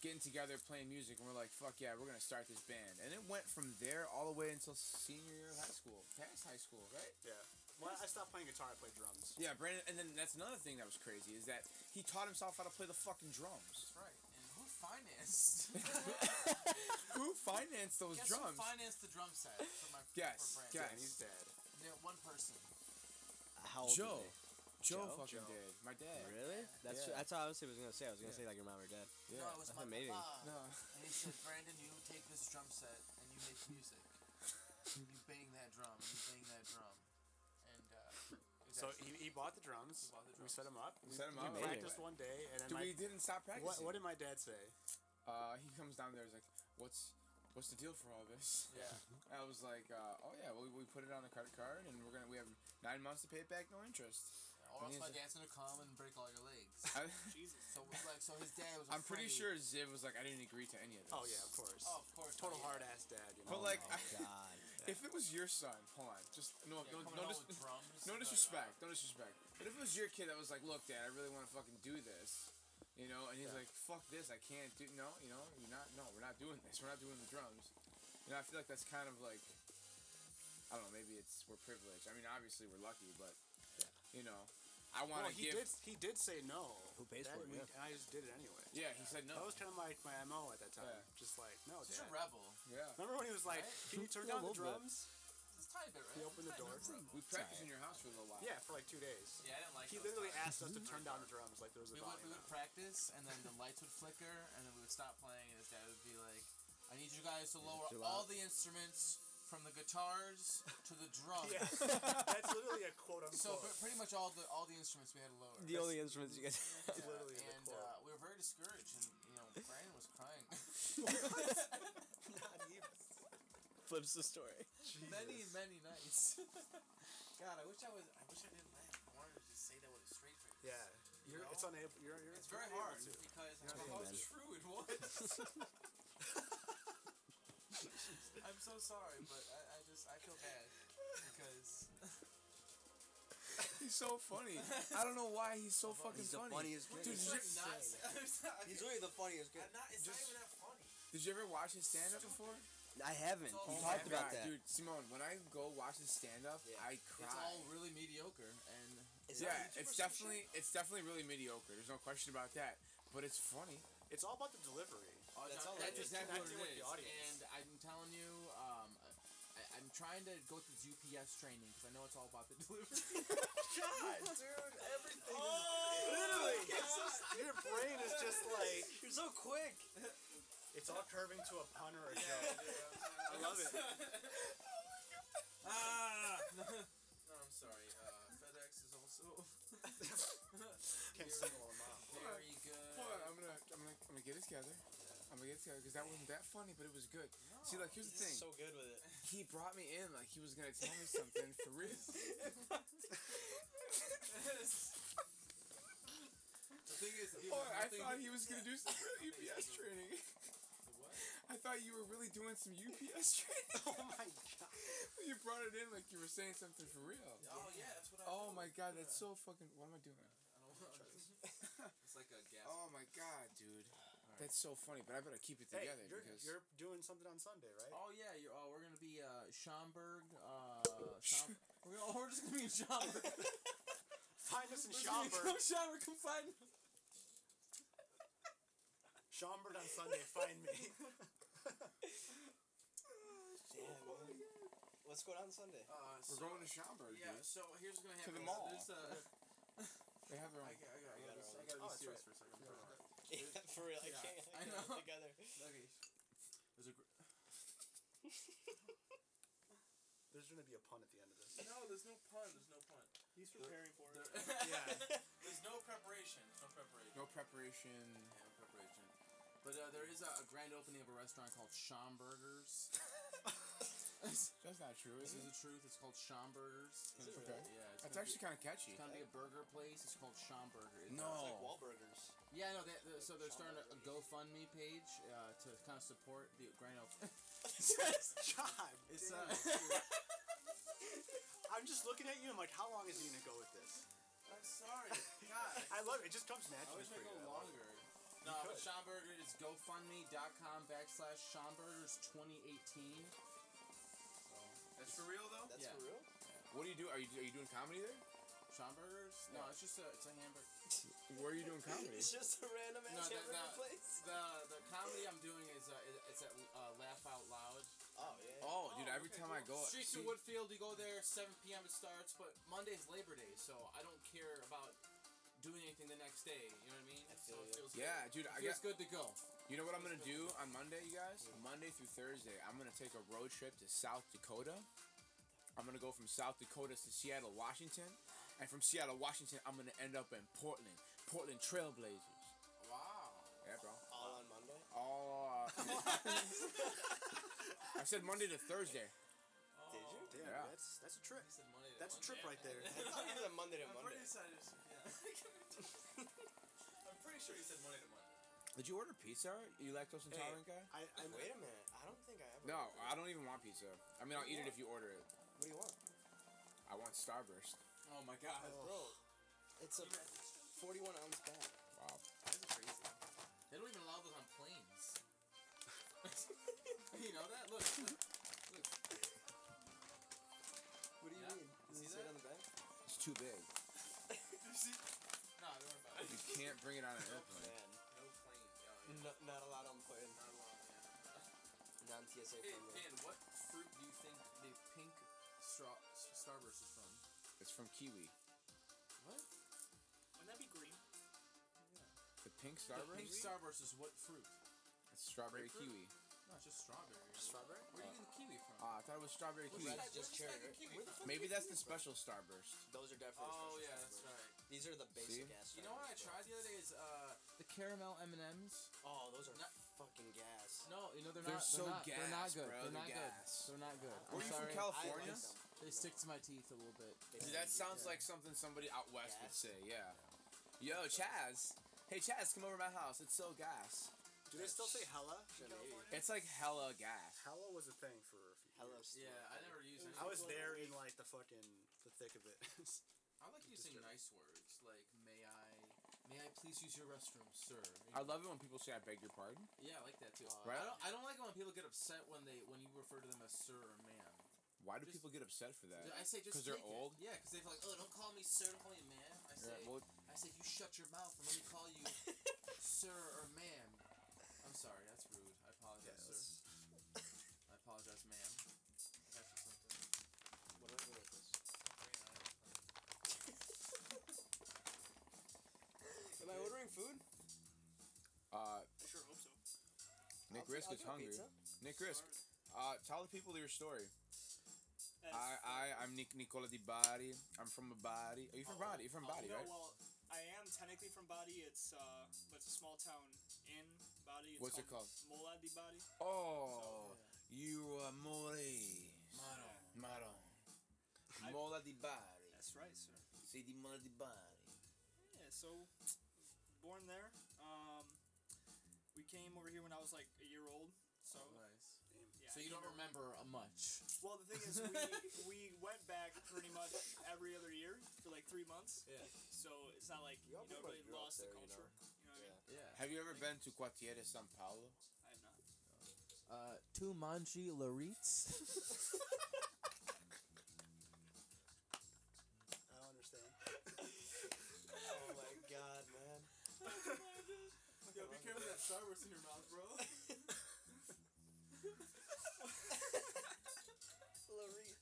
Speaker 5: getting together, playing music, and we're like, "Fuck yeah, we're gonna start this band." And it went from there all the way until senior year of high school, past high school, right?
Speaker 8: Yeah. Well, I stopped playing guitar. I played drums.
Speaker 5: Yeah, Brandon, and then that's another thing that was crazy is that he taught himself how to play the fucking drums.
Speaker 3: That's right. And who financed?
Speaker 5: Who financed those
Speaker 3: Guess
Speaker 5: drums?
Speaker 3: Who financed the drum set for my
Speaker 5: Guess,
Speaker 3: for Brandon?
Speaker 5: guess.
Speaker 8: Danny's dead.
Speaker 3: Yeah, one person.
Speaker 6: How old
Speaker 5: Joe.
Speaker 6: were
Speaker 5: Joe,
Speaker 6: Joe?
Speaker 5: fucking
Speaker 6: Joe.
Speaker 5: did. My dad.
Speaker 6: they? Really? That's
Speaker 5: Yeah.
Speaker 6: that's how I was was gonna say. I was gonna say like your mom or dad.
Speaker 3: No, it was
Speaker 6: that's
Speaker 3: my
Speaker 6: amazing.
Speaker 3: papa.
Speaker 5: No.
Speaker 3: And he said, Brandon, you take this drum set and you make music. And you bang that drum and you bang that drum. And uh, it was
Speaker 8: So
Speaker 3: actually-
Speaker 8: he, he bought the drums.
Speaker 3: He bought the
Speaker 8: We
Speaker 3: drums.
Speaker 8: set them up.
Speaker 5: We set 'em up.
Speaker 8: We
Speaker 6: Amazing.
Speaker 8: practiced one day, and then
Speaker 5: Dude,
Speaker 8: my,
Speaker 5: we didn't stop practicing.
Speaker 8: what, what did my dad say?
Speaker 5: uh, he comes down there. He's like, "What's what's the deal for all this?"
Speaker 3: yeah.
Speaker 5: I was like, uh, "Oh yeah, well, we put it on the credit card, and we're gonna we have nine months to pay it back, no interest."
Speaker 3: Or else
Speaker 5: he's
Speaker 3: my
Speaker 5: a-
Speaker 3: dad's gonna come and break all your legs.
Speaker 5: I,
Speaker 2: Jesus.
Speaker 3: So it was like, so his dad was.
Speaker 5: I'm pretty
Speaker 3: afraid-
Speaker 5: sure Ziv was like, "I didn't agree to any of this."
Speaker 8: Oh yeah, of course.
Speaker 3: Oh, of course.
Speaker 8: Total
Speaker 3: yeah.
Speaker 8: hard ass dad. You know?
Speaker 5: But like,
Speaker 6: Oh God.
Speaker 5: if it was your son, hold on, just no,
Speaker 3: Yeah,
Speaker 5: no,
Speaker 3: coming out
Speaker 5: no, dis-
Speaker 3: with drums,
Speaker 5: No
Speaker 3: like,
Speaker 5: disrespect. No disrespect. But if it was your kid that was like, "Look, Dad, I really want to fucking do this," you know, and he's
Speaker 8: Yeah.
Speaker 5: like, "Fuck this, I can't do." No, you know, you're not. No, we're not doing this. We're not doing the drums. You know, I feel like that's kind of like, I don't know. Maybe it's we're privileged. I mean, obviously we're lucky, but you know, I want
Speaker 8: well,
Speaker 5: to
Speaker 8: he
Speaker 5: give.
Speaker 8: did. He did say no.
Speaker 6: Who pays
Speaker 8: That
Speaker 6: for it,
Speaker 8: we-
Speaker 6: yeah.
Speaker 8: And I just did it anyway.
Speaker 5: Yeah, he said
Speaker 8: That
Speaker 5: no.
Speaker 8: was kind of like my mo at that time.
Speaker 5: Yeah.
Speaker 8: Just like no,
Speaker 3: uh, Such a
Speaker 8: dad.
Speaker 3: rebel.
Speaker 5: Yeah,
Speaker 8: Remember when he was like,
Speaker 3: Right?
Speaker 8: "Can you turn
Speaker 6: Yeah, a
Speaker 8: down the
Speaker 6: little bit.
Speaker 8: drums?"
Speaker 3: It's tiny bit, right?
Speaker 8: He opened the
Speaker 3: Tiny
Speaker 8: door.
Speaker 3: bit rebel.
Speaker 5: we practiced in your house for a little while.
Speaker 8: Yeah, for like two days.
Speaker 3: Yeah, I didn't like.
Speaker 8: He
Speaker 3: those
Speaker 8: literally
Speaker 3: times.
Speaker 8: asked us to turn down the drums like there was a
Speaker 3: We would, we
Speaker 8: volume.
Speaker 3: would practice, and then the lights would flicker, and then we would stop playing, and his dad would be like, I need you guys to lower
Speaker 6: chill
Speaker 3: all the instruments from the guitars to the drums.
Speaker 8: Yeah, that's literally a quote unquote.
Speaker 3: So pr- pretty much all the all the instruments we had to lower.
Speaker 6: The only instruments you guys.
Speaker 3: Yeah,
Speaker 8: It's literally the
Speaker 3: and
Speaker 8: quote.
Speaker 3: uh, we were very discouraged, and you know Brandon was crying.
Speaker 6: Flips the story.
Speaker 3: many many nights. God, I wish I was. I wish I didn't laugh. I wanted to just say that with a straight face.
Speaker 8: yeah, you're, it's unable. You're, you're,
Speaker 3: It's very
Speaker 8: you're
Speaker 3: hard
Speaker 8: able to.
Speaker 3: because
Speaker 8: Yeah,
Speaker 3: how
Speaker 6: man.
Speaker 3: true it was. I'm so sorry, but I, I just I feel bad because
Speaker 5: he's so funny. I don't know why he's so fucking
Speaker 6: He's the
Speaker 5: funny.
Speaker 6: funniest.
Speaker 5: Dude,
Speaker 3: It's
Speaker 5: did you,
Speaker 3: like not. I'm sorry.
Speaker 6: He's really the funniest
Speaker 3: I'm not. It's
Speaker 5: just-
Speaker 3: not even that funny.
Speaker 5: did you ever watch his stand up before?
Speaker 6: I haven't.
Speaker 3: It's all
Speaker 6: We
Speaker 3: Oh
Speaker 6: talked
Speaker 5: my
Speaker 6: about
Speaker 5: God,
Speaker 6: that.
Speaker 5: dude. Simone, when I go watch his stand up,
Speaker 6: Yeah.
Speaker 5: I cry.
Speaker 3: It's all really mediocre and.
Speaker 6: Is that
Speaker 5: Yeah,
Speaker 6: YouTube or some
Speaker 5: it's
Speaker 6: shit?
Speaker 5: definitely it's definitely really mediocre. There's no question about that. But it's funny.
Speaker 8: It's all about the delivery.
Speaker 3: Oh,
Speaker 6: That's
Speaker 3: no,
Speaker 6: all
Speaker 3: that's
Speaker 6: it is.
Speaker 3: exactly what
Speaker 8: Connecting
Speaker 3: it
Speaker 8: with the
Speaker 3: is.
Speaker 8: audience.
Speaker 3: And I'm telling you, um, I, I'm trying to go through this UPS training because I know it's all about the delivery.
Speaker 8: God,
Speaker 3: dude, everything.
Speaker 8: literally, your brain is just like
Speaker 6: You're so quick.
Speaker 8: it's all curving to a pun or a joke. I love it.
Speaker 3: ah. No, I'm sorry. Uh, FedEx is also
Speaker 8: Can't single him out.
Speaker 3: very good.
Speaker 5: Hold on, I'm gonna I'm gonna I'm gonna get it together. I'm gonna get it together because that wasn't that funny, but it was good. See, like here's the thing.
Speaker 6: good with it.
Speaker 5: he brought me in like he was gonna tell me something for real.
Speaker 3: the thing is, dude,
Speaker 5: Or I
Speaker 3: nothing-
Speaker 5: thought he was gonna do some UPS training.
Speaker 3: What?
Speaker 5: I thought you were really doing some UPS training.
Speaker 8: Oh my god.
Speaker 5: you brought it in like you were saying something for real.
Speaker 3: Oh yeah, that's what I.
Speaker 5: Oh
Speaker 3: do.
Speaker 5: my god, that's so fucking. What am I doing?
Speaker 3: I don't wanna- it's like a gas.
Speaker 5: Oh my god, dude. That's so funny, but I better keep it
Speaker 8: Hey,
Speaker 5: together
Speaker 8: you're,
Speaker 5: because
Speaker 8: you're doing something on Sunday, right?
Speaker 3: Oh yeah, you're. Oh, we're gonna be uh, Schaumburg. Uh, Schaum- we're, gonna, oh, we're just gonna be in Schaumburg.
Speaker 8: Find us in
Speaker 3: We're just gonna be-
Speaker 8: Schaumburg.
Speaker 3: Come Schaumburg, come find me.
Speaker 8: Schaumburg on Sunday. Find me.
Speaker 4: What's going on Sunday?
Speaker 3: Oh, Uh,
Speaker 5: We're
Speaker 3: so-
Speaker 5: going to Schaumburg,
Speaker 3: Yeah,
Speaker 5: dude.
Speaker 3: so here's what's gonna happen.
Speaker 5: To the mall.
Speaker 3: There's a,
Speaker 5: They have their
Speaker 3: I,
Speaker 5: own.
Speaker 3: got- I, got- I
Speaker 4: Yeah,
Speaker 3: gotta
Speaker 4: oh,
Speaker 3: be- I gotta be
Speaker 4: that's
Speaker 3: serious
Speaker 4: right.
Speaker 3: for a second.
Speaker 4: For real,
Speaker 3: Yeah,
Speaker 4: can't.
Speaker 3: I
Speaker 4: put it
Speaker 3: know.
Speaker 4: Together.
Speaker 3: Okay. There's a. Gr-
Speaker 8: There's gonna be a pun at the end of this.
Speaker 3: no, there's no pun. There's no pun.
Speaker 2: He's
Speaker 3: preparing
Speaker 2: for
Speaker 3: There,
Speaker 5: Yeah.
Speaker 3: there's no preparation. There's no preparation.
Speaker 5: No preparation.
Speaker 3: Yeah, no preparation. But uh, there is a, a grand opening of a restaurant called Schomburgers.
Speaker 5: That's not true,
Speaker 3: this
Speaker 5: is
Speaker 3: is
Speaker 5: it?
Speaker 3: the truth. It's called Schomburgers.
Speaker 4: Is it
Speaker 5: Okay.
Speaker 4: really?
Speaker 3: Yeah, it's gonna
Speaker 5: That's
Speaker 3: be-
Speaker 5: actually kind of catchy.
Speaker 3: It's gonna be a burger place. It's called Schomburger. It's
Speaker 4: It's like
Speaker 5: No.
Speaker 4: Wahlburgers.
Speaker 3: Yeah, no. They, they, so they're starting a, a GoFundMe page uh, to kind of support the grand opening.
Speaker 8: God,
Speaker 3: It's
Speaker 8: damn.
Speaker 3: uh,
Speaker 8: I'm just looking at you. I'm like, how long is he gonna go with this?
Speaker 3: I'm sorry, God.
Speaker 8: I love it. It just comes
Speaker 3: I
Speaker 8: naturally.
Speaker 3: wish I
Speaker 8: for
Speaker 3: go
Speaker 8: you. love it.
Speaker 3: longer. No, but
Speaker 8: could.
Speaker 3: Schomburger is GoFundMe.com backslash Schomburgers 2018.
Speaker 5: That's for real though.
Speaker 4: That's
Speaker 3: Yeah.
Speaker 4: for real.
Speaker 5: What do you do? Are you are you doing comedy there?
Speaker 3: Schomburgers? No,
Speaker 5: Yeah.
Speaker 3: it's just a it's a hamburger.
Speaker 5: Where are you doing comedy?
Speaker 4: It's just a random
Speaker 3: No,
Speaker 4: ass
Speaker 3: that-
Speaker 4: hamburger
Speaker 3: that-
Speaker 4: place.
Speaker 3: The the comedy I'm doing is uh, it- it's at uh, Laugh Out Loud.
Speaker 4: Oh yeah.
Speaker 5: oh, dude! Every
Speaker 2: okay,
Speaker 5: time I go,
Speaker 3: Streets
Speaker 5: see,
Speaker 3: of Woodfield. You go there 7 p.m. It starts, but Monday's Labor Day, so I don't care about doing anything the next day. You know what I mean?
Speaker 4: I
Speaker 3: so
Speaker 4: feel
Speaker 3: it
Speaker 4: ya.
Speaker 3: feels
Speaker 5: yeah,
Speaker 3: Good.
Speaker 5: dude. I
Speaker 3: It feels
Speaker 5: guess
Speaker 3: good to go.
Speaker 5: you know what I'm gonna do on Monday, you guys. Monday through Thursday, I'm gonna take a road trip to South Dakota. I'm gonna go from South Dakota to Seattle, Washington, and from Seattle, Washington, I'm gonna end up in Portland, Portland Trailblazers.
Speaker 3: Wow.
Speaker 5: Yeah, bro.
Speaker 4: All on Monday.
Speaker 5: Oh, I said Monday to Thursday.
Speaker 4: Did you?
Speaker 8: Damn,
Speaker 5: Yeah.
Speaker 8: that's that's a trip.
Speaker 3: I said Monday to
Speaker 8: That's a trip
Speaker 3: Monday.
Speaker 8: right there.
Speaker 4: I thought you said Monday to
Speaker 3: I'm
Speaker 4: Monday.
Speaker 3: pretty excited. Yeah. I'm pretty sure you said Monday to Monday.
Speaker 5: Did you order pizza? You lactose intolerant guy?
Speaker 8: I, I
Speaker 4: Wait a minute. I don't think I ever.
Speaker 5: No, I don't even want pizza. I mean, I'll eat it if you order it.
Speaker 4: What do you want?
Speaker 5: I want Starburst.
Speaker 3: Oh my god.
Speaker 4: Bro, it's a 41 ounce bag.
Speaker 5: Wow.
Speaker 3: That's crazy. They don't even allow those on planes. you know that? Look.
Speaker 4: What do you
Speaker 3: Yeah.
Speaker 4: mean? Does
Speaker 3: See
Speaker 4: it say it
Speaker 3: that?
Speaker 4: on the back?
Speaker 5: It's too big.
Speaker 3: No, don't worry about it.
Speaker 5: You can't bring it on an airplane.
Speaker 4: Man,
Speaker 3: No plane. Yeah,
Speaker 4: no, not allowed on plane.
Speaker 3: Not allowed, yeah.
Speaker 4: Non TSA
Speaker 3: Hey,
Speaker 4: friendly.
Speaker 3: Dan, what fruit do you think the pink straw s- starburst is from?
Speaker 5: It's from Kiwi.
Speaker 3: What?
Speaker 2: Wouldn't that be green?
Speaker 5: The pink
Speaker 3: The
Speaker 5: Starburst?
Speaker 3: pink starburst is what fruit?
Speaker 5: it's strawberry kiwi.
Speaker 3: No, it's just strawberry.
Speaker 8: strawberry.
Speaker 5: Oh.
Speaker 3: Where are you getting kiwi from?
Speaker 5: Ah, I thought it was strawberry
Speaker 3: Where's
Speaker 5: kiwi.
Speaker 4: That's
Speaker 3: that-
Speaker 4: just
Speaker 3: where's
Speaker 4: cherry,
Speaker 3: that kiwi
Speaker 4: Where the
Speaker 3: from?
Speaker 4: fuck
Speaker 5: Maybe
Speaker 4: did
Speaker 5: that's
Speaker 4: you
Speaker 5: the
Speaker 4: get these
Speaker 5: special Starburst.
Speaker 4: from? Those are definitely.
Speaker 3: Oh
Speaker 4: special
Speaker 3: yeah, that's
Speaker 4: flavors.
Speaker 3: right.
Speaker 4: These are the basic
Speaker 5: See?
Speaker 4: ass.
Speaker 3: You know what I
Speaker 4: flavors,
Speaker 3: tried the other day is uh the caramel M and M's.
Speaker 4: bro. Oh, those are
Speaker 3: Not-
Speaker 4: fucking gas.
Speaker 3: No, you know they're, not.
Speaker 5: They're so
Speaker 3: they're not, They're not
Speaker 5: gas,
Speaker 3: good. They're
Speaker 5: bro, they're
Speaker 3: not good.
Speaker 5: gas.
Speaker 3: They're not good.
Speaker 5: Were
Speaker 3: I'm
Speaker 5: you from
Speaker 3: sorry.
Speaker 4: I like
Speaker 5: California? California's?
Speaker 4: them.
Speaker 3: They stick to my teeth a little bit.
Speaker 4: They
Speaker 5: Dude,
Speaker 4: taste
Speaker 5: that sounds
Speaker 4: good.
Speaker 5: like something somebody out west would
Speaker 4: Gas?
Speaker 5: say, yeah. Yo, Chaz. Hey, Chaz, come over to my house. It's so gas.
Speaker 8: Do they still say hella? in
Speaker 4: Yeah, maybe.
Speaker 8: California?
Speaker 5: It's like hella gas.
Speaker 8: Hella was a thing for a few.
Speaker 4: Hello,
Speaker 8: years.
Speaker 4: Steve.
Speaker 3: used.
Speaker 8: I was there in like the fucking the thick of it.
Speaker 3: I like using nice words like may I, may I please use your restroom, sir.
Speaker 5: I love it when people say, I beg your pardon.
Speaker 3: Yeah, I like that too.
Speaker 5: Right?
Speaker 3: I don't. I don't like it when people get upset when they when you refer to them as sir or ma'am.
Speaker 5: Why do
Speaker 3: Just-
Speaker 5: people get upset for that?
Speaker 3: I say just
Speaker 5: 'Cause they're
Speaker 3: take it.
Speaker 5: old?
Speaker 3: Yeah, because they feel like oh don't call me sir, don't call me ma'am. I say
Speaker 5: Yeah, well,
Speaker 3: I say you shut your mouth and let me call you sir or ma'am. I'm sorry, that's rude. I apologize, sir. I apologize, ma'am. I got you something.
Speaker 4: What do I do with this? Am I ordering food?
Speaker 5: uh,
Speaker 2: I sure hope so.
Speaker 5: Nick
Speaker 4: I'll take-
Speaker 5: Risk
Speaker 4: I'll
Speaker 5: is
Speaker 4: get a
Speaker 5: hungry.
Speaker 4: pizza.
Speaker 5: Nick Risk, uh, tell the people your story.
Speaker 2: As-
Speaker 5: I, I, I'm Nic- Nicola Di Bari. I'm from Bari. Are you
Speaker 3: Oh,
Speaker 5: from Bari? You're from Bari,
Speaker 2: no,
Speaker 5: right?
Speaker 2: Oh, well, I am technically from Body. It's uh, but it's a small town in Body. It's
Speaker 5: What's it called?
Speaker 2: Mola di Body.
Speaker 5: Oh, you are Mole.
Speaker 3: Mano.
Speaker 5: Maron.
Speaker 2: I-
Speaker 5: Mola Di Bari.
Speaker 2: That's right, sir.
Speaker 5: Say di Mola Di Bari.
Speaker 2: Yeah, so born there. Um, we came over here when I was like a year old. So
Speaker 3: nice.
Speaker 2: yeah.
Speaker 3: So you don't remember uh, much.
Speaker 2: Well, the thing is, we, we went back pretty much every other year for like three months.
Speaker 3: Yeah.
Speaker 2: So it's not like you,
Speaker 4: Y'all
Speaker 2: know
Speaker 4: pretty much grew
Speaker 2: really
Speaker 4: up
Speaker 2: lost
Speaker 4: there,
Speaker 2: the
Speaker 4: you
Speaker 2: culture. You know,
Speaker 4: Yeah.
Speaker 3: Yeah.
Speaker 5: Have you ever been to Quartiere San Paolo?
Speaker 2: what I mean? I have
Speaker 3: Uh,
Speaker 2: not.
Speaker 3: Tumanji Laritz.
Speaker 8: I don't understand.
Speaker 4: Oh my god, man.
Speaker 3: Yo, be careful that Starburst in your mouth, bro.
Speaker 4: Larry.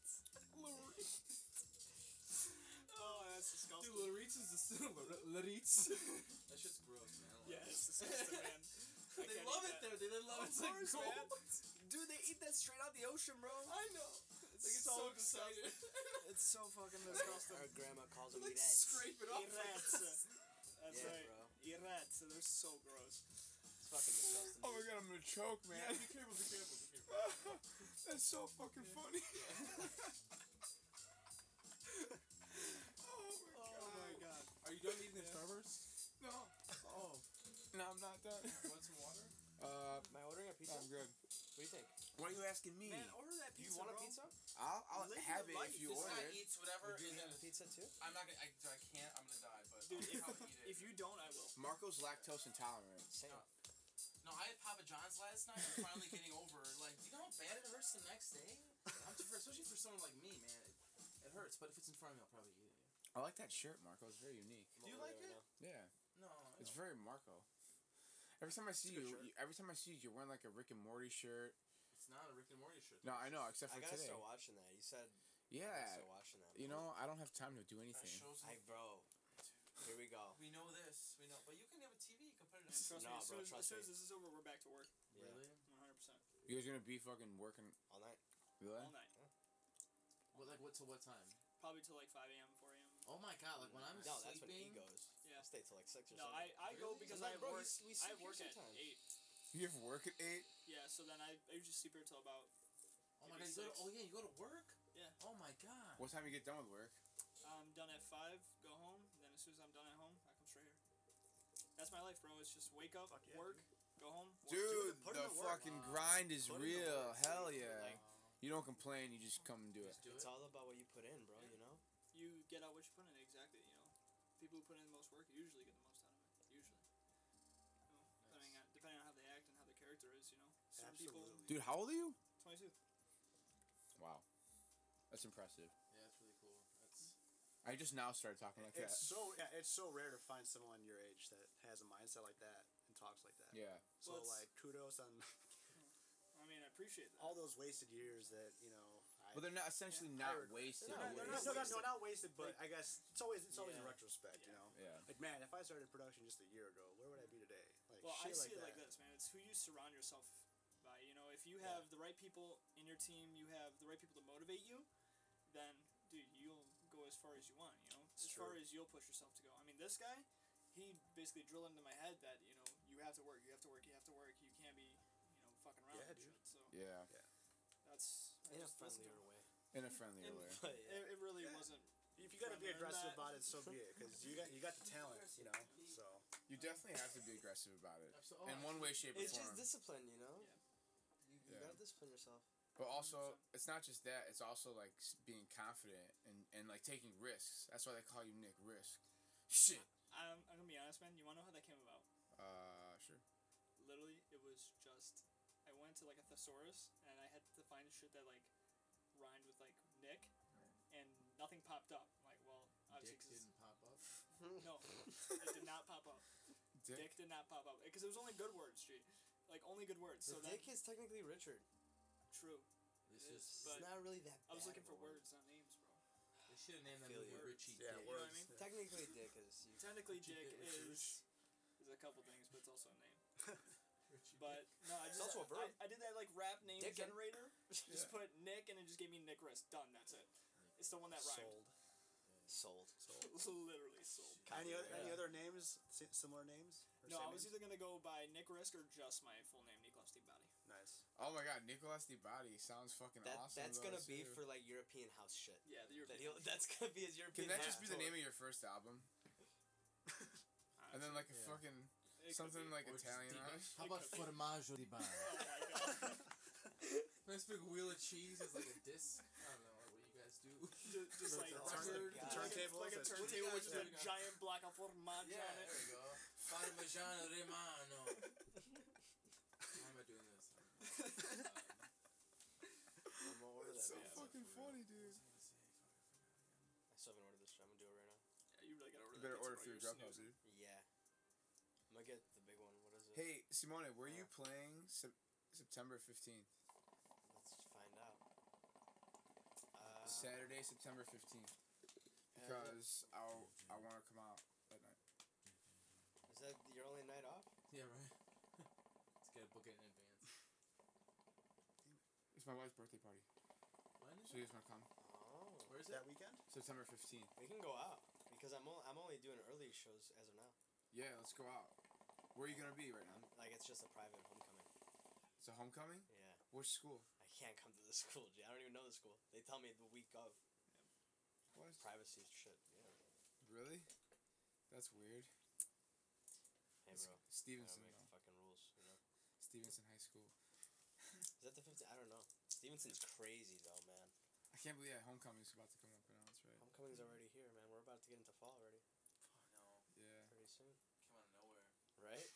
Speaker 8: Oh,
Speaker 2: It's disgusting.
Speaker 3: Dude, Laritz is the cinema. Laritz. that shit's gross, man. I
Speaker 2: yeah, it's disgusting, man. I
Speaker 3: they
Speaker 2: can't
Speaker 3: love
Speaker 2: eat
Speaker 3: it there.
Speaker 2: that.
Speaker 3: They love it. It's like
Speaker 2: course, man.
Speaker 3: gold.
Speaker 2: Dude, they eat that straight out the ocean, bro.
Speaker 3: I know. It's like, it's so, excited.
Speaker 2: It's so fucking disgusting.
Speaker 6: Our grandma calls them
Speaker 3: like
Speaker 6: rats.
Speaker 3: scrape it off. like
Speaker 2: Irats.
Speaker 3: this.
Speaker 2: That's
Speaker 6: Yeah,
Speaker 2: right.
Speaker 6: bro.
Speaker 2: Irats. They're so gross.
Speaker 6: It's fucking disgusting.
Speaker 5: Oh my god, I'm gonna choke, man.
Speaker 3: Yeah, be careful, be careful, be careful. Oh
Speaker 5: That's so fucking funny.
Speaker 2: Oh my god.
Speaker 3: Are you done eating the Starburst?
Speaker 5: No.
Speaker 3: Oh.
Speaker 5: No, I'm not done.
Speaker 3: Want some water?
Speaker 5: Uh,
Speaker 6: Am I ordering a pizza?
Speaker 5: I'm good.
Speaker 6: What do you think?
Speaker 5: Why are you asking me?
Speaker 2: Man, order that
Speaker 6: Do
Speaker 2: pizza.
Speaker 6: you want a
Speaker 2: bro.
Speaker 6: pizza?
Speaker 5: I'll, I'll
Speaker 2: Live
Speaker 5: have it
Speaker 2: your
Speaker 5: if
Speaker 2: life.
Speaker 5: you
Speaker 3: This
Speaker 5: order.
Speaker 3: guy eats whatever.
Speaker 6: Do you have a
Speaker 3: and-
Speaker 6: pizza too?
Speaker 3: I'm not gonna. I, I can't. I'm gonna die. But
Speaker 2: Dude,
Speaker 3: I'll probably eat it.
Speaker 2: If you don't, I will.
Speaker 5: Marco's lactose intolerant.
Speaker 6: Same.
Speaker 3: No. No, I had Papa John's last night. I'm finally getting over. it. Like, do you know how bad it hurts the next day? I'm just, especially for someone like me, man. It, it hurts, but if it's in front of me, I'll probably eat it.
Speaker 5: I like that shirt, Marco. It's very unique.
Speaker 3: Do you like it?
Speaker 5: Yeah,
Speaker 3: No. I
Speaker 5: it's
Speaker 3: don't.
Speaker 5: very Marco. Every time I see
Speaker 8: good
Speaker 5: you,
Speaker 8: shirt.
Speaker 5: you, every time I see you, you're wearing like a Rick and Morty shirt.
Speaker 3: it's not a Rick and Morty shirt.
Speaker 5: No, I know, except
Speaker 6: I
Speaker 5: for
Speaker 6: gotta
Speaker 5: today.
Speaker 6: start watching that. You said I
Speaker 5: Yeah,
Speaker 6: gotta start watching that.
Speaker 5: you
Speaker 6: bro.
Speaker 5: know, I don't have time to do
Speaker 3: That
Speaker 5: anything.
Speaker 3: shows.
Speaker 6: I bro. Here we go.
Speaker 3: we know this. We know, but you can have a TV. You can put it in.
Speaker 2: Trust
Speaker 6: Nah,
Speaker 2: me, as
Speaker 6: bro,
Speaker 2: soon as,
Speaker 6: trust
Speaker 2: as soon
Speaker 6: me.
Speaker 2: as this is over, we're back to work.
Speaker 6: Yeah.
Speaker 3: Really?
Speaker 5: You
Speaker 2: 100%.
Speaker 5: guys gonna be fucking working?
Speaker 6: All night.
Speaker 5: Really?
Speaker 2: All night.
Speaker 3: What, like what? To what time?
Speaker 2: Probably till like 5 a.m., 4 a.m.
Speaker 3: Oh my god! Like when I'm
Speaker 6: no,
Speaker 3: sleeping.
Speaker 6: that's when he goes.
Speaker 2: Yeah.
Speaker 6: I stay till like six or
Speaker 2: No,
Speaker 6: something.
Speaker 2: I, I go
Speaker 3: Really?
Speaker 2: because I
Speaker 6: Sometimes,
Speaker 2: have
Speaker 6: bro, we
Speaker 2: work.
Speaker 6: s- we
Speaker 2: I
Speaker 6: sleep
Speaker 2: have
Speaker 6: here
Speaker 2: work at
Speaker 6: sometimes.
Speaker 2: 8.
Speaker 5: You have work at eight.
Speaker 2: Yeah, so then I, I usually sleep here till about,
Speaker 3: Oh my god! You go to,
Speaker 2: Six.
Speaker 3: oh yeah, you go to work.
Speaker 2: Yeah.
Speaker 3: Oh my god.
Speaker 5: What time you get done with work?
Speaker 2: I'm um, done at 5, go home, and then as soon as I'm done at home, I come straight here. That's my life, bro. It's just wake up,
Speaker 8: Fuck yeah,
Speaker 2: work, go home. work.
Speaker 5: Dude,
Speaker 2: put
Speaker 5: the
Speaker 2: in work.
Speaker 5: fucking
Speaker 3: Wow.
Speaker 5: grind is
Speaker 6: Put in the
Speaker 5: real.
Speaker 6: work,
Speaker 5: Hell
Speaker 6: dude.
Speaker 5: yeah.
Speaker 3: Oh,
Speaker 6: Like-
Speaker 5: You don't complain. You just come and do it.
Speaker 3: Just do
Speaker 6: It's
Speaker 3: it.
Speaker 6: all about what you put in, bro. You
Speaker 2: Yeah.
Speaker 6: know.
Speaker 2: You get out what you put in, exactly, you know. People who put in the most work usually get the most out of it, usually. You know, depending, on, depending on how they act and how their character is, you know. Some
Speaker 8: Absolutely.
Speaker 5: Dude, how old are you?
Speaker 2: people, 22.
Speaker 5: Wow, that's impressive.
Speaker 3: Yeah, that's really cool. That's.
Speaker 5: I just now started talking like that.
Speaker 8: It's so yeah, it's so rare to find someone your age that has a mindset like that and talks like that.
Speaker 5: Yeah.
Speaker 8: So
Speaker 2: Well, it's-
Speaker 8: like kudos on
Speaker 2: I mean, I appreciate that.
Speaker 8: all those wasted years that you know. I,
Speaker 5: Well, they're not essentially
Speaker 8: Yeah,
Speaker 5: not
Speaker 8: I-
Speaker 5: wasted.
Speaker 8: no,
Speaker 5: but
Speaker 8: they're
Speaker 5: it's-
Speaker 8: not, no, not- no, not wasted, but I guess it's always it's always in
Speaker 3: Yeah.
Speaker 8: retrospect, you
Speaker 2: Yeah.
Speaker 8: know.
Speaker 5: Yeah.
Speaker 8: Like man, if I started production just a year ago, where would I be today? Like
Speaker 2: Well, I
Speaker 8: shit
Speaker 2: see it
Speaker 8: like
Speaker 2: like
Speaker 8: that.
Speaker 2: this, man. It's who you surround yourself by. You know, if you have the right people in your team, you have the right people to motivate you, then, dude, you'll go as far as you want, you know?
Speaker 8: It's
Speaker 2: as far
Speaker 8: true.
Speaker 2: as you'll push yourself to go. I mean, this guy, he basically drilled into my head that, you know, you have to work, you have to work, you have to work. You can't be, you know, fucking around.
Speaker 8: Yeah,
Speaker 2: and
Speaker 8: dude.
Speaker 2: shit. So
Speaker 5: Yeah.
Speaker 2: that's.
Speaker 6: In
Speaker 2: I
Speaker 6: a
Speaker 2: just listened to
Speaker 6: friendlier
Speaker 2: him.
Speaker 6: way.
Speaker 5: In a friendlier
Speaker 2: And-
Speaker 5: way.
Speaker 6: But yeah.
Speaker 2: It, it really
Speaker 8: Yeah.
Speaker 2: wasn't.
Speaker 8: If you gotta be
Speaker 2: Friendly or
Speaker 8: aggressive
Speaker 2: not.
Speaker 8: about it, so be it, because you got you got the talent, you know. So
Speaker 5: You definitely have to be aggressive about it.
Speaker 3: Absolutely.
Speaker 5: In one way, shape, or
Speaker 6: It's just
Speaker 5: form.
Speaker 6: discipline, you know. You,
Speaker 2: Yeah.
Speaker 6: you
Speaker 5: Yeah.
Speaker 6: gotta discipline yourself.
Speaker 5: But also, it's not just that. It's also like s- being confident and, and like taking risks. That's why they call you Nick Risk. Shit.
Speaker 2: I'm, I'm gonna be honest, man. You wanna know how that came about?
Speaker 5: Uh, sure.
Speaker 2: literally it was just I went to like a thesaurus and I had to find shit that like rhymed with like Nick and nothing popped up. I'm like, well, obviously,
Speaker 3: Dick
Speaker 2: 'cause
Speaker 3: didn't pop up.
Speaker 2: it's- no, it did not pop up.
Speaker 5: Dick.
Speaker 2: Dick did not pop up because it was only good words, G. Like only good words.
Speaker 6: So
Speaker 2: So that
Speaker 6: Dick is technically Richard.
Speaker 2: true.
Speaker 3: This
Speaker 2: It
Speaker 3: is.
Speaker 2: is,
Speaker 6: it's
Speaker 2: But-
Speaker 6: not really that.
Speaker 2: I was
Speaker 6: bad
Speaker 2: looking
Speaker 6: of
Speaker 2: for
Speaker 6: a word.
Speaker 2: words, not names, bro.
Speaker 3: They should have named that
Speaker 6: feel
Speaker 3: movie
Speaker 6: you.
Speaker 3: Richie
Speaker 8: yeah,
Speaker 3: Dick.
Speaker 2: what I
Speaker 8: words.
Speaker 2: mean?
Speaker 8: yeah.
Speaker 6: Technically, Dick is. You,
Speaker 2: Technically,
Speaker 3: Richie
Speaker 2: Dick
Speaker 3: Dick
Speaker 2: is
Speaker 3: Richards.
Speaker 2: is a couple things, but it's also a name.
Speaker 3: Richie
Speaker 2: But no, I just
Speaker 6: also a verb.
Speaker 2: I, I did that like rap name
Speaker 6: Dick and-
Speaker 2: generator. Just put Nick and it just gave me Nick Rist. Done. That's it. It's the one that rhymed.
Speaker 8: sold.
Speaker 6: sold.
Speaker 2: Literally sold.
Speaker 8: Any other, any
Speaker 6: Yeah.
Speaker 8: other names? Si- similar names? Or
Speaker 2: No,
Speaker 8: same
Speaker 2: I was
Speaker 8: names?
Speaker 2: either gonna go by Nick Risk or just my full name, Nicholas D. Body.
Speaker 8: nice.
Speaker 5: Oh my god, Nicolas Di Body sounds fucking
Speaker 6: That
Speaker 5: awesome.
Speaker 6: that's
Speaker 5: though,
Speaker 6: gonna be
Speaker 5: too.
Speaker 6: for like European house shit.
Speaker 2: Yeah, the
Speaker 6: That he'll,
Speaker 2: European.
Speaker 6: that's gonna be his European.
Speaker 5: Can that
Speaker 6: house
Speaker 5: just be the
Speaker 6: tour.
Speaker 5: name of your first album?
Speaker 2: Uh,
Speaker 5: And then like a
Speaker 3: Yeah.
Speaker 5: fucking
Speaker 2: it could
Speaker 5: something
Speaker 2: be.
Speaker 5: like
Speaker 3: Or just
Speaker 5: Italian
Speaker 3: Di
Speaker 5: on it?
Speaker 3: How about formaggio di bun?
Speaker 2: Oh my god.
Speaker 3: nice big wheel of cheese is like a disc. I don't know what you guys do.
Speaker 2: just, just like
Speaker 8: The
Speaker 2: like
Speaker 8: turn-
Speaker 2: a-
Speaker 3: turn-
Speaker 8: the turntable
Speaker 2: like a
Speaker 8: says-
Speaker 2: turntable with just a
Speaker 3: Yeah.
Speaker 2: giant block of formaggio
Speaker 3: Yeah,
Speaker 2: on
Speaker 3: there
Speaker 2: it.
Speaker 3: we go. Parmigiano Romano. Why am I doing this?
Speaker 6: I'm gonna order that.
Speaker 5: so
Speaker 6: man.
Speaker 5: fucking funny,
Speaker 6: I
Speaker 5: dude.
Speaker 6: still haven't ordered this. shit. I'm gonna do it right now.
Speaker 2: Yeah, you really gotta order
Speaker 5: You better
Speaker 2: that
Speaker 5: order
Speaker 2: pizza, bro.
Speaker 5: through Grubhub,
Speaker 2: You're snoozing.
Speaker 5: dude.
Speaker 6: Yeah. I'm gonna get the big one. What is it?
Speaker 5: Hey, Simone, were you
Speaker 6: Yeah.
Speaker 5: playing sep- September 15th?
Speaker 6: Let's find out. Uh,
Speaker 5: Saturday, September 15th. because I I want to come out that night.
Speaker 6: Is that your only night off?
Speaker 3: Yeah, right. Let's get a book it in advance.
Speaker 5: It's my wife's birthday party.
Speaker 3: When is
Speaker 5: So you guys want to come?
Speaker 6: Oh.
Speaker 3: Where is it?
Speaker 8: That weekend?
Speaker 5: September 15th.
Speaker 6: We can go out because I'm only, I'm only doing early shows as of now.
Speaker 5: Yeah, let's go out. Where are you gonna be right now?
Speaker 6: Like it's just a private homecoming.
Speaker 5: It's a homecoming.
Speaker 6: Yeah,
Speaker 5: Which school?
Speaker 6: I can't come to the school. Jay. I don't even know the school. They tell me the week of
Speaker 5: What?
Speaker 6: privacy shit. Yeah.
Speaker 5: Really? That's weird.
Speaker 6: Hey
Speaker 5: It's
Speaker 6: bro, I
Speaker 5: Stevenson.
Speaker 6: don't make the
Speaker 5: though.
Speaker 6: fucking rules. You know?
Speaker 5: Stevenson High School.
Speaker 6: Is that the 15? I don't know. Stevenson's crazy though, man.
Speaker 5: I can't believe that homecoming's about to come up and now. It's right.
Speaker 6: Homecoming's already here, man. We're about to get into fall already.
Speaker 5: Yeah.
Speaker 6: Pretty soon.
Speaker 3: Came out of nowhere.
Speaker 6: Right?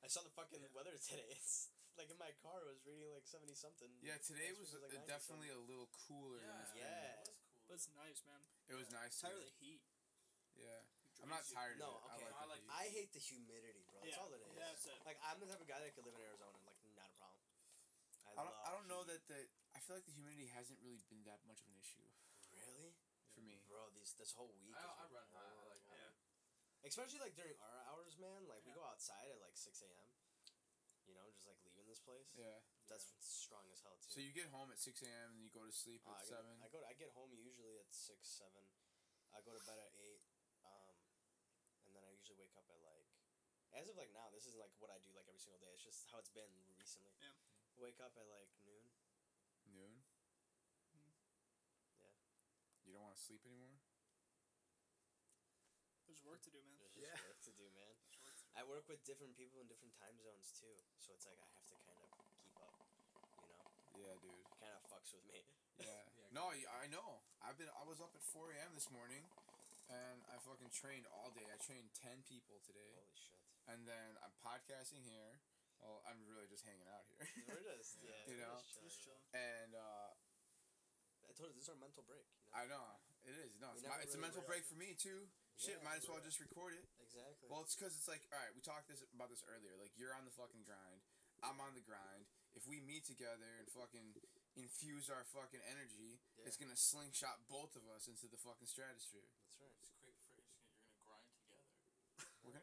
Speaker 6: I saw the fucking weather today. It's like in my car. It was reading like seventy something.
Speaker 5: Yeah, today
Speaker 6: Last
Speaker 5: was
Speaker 6: week like
Speaker 5: uh,
Speaker 6: 90
Speaker 5: definitely a little cooler. than it's been.
Speaker 6: Yeah.
Speaker 3: It was
Speaker 2: But
Speaker 3: cool.
Speaker 2: it's nice, man.
Speaker 5: It was nice.
Speaker 2: Tired
Speaker 5: today.
Speaker 2: of the heat.
Speaker 5: Yeah. I'm not tired
Speaker 6: No,
Speaker 5: of it.
Speaker 6: okay.
Speaker 3: I
Speaker 5: I like, the
Speaker 3: like
Speaker 5: heat.
Speaker 3: the-
Speaker 6: I hate the humidity, bro. That's
Speaker 2: Yeah,
Speaker 6: all it is.
Speaker 2: that's it.
Speaker 6: Like I'm the type of guy that could live in Arizona, like not a problem.
Speaker 5: I don't,
Speaker 6: love
Speaker 5: I don't know
Speaker 6: heat.
Speaker 5: that the I feel like the humidity hasn't really been that much of an issue
Speaker 6: Really,
Speaker 5: for me.
Speaker 6: bro. These this whole week.
Speaker 3: I,
Speaker 6: has
Speaker 3: I
Speaker 6: been
Speaker 3: run high. I
Speaker 6: horrible.
Speaker 3: like high.
Speaker 6: Especially like during our hours, man. Like we go outside at like six a.m. You know, just like leaving this place.
Speaker 5: Yeah.
Speaker 6: That's strong as hell too.
Speaker 5: So you get home at 6 a.m. and you go to sleep
Speaker 6: Uh,
Speaker 5: at
Speaker 6: I go,
Speaker 5: 7.
Speaker 6: I go. To, I get home usually at six, seven. I go to bed at eight, um, and then I usually wake up at like, as of like now, this isn't like what I do like every single day. It's just how it's been recently.
Speaker 2: Yeah.
Speaker 6: Wake up at like noon.
Speaker 5: Noon?
Speaker 6: Yeah.
Speaker 5: You don't want to sleep anymore?
Speaker 2: There's work to do, man.
Speaker 6: There's just work to do, man. I work with different people in different time zones too, so it's like I have to kind of keep up. You know,
Speaker 5: Yeah, dude.
Speaker 6: kind of fucks with me.
Speaker 5: Yeah.
Speaker 3: Yeah,
Speaker 5: no, I, I know. I've been I was up at 4 a.m. this morning and I fucking trained all day. I trained 10 people today.
Speaker 6: Holy shit.
Speaker 5: And then I'm podcasting here. Well, I'm really just hanging out here.
Speaker 6: We're just yeah.
Speaker 5: You
Speaker 6: we're
Speaker 5: know?
Speaker 6: just chilling,
Speaker 2: Just
Speaker 6: bro.
Speaker 2: chilling.
Speaker 5: and uh,
Speaker 6: I told you this is our mental break. You know?
Speaker 5: I know it is. No,
Speaker 6: We
Speaker 5: it's,
Speaker 6: never
Speaker 5: my, it's a
Speaker 6: really
Speaker 5: mental
Speaker 6: were.
Speaker 5: break for me too. Shit,
Speaker 6: Yeah,
Speaker 5: might as well
Speaker 6: we're-
Speaker 5: just record it.
Speaker 6: exactly.
Speaker 5: Well, it's because it's like, all right, we talked this about this earlier. Like, you're on the fucking grind. I'm on the grind. If we meet together and fucking infuse our fucking energy, it's gonna slingshot both of us into the fucking stratosphere.
Speaker 6: that's right.
Speaker 3: Just quick phrase. You're gonna grind together.
Speaker 5: We're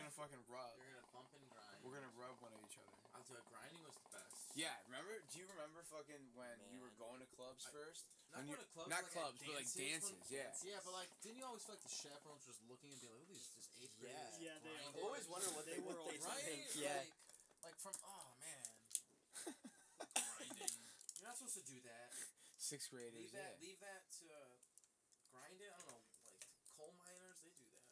Speaker 5: gonna grind.
Speaker 6: You're gonna
Speaker 3: bump and
Speaker 6: grind.
Speaker 5: We're
Speaker 3: You're gonna bump and grind.
Speaker 5: gonna fucking rub. We're gonna rub one of each other.
Speaker 3: I tell you, grinding was the best.
Speaker 5: Yeah, remember? Do you remember fucking when you were
Speaker 6: Man.
Speaker 5: going to clubs
Speaker 3: I-
Speaker 5: first?
Speaker 3: Not
Speaker 5: When you-
Speaker 3: going to clubs.
Speaker 5: not
Speaker 3: like at
Speaker 5: clubs, but, like,
Speaker 3: dances,
Speaker 5: dances,
Speaker 3: when-
Speaker 5: yeah.
Speaker 3: Yeah, but like, didn't you always feel like the chaperones were just looking and be like, "Look at these, just eighth
Speaker 6: Yeah.
Speaker 3: graders
Speaker 2: Yeah, they-
Speaker 3: grinding."
Speaker 6: I've always wondered what they,
Speaker 2: They
Speaker 6: what
Speaker 2: were
Speaker 6: they
Speaker 2: all
Speaker 3: right.
Speaker 6: think. Yeah.
Speaker 3: Like, like from oh man, grinding. You're not supposed to do that.
Speaker 5: Sixth
Speaker 3: Leave
Speaker 5: graders.
Speaker 3: that.
Speaker 5: yeah.
Speaker 3: Leave that to uh, grind it. I don't know, like coal miners. They do that.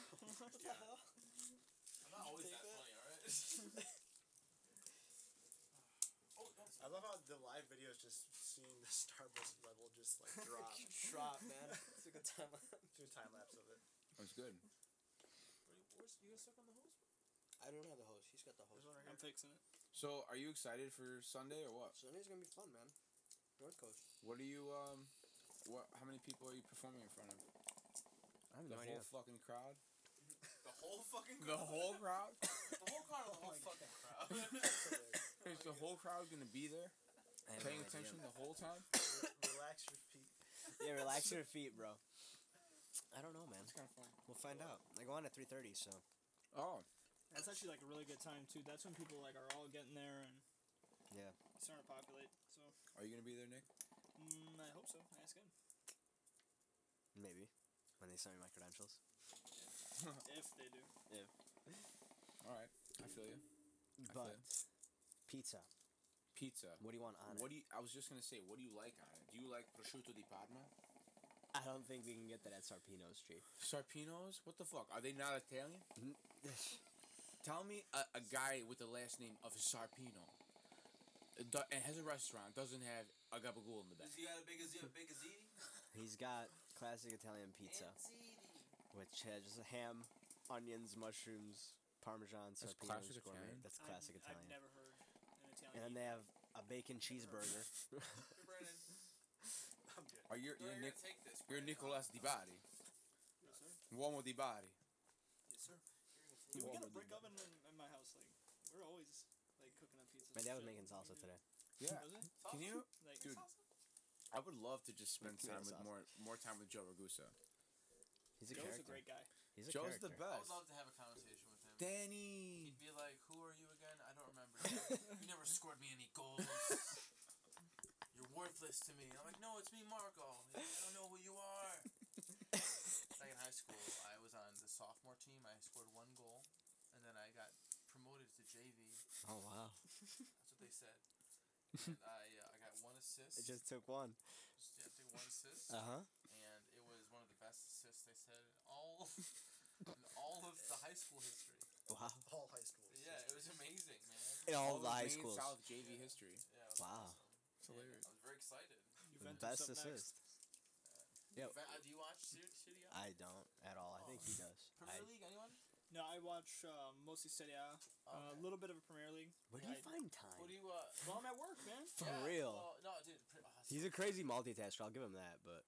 Speaker 6: what the hell?
Speaker 3: I'm not always
Speaker 6: Take
Speaker 3: that,
Speaker 6: that?
Speaker 3: funny, all right. oh, that's
Speaker 8: I love how the live video is just seeing the Starburst level just like drop.
Speaker 6: Drop, man. It's a good time.
Speaker 8: Do a time lapse of it.
Speaker 5: That was good.
Speaker 3: pretty worse. You guys stuck on the hose.
Speaker 6: I don't have the host. He's got the host.
Speaker 8: There's one right
Speaker 2: I'm
Speaker 8: here.
Speaker 2: fixing it.
Speaker 5: So, are you excited for Sunday or what?
Speaker 6: Sunday's gonna be fun, man. North Coast.
Speaker 5: What are you um what how many people are you performing in front of?
Speaker 6: I have
Speaker 5: The whole fucking crowd?
Speaker 3: The whole fucking.
Speaker 5: The whole crowd?
Speaker 3: The whole car. The whole fucking crowd.
Speaker 5: Is the whole crowd gonna be there? Paying attention the whole time?
Speaker 8: Relax, repeat.
Speaker 6: Yeah, relax your feet, bro. I don't know, man.
Speaker 5: It's kinda fun.
Speaker 6: We'll find out. I go on at three thirty, so
Speaker 5: Oh.
Speaker 2: That's actually like a really good time too. That's when people like are all getting there and
Speaker 6: Yeah.
Speaker 2: starting to populate. So
Speaker 5: Are you gonna be there, Nick?
Speaker 2: mm, I hope so. That's good.
Speaker 6: maybe when they send me my credentials.
Speaker 2: If they do,
Speaker 5: Alright. I feel you. I feel
Speaker 6: But
Speaker 5: you.
Speaker 6: pizza.
Speaker 5: Pizza.
Speaker 6: What do you want on
Speaker 5: What
Speaker 6: it?
Speaker 5: do you I was just gonna say, what do you like on it? Do you like prosciutto di Parma?
Speaker 6: I don't think we can get that at Sarpino Street.
Speaker 5: Sarpinos? What the fuck? Are they not Italian?
Speaker 6: Dude,
Speaker 5: Tell me a, a guy with the last name of Sarpino do, and has a restaurant, doesn't have a gabagool in the back.
Speaker 3: Does he got a big? Is he a big? Is he?
Speaker 6: he's got classic Italian pizza. which has ham, onions, mushrooms, parmesan,
Speaker 5: That's
Speaker 6: sardinas,
Speaker 5: classic
Speaker 6: gourmet.
Speaker 5: Italian?
Speaker 6: That's
Speaker 2: I've-
Speaker 6: classic
Speaker 2: I've,
Speaker 6: Italian.
Speaker 2: never heard an
Speaker 6: and
Speaker 2: Italian.
Speaker 6: then
Speaker 2: eat.
Speaker 6: they have a bacon cheeseburger.
Speaker 3: Here, Brandon.
Speaker 8: I'm good.
Speaker 5: Are you
Speaker 3: You're,
Speaker 5: you're Nick
Speaker 3: gonna take this.
Speaker 5: you're
Speaker 3: Brandon.
Speaker 5: Nicolas Di Bari.
Speaker 2: yes, sir.
Speaker 5: Uomo di Bari.
Speaker 2: Yes, sir.
Speaker 5: You
Speaker 2: Dude, we
Speaker 5: want
Speaker 2: got a
Speaker 5: me to
Speaker 2: brick
Speaker 5: do
Speaker 2: oven in, in my house. Like we're always like cooking up pizza.
Speaker 6: My dad was making salsa today.
Speaker 5: Yeah.
Speaker 2: Was it?
Speaker 5: Can you
Speaker 2: Like,
Speaker 5: Dude. I would love to just spend
Speaker 6: tomato
Speaker 5: time with
Speaker 6: sauce.
Speaker 5: more more time with Joe Ragusa.
Speaker 6: He's a
Speaker 2: Joe's
Speaker 6: character.
Speaker 2: a great guy.
Speaker 6: He's a
Speaker 5: Joe's the
Speaker 6: character.
Speaker 3: I
Speaker 5: best.
Speaker 3: would love to have a conversation with him.
Speaker 5: Danny.
Speaker 3: He'd be like, "Who are you again? I don't remember. you never scored me any goals. You're worthless to me." I'm like, "No, it's me, Marco. He's like, I don't know who you are." like in high school, I was on the sophomore team. I scored one goal, and then I got promoted to JV.
Speaker 6: Oh wow!
Speaker 3: That's what they said. And I, uh, I got one assist.
Speaker 6: It just took one.
Speaker 3: Just have to one assist,
Speaker 6: Uh huh.
Speaker 3: and it was one of the best assists they said in all in all of the high school history.
Speaker 6: Wow!
Speaker 7: All high school.
Speaker 3: Yeah, it was amazing, man.
Speaker 6: In all,
Speaker 5: of
Speaker 6: the high
Speaker 5: Maine
Speaker 6: schools.
Speaker 5: South JV history.
Speaker 3: Yeah, it was
Speaker 6: Wow.
Speaker 3: It's hilarious. I was very excited.
Speaker 6: The
Speaker 2: Juventus
Speaker 6: best
Speaker 2: up next.
Speaker 6: assist. Yep.
Speaker 3: Va- do you watch Su- City? Up?
Speaker 6: I don't at all. I think he does. I, Uh,
Speaker 3: Premier League? Anyone?
Speaker 2: No, I watch um, mostly Serie A,
Speaker 6: Oh,
Speaker 2: a
Speaker 3: Okay.
Speaker 2: little bit of a Premier League.
Speaker 6: where do you
Speaker 2: I-
Speaker 6: find
Speaker 3: What
Speaker 6: time?
Speaker 3: do you? Uh,
Speaker 2: Well, I'm at work, man.
Speaker 6: For
Speaker 3: yeah,
Speaker 6: real.
Speaker 3: Well, no, dude. Pre- oh,
Speaker 6: He's a crazy multitasker. I'll give him that. But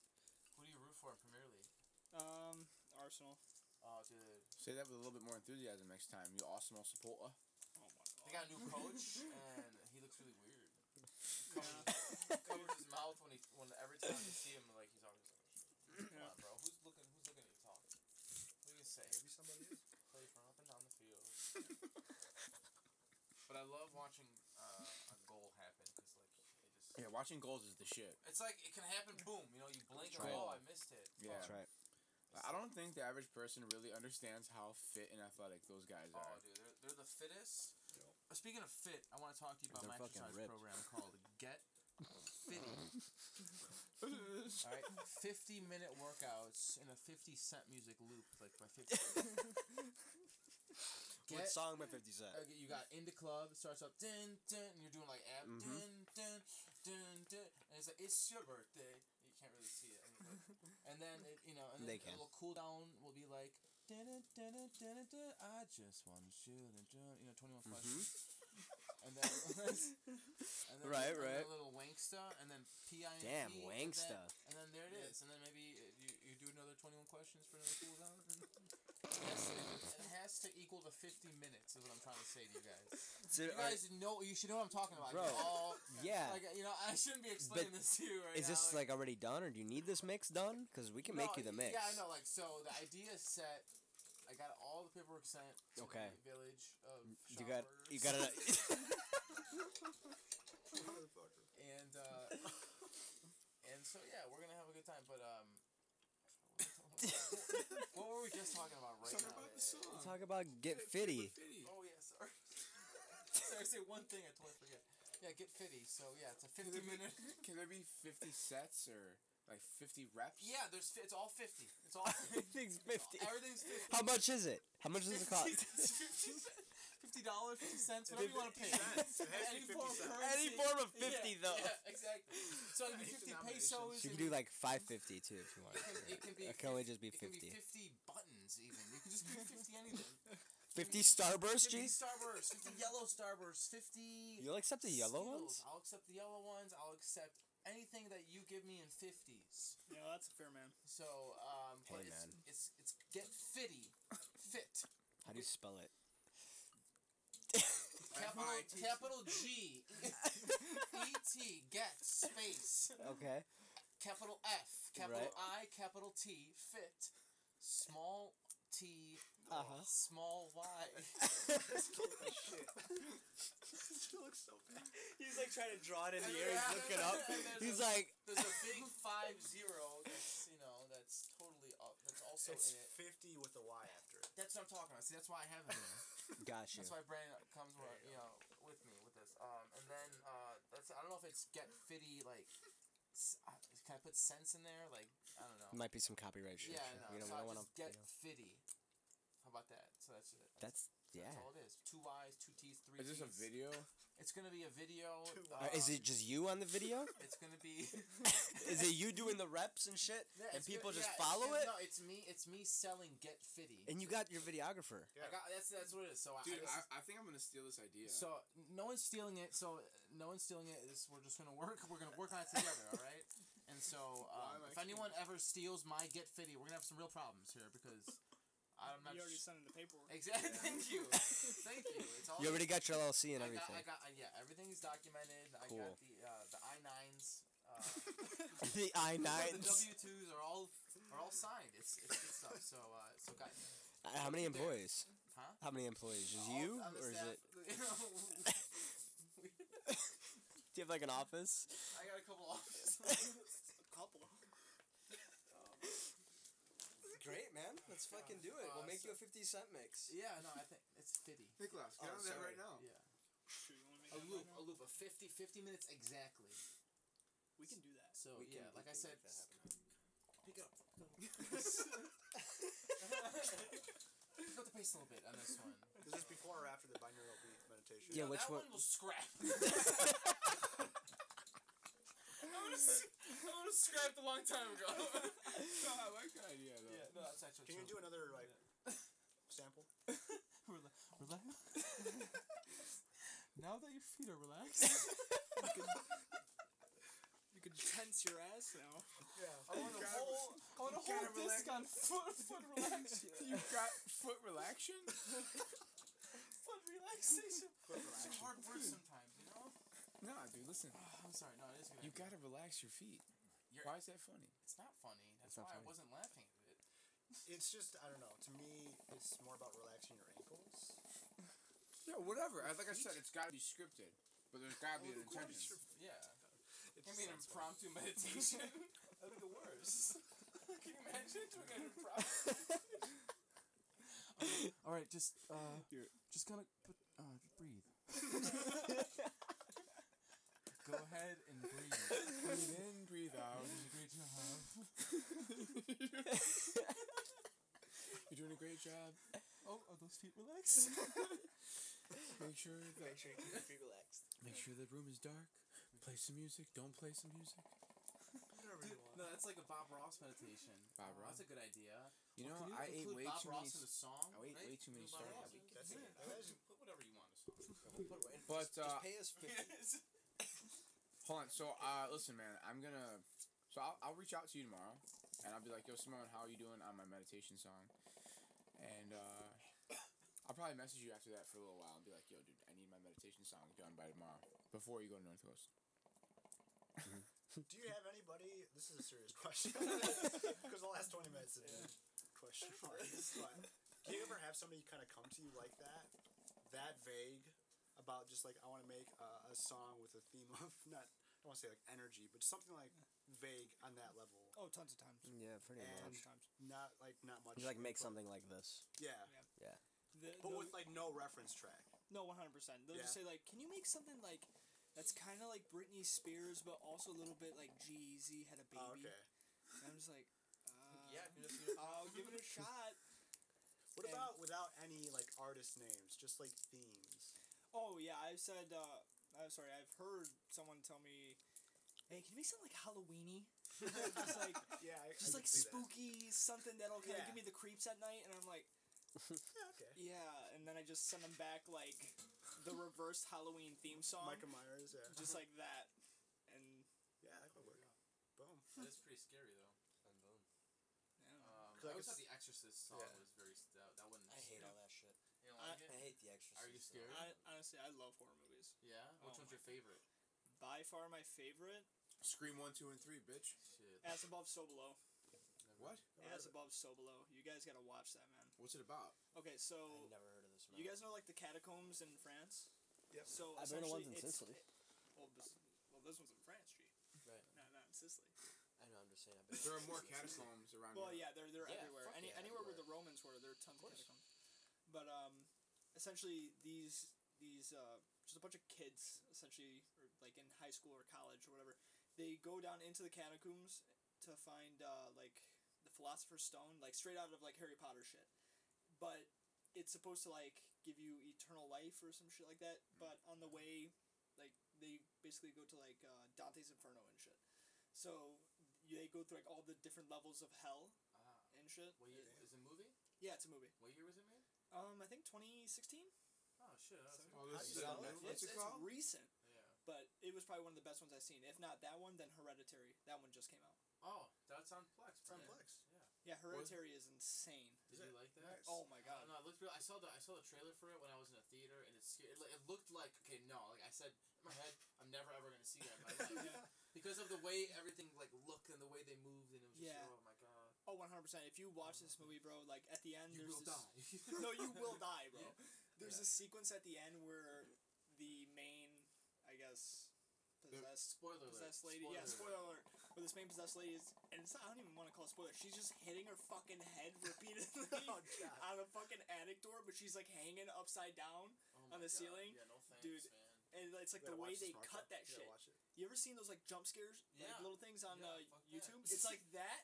Speaker 3: Who do you root for in Premier League?
Speaker 2: Um, Arsenal.
Speaker 3: Oh, dude.
Speaker 5: Say that with a little bit more enthusiasm next time. You Arsenal supporter.
Speaker 2: Oh my god.
Speaker 3: They got a new coach, and he looks really weird. Covers, covers his mouth when he when every time you see him, like he's always like, "Come on, bro. Who's looking? Who's looking at you talk? What do you say?
Speaker 7: Maybe somebody is.
Speaker 3: Play from up and down the field." but I love watching uh, a goal happen because, like, it just.
Speaker 5: Yeah, watching goals is the shit.
Speaker 3: It's like it can happen. Boom, you know, you blink and
Speaker 5: Right.
Speaker 3: oh, I missed it.
Speaker 5: Yeah.
Speaker 6: that's right.
Speaker 5: I don't think the average person really understands how fit and athletic those guys
Speaker 3: Oh,
Speaker 5: are.
Speaker 3: dude, they're, they're the fittest. Uh, Speaking of fit, I want to talk to you about
Speaker 6: They're
Speaker 3: my
Speaker 6: fucking
Speaker 3: exercise
Speaker 6: ripped.
Speaker 3: program called Get Fitty. All right, fifty minute workouts in a fifty cent music loop, like by fifty.
Speaker 6: What
Speaker 3: Get,
Speaker 6: song by Fifty Cent?
Speaker 3: okay, you got in the club. It starts up, dun, dun, and you're doing like ab,
Speaker 6: Mm-hmm.
Speaker 5: Mhm.
Speaker 3: dun, dun, dun, dun, and it's like it's your birthday. You can't really see it, I mean, but- and then it, you know, and then
Speaker 6: They
Speaker 3: it
Speaker 6: can.
Speaker 3: will cool down. Will be like, dun, dun, dun, dun, dun, dun, dun, I just want to shoot, and dun, you know, twenty one questions, and then. And then
Speaker 6: Mm-hmm. Right,
Speaker 3: and then
Speaker 6: right.
Speaker 3: A little Wangsta, and then PINT.
Speaker 6: Damn,
Speaker 3: and then-
Speaker 6: Wangsta.
Speaker 3: And then there it is. And then maybe uh, you, you do another 21 questions for another cool down. and- It has, to, it has to equal the 50 minutes, is what I'm trying to say to you guys.
Speaker 6: So,
Speaker 3: You
Speaker 6: all right,
Speaker 3: guys know, you should know what I'm talking about.
Speaker 6: Bro,
Speaker 3: You're all-
Speaker 6: yeah.
Speaker 3: Like, you know, I shouldn't be explaining this to you right
Speaker 6: Is
Speaker 3: now.
Speaker 6: this like already done, or do you need this mix done? Because we can make
Speaker 3: No,
Speaker 6: you the mix.
Speaker 3: Yeah, I know. Like, so the idea is set. I got all the paperwork sent. To
Speaker 6: Okay.
Speaker 3: The village of
Speaker 6: You got,
Speaker 3: Shopburgers.
Speaker 6: you got it.
Speaker 7: Motherfucker.
Speaker 3: and uh, and so yeah, we're gonna have a good time. But um, what were we just talking about right now?
Speaker 6: Talk about get fitty.
Speaker 3: Oh yeah, sorry. sorry, I say one thing I totally forget. Yeah, get fitty. So yeah, it's a
Speaker 5: Can
Speaker 3: fifty
Speaker 5: there, be,
Speaker 3: minute.
Speaker 5: can there be 50 sets or like 50 reps?
Speaker 3: Yeah, there's fi- it's all fifty. It's all 50.
Speaker 6: Everything's fifty.
Speaker 3: everything's fifty.
Speaker 6: How much is it? How much does it cost?
Speaker 3: Fifty dollars, fifty cents, whatever you want to pay.
Speaker 7: Cents. It has to be
Speaker 3: Any form
Speaker 7: 50 cents.
Speaker 6: Any form
Speaker 3: of currency.
Speaker 6: of
Speaker 3: Yeah,
Speaker 6: fifty though.
Speaker 3: Yeah, exactly. So it'd be
Speaker 5: Nice
Speaker 3: fifty
Speaker 5: denominations.
Speaker 6: You
Speaker 3: pesos. it'd
Speaker 6: can do
Speaker 3: be
Speaker 6: like five fifty too if you want.
Speaker 3: It can, it can be.
Speaker 6: It can only just be
Speaker 3: it can
Speaker 6: 50.
Speaker 3: 50 buttons, even. You can just do 50 anything.
Speaker 6: Fifty Starburst
Speaker 3: 50
Speaker 6: cheese.
Speaker 3: Starbursts, 50 yellow Starbursts, 50.
Speaker 6: You'll accept the yellow
Speaker 3: Skittles.
Speaker 6: ones.
Speaker 3: I'll accept the yellow ones. I'll accept anything that you give me in 50s.
Speaker 2: Yeah, that's a fair man.
Speaker 3: So, um,
Speaker 6: Hey,
Speaker 3: but it's,
Speaker 6: man.
Speaker 3: it's, it's get fitty. Fit.
Speaker 6: How do you spell it?
Speaker 3: Capital, capital G. E T. Get. Space.
Speaker 6: Okay.
Speaker 3: capital F, capital
Speaker 6: Right.
Speaker 3: I, capital T, fit, small t,
Speaker 6: Uh-huh.
Speaker 3: small y.
Speaker 7: She looks so bad.
Speaker 6: He's like trying to draw it in
Speaker 3: the air, he's looking up.
Speaker 6: He's like,
Speaker 3: There's a big five zero that's you know that's totally up. That's also
Speaker 7: It's
Speaker 3: in it.
Speaker 7: 50 with a Y after it.
Speaker 3: That's what I'm talking about. See, that's why I have it. in there.
Speaker 6: gotcha.
Speaker 3: That's why Brandon comes with you know with me with this. Um, and then uh, that's I don't know if it's get fitty like. s- I- Can I put sense in there? Like I don't know.
Speaker 6: Might be some copyright shit.
Speaker 3: yeah,
Speaker 6: shit.
Speaker 3: no.
Speaker 6: We don't,
Speaker 3: so
Speaker 6: we
Speaker 3: I
Speaker 6: don't want
Speaker 3: just
Speaker 6: to.
Speaker 3: get fitty. How about that? So that's it.
Speaker 6: That's yeah.
Speaker 3: That's all it is. Two Y's, two T's, three
Speaker 5: Is this a
Speaker 3: T's.
Speaker 5: video?
Speaker 3: It's gonna be a video.
Speaker 7: Two
Speaker 3: uh,
Speaker 6: Uh, is it just you on the video?
Speaker 3: It's gonna be.
Speaker 6: Is it you doing the reps and shit,
Speaker 3: Yeah,
Speaker 6: and
Speaker 3: it's gonna-
Speaker 6: people just
Speaker 3: yeah, it's
Speaker 6: follow
Speaker 3: gonna-
Speaker 6: it?
Speaker 3: No, it's me. It's me selling Get Fitty.
Speaker 6: And you got your videographer.
Speaker 3: I got, that's that's what it is. So I,
Speaker 5: Dude,
Speaker 3: this is-
Speaker 5: I, I think I'm going to steal this idea.
Speaker 3: so no one's stealing it. So uh, no one's stealing it. This we're just gonna work. We're gonna work on it together. all right. And so
Speaker 5: Why
Speaker 3: um,
Speaker 5: am I
Speaker 3: if anyone ever steals my Get Fitty, we're gonna have some real problems here because I'm not.
Speaker 2: You already
Speaker 3: sh-
Speaker 2: sent in the paperwork.
Speaker 3: exactly. Thank you. Thank you. It's all
Speaker 6: You already got your LLC and everything.
Speaker 3: I got, I got uh, yeah, everything's documented. I
Speaker 6: Cool.
Speaker 3: got the uh, the I nines. Uh, Uh,
Speaker 6: the I
Speaker 3: the
Speaker 6: nines.
Speaker 3: W twos are all are all signed. It's, it's good stuff. So uh, so guys,
Speaker 6: How many employees?
Speaker 3: Huh?
Speaker 6: How many employees? Is
Speaker 3: all-
Speaker 6: you
Speaker 3: I'm
Speaker 6: or
Speaker 3: the
Speaker 6: is
Speaker 3: staff-
Speaker 6: it? Do you have like an office?
Speaker 3: I got a couple offices.
Speaker 2: couple.
Speaker 4: Great, man. Let's fucking do it. We'll make you a 50 cent mix.
Speaker 3: yeah, no, I think it's fifty.
Speaker 5: Nicholas, get
Speaker 4: Oh,
Speaker 5: on that
Speaker 4: sorry.
Speaker 5: right now.
Speaker 3: Yeah.
Speaker 2: Sure, you wanna
Speaker 3: A
Speaker 2: make that
Speaker 3: loop,
Speaker 2: right
Speaker 3: a loop of 50, 50 minutes exactly.
Speaker 2: now? We can do that.
Speaker 3: So
Speaker 4: We
Speaker 3: yeah,
Speaker 4: can- we
Speaker 3: like I
Speaker 4: can
Speaker 3: said,
Speaker 4: make that happen.
Speaker 3: pick up. pick up the pace a little bit on this one.
Speaker 8: Is this before or after the binaural beat meditation?
Speaker 6: Yeah,
Speaker 3: No,
Speaker 6: which
Speaker 3: that
Speaker 6: one-
Speaker 3: one? will scrap. I would have scrapped a long time ago.
Speaker 5: I like that idea though.
Speaker 3: yeah, no, that's actually
Speaker 8: Can you do another like sample?
Speaker 3: Relax. now that your feet are relaxed.
Speaker 2: You can tense your ass now.
Speaker 3: I want to hold, I want to hold disc on foot, foot relaxation.
Speaker 5: You got foot relaxation?
Speaker 3: foot relaxation.
Speaker 5: foot
Speaker 3: It's a hard word sometimes, you know?
Speaker 5: No, dude, listen.
Speaker 3: I'm sorry, no, it is a good.
Speaker 5: You
Speaker 3: idea.
Speaker 5: gotta relax your feet.
Speaker 3: You're-
Speaker 5: Why is that funny?
Speaker 3: It's not funny. That's
Speaker 5: It's not
Speaker 3: why
Speaker 5: funny.
Speaker 3: I wasn't laughing at it.
Speaker 8: It's just I don't know. To me, it's more about relaxing your ankles.
Speaker 5: Yeah, whatever. I- Like I said, it's gotta be scripted. But there's gotta be an intention.
Speaker 3: Yeah.
Speaker 8: It
Speaker 3: I
Speaker 8: just
Speaker 3: mean,
Speaker 8: sounds funny.
Speaker 3: impromptu meditation. That'd be the worst. Can you imagine doing an impromptu? All right, just uh, just gonna put, uh, just breathe. Go ahead and breathe.
Speaker 5: Breathe in, breathe out.
Speaker 3: That was a great job.
Speaker 5: You're doing a great job.
Speaker 3: Oh, are those feet relaxed?
Speaker 5: Make sure that
Speaker 4: sure you keep your feet relaxed.
Speaker 5: make sure the room is dark. Play some music. Don't play some music.
Speaker 2: Whatever you want.
Speaker 3: no, that's like a Bob Ross meditation.
Speaker 5: Bob
Speaker 3: Oh, That's a good idea.
Speaker 5: You know,
Speaker 3: Can you
Speaker 5: I ate
Speaker 3: include
Speaker 5: way
Speaker 3: Bob
Speaker 5: too
Speaker 3: Ross
Speaker 5: many.
Speaker 3: in
Speaker 5: s-
Speaker 3: the song.
Speaker 5: I ate
Speaker 3: right?
Speaker 5: way too many
Speaker 3: Bob
Speaker 5: stars.
Speaker 3: Ross
Speaker 8: Yeah, we could
Speaker 3: in it?
Speaker 8: do that.
Speaker 3: Yeah, just Put whatever you want in the song.
Speaker 5: But uh,
Speaker 4: Just pay us 50.
Speaker 5: hold on. So uh, listen, man. I'm gonna. So I'll, I'll reach out to you tomorrow, and I'll be like, Yo, Simone, how are you doing on my meditation song? And uh, I'll probably message you after that for a little while and be like, Yo, dude, I need my meditation song done by tomorrow before you go to North Coast.
Speaker 8: Do you have anybody? This is a serious question. Because the last 20 minutes have been question for us. But do you ever have somebody kind of come to you like that? That vague about just like, I want to make a, a song with a theme of not, I don't want to say like energy, but something like vague on that level.
Speaker 2: Oh, tons of times.
Speaker 6: Yeah, pretty
Speaker 8: And
Speaker 2: Tons
Speaker 6: much.
Speaker 2: of times.
Speaker 8: Not like, not much.
Speaker 6: You like make
Speaker 8: input.
Speaker 6: something like this.
Speaker 8: Yeah.
Speaker 2: The-
Speaker 8: But
Speaker 2: the-
Speaker 8: with like no reference track.
Speaker 2: No, one hundred percent. They'll just say like, "Can you make something like that's kind of like Britney Spears, but also a little bit like Jeezy had a baby?"
Speaker 8: Oh, okay.
Speaker 2: And I'm just like, uh,
Speaker 3: Yeah, if you're just
Speaker 2: I'll give it a shot."
Speaker 8: What
Speaker 2: And-
Speaker 8: about without any like artist names, just like themes?
Speaker 2: Oh yeah, I've said. Uh, I'm sorry. I've heard someone tell me, "Hey, can you make something like Halloweeny?" just like,
Speaker 8: Yeah. I, I
Speaker 2: just
Speaker 8: could
Speaker 2: like
Speaker 8: see that.
Speaker 2: spooky something that'll kind of
Speaker 8: Yeah.
Speaker 2: give me the creeps at night, and I'm like,
Speaker 8: Yeah, okay.
Speaker 2: "Yeah," and then I just send them back like the reversed Halloween theme song,
Speaker 8: Micah Myers, yeah.
Speaker 2: just like that, and.
Speaker 8: Yeah, that could work. Boom.
Speaker 3: That's pretty scary though. Um,
Speaker 8: Cause I
Speaker 3: I
Speaker 8: could
Speaker 3: always thought the Exorcist song
Speaker 4: Yeah.
Speaker 3: was very s- that, that one.
Speaker 4: I hate all that shit.
Speaker 3: You don't
Speaker 2: I-
Speaker 3: like
Speaker 4: I
Speaker 3: it?
Speaker 4: hate the extras.
Speaker 3: Are you scared?
Speaker 2: I honestly, I love horror movies.
Speaker 3: Yeah. Which
Speaker 2: Oh
Speaker 3: one's
Speaker 2: my
Speaker 3: your favorite?
Speaker 2: By far, my favorite.
Speaker 5: Scream one, two, and three, bitch.
Speaker 3: Shit.
Speaker 2: As above, so below.
Speaker 3: never-
Speaker 5: What?
Speaker 2: As above, so below. You guys gotta watch that, man.
Speaker 5: What's it about?
Speaker 2: Okay, so
Speaker 4: I've never heard of this.
Speaker 2: you guys know like the catacombs in France.
Speaker 8: Yep.
Speaker 2: So
Speaker 6: I've been to ones
Speaker 2: essentially
Speaker 6: in
Speaker 2: it's-
Speaker 6: Sicily.
Speaker 2: Well, this, well, this one's in France, G.
Speaker 4: Right.
Speaker 2: No, not in Sicily.
Speaker 4: I know. I'm just saying.
Speaker 5: There are more catacombs around.
Speaker 2: Well,
Speaker 5: here.
Speaker 2: yeah, they're they're
Speaker 4: Yeah,
Speaker 2: everywhere.
Speaker 4: fuck
Speaker 2: Any
Speaker 4: yeah,
Speaker 2: anywhere where the
Speaker 4: everywhere.
Speaker 2: Romans were, there are tons of,
Speaker 4: course.
Speaker 2: catacombs. But um, essentially these these uh, just a bunch of kids essentially, or like in high school or college or whatever, they go down into the catacombs to find uh, like the Philosopher's Stone, like straight out of like Harry Potter shit. But it's supposed to like give you eternal life or some shit like that.
Speaker 4: Hmm.
Speaker 2: But on the way, like they basically go to like uh, Dante's Inferno and shit. So you- they go through like all the different levels of hell
Speaker 3: Ah.
Speaker 2: and shit.
Speaker 3: What year is it a movie?
Speaker 2: Yeah, it's a movie.
Speaker 3: What year was it made?
Speaker 2: Um, I think 2016.
Speaker 3: Oh shit. I was
Speaker 2: Seven-
Speaker 5: Oh,
Speaker 3: thinking-
Speaker 5: this
Speaker 8: How do
Speaker 5: is
Speaker 8: you
Speaker 5: on
Speaker 8: spell it?
Speaker 5: Netflix? What's
Speaker 2: it's,
Speaker 5: it
Speaker 2: it's
Speaker 5: called?
Speaker 2: recent,
Speaker 3: Yeah.
Speaker 2: but it was probably one of the best ones I've seen. If not that one, then Hereditary. That one just came out.
Speaker 3: Oh, that's on Plex.
Speaker 8: It's on
Speaker 3: right?
Speaker 8: Plex.
Speaker 2: Yeah, Hereditary is insane.
Speaker 3: Did you like that?
Speaker 2: Oh
Speaker 3: I
Speaker 2: my
Speaker 3: don't
Speaker 2: god.
Speaker 3: know. It looked real. I saw the I saw the trailer for it when I was in a theater, and it scared. It, it looked like okay, no, like I said in my head, I'm never ever gonna see that. in my life. because of the way everything like looked and the way they moved, and it was just
Speaker 2: Yeah.
Speaker 3: oh my god,
Speaker 2: Oh, 100%. If you watch this movie, bro, like at the end,
Speaker 3: you
Speaker 2: there's
Speaker 3: will
Speaker 2: this,
Speaker 3: die.
Speaker 2: no, you will die, bro.
Speaker 3: Yeah.
Speaker 2: There's a sequence at the end where the main, I guess, possessed
Speaker 3: Spoiler alert.
Speaker 2: possessed lady. yeah, spoiler alert. But this main possessed lady is, and it's not, I don't even want to call it spoiler. She's just hitting her fucking head repeatedly
Speaker 8: Oh, God.
Speaker 2: on a fucking attic door, but she's like hanging upside down,
Speaker 3: Oh
Speaker 2: on
Speaker 3: my
Speaker 2: the
Speaker 3: God.
Speaker 2: ceiling.
Speaker 3: Yeah, no thanks,
Speaker 2: Dude.
Speaker 3: man.
Speaker 2: and it's like
Speaker 8: You gotta
Speaker 2: the
Speaker 8: watch
Speaker 2: way
Speaker 8: this,
Speaker 2: they
Speaker 8: Marco.
Speaker 2: cut that
Speaker 8: You gotta
Speaker 2: shit.
Speaker 8: watch it.
Speaker 2: You ever seen those like jump scares,
Speaker 3: Yeah.
Speaker 2: like little things on
Speaker 3: Yeah,
Speaker 2: uh,
Speaker 3: fuck yeah.
Speaker 2: YouTube? It's like that,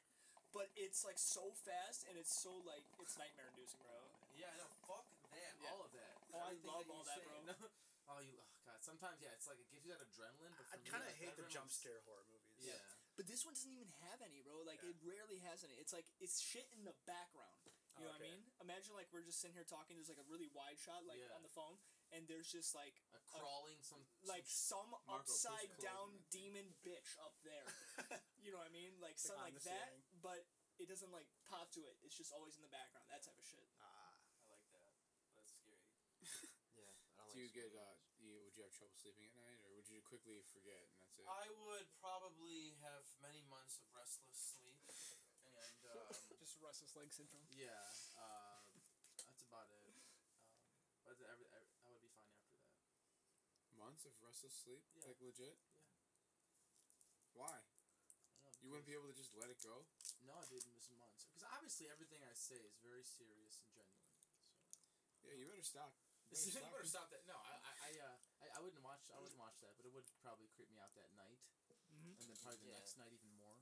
Speaker 2: but it's like so fast and it's so like it's nightmare inducing, bro.
Speaker 3: Yeah, no, fuck that.
Speaker 2: Yeah.
Speaker 3: All of that.
Speaker 2: Oh, I
Speaker 3: Everything
Speaker 2: love
Speaker 3: you
Speaker 2: all that,
Speaker 3: say.
Speaker 2: bro.
Speaker 3: No. Oh, you. Oh, God. Sometimes, yeah, it's like it gives you that adrenaline. But
Speaker 8: I
Speaker 3: for me,
Speaker 8: kind of
Speaker 3: like,
Speaker 8: hate the
Speaker 3: adrenaline's-
Speaker 8: jump scare horror movies.
Speaker 3: Yeah.
Speaker 2: But this one doesn't even have any, bro. Like
Speaker 8: Yeah.
Speaker 2: it rarely has any. It's like it's shit in the background. You
Speaker 8: Oh,
Speaker 2: know
Speaker 8: okay.
Speaker 2: what I mean? Imagine like we're just sitting here talking. There's like a really wide shot, like
Speaker 3: Yeah.
Speaker 2: on the phone, and there's just like
Speaker 3: A crawling some
Speaker 2: like some
Speaker 3: Marco, please
Speaker 2: upside
Speaker 3: call
Speaker 2: down demon bitch up there. you know what I mean? Like
Speaker 8: on
Speaker 2: something like
Speaker 8: the
Speaker 2: that,
Speaker 8: ceiling.
Speaker 2: but it doesn't like pop to it. It's just always in the background. That type of shit.
Speaker 8: Ah,
Speaker 3: I like that. That's scary.
Speaker 4: Yeah, I don't
Speaker 5: Do
Speaker 4: like
Speaker 5: you get uh? You, would you have trouble sleeping at night, or would you quickly forget and that's it?
Speaker 3: I would probably have many months of restless sleep, and um,
Speaker 2: Just restless leg syndrome.
Speaker 3: yeah, uh, that's about it. Um, but the- every, every, I would be fine after that.
Speaker 5: Months of restless sleep,
Speaker 3: Yeah.
Speaker 5: like legit.
Speaker 3: Yeah.
Speaker 5: Why?
Speaker 3: I don't know,
Speaker 5: You wouldn't be
Speaker 3: because-
Speaker 5: able to just let it go.
Speaker 3: No, I didn't miss months because obviously everything I say is very serious and genuine. So.
Speaker 5: Yeah, you better stop.
Speaker 3: you
Speaker 5: stop.
Speaker 3: better stop that. No, I, I, I, uh, I, I wouldn't watch. I wouldn't watch that, but it would probably creep me out that night,
Speaker 2: Mhm.
Speaker 3: and then probably the
Speaker 4: Yeah.
Speaker 3: next night even more,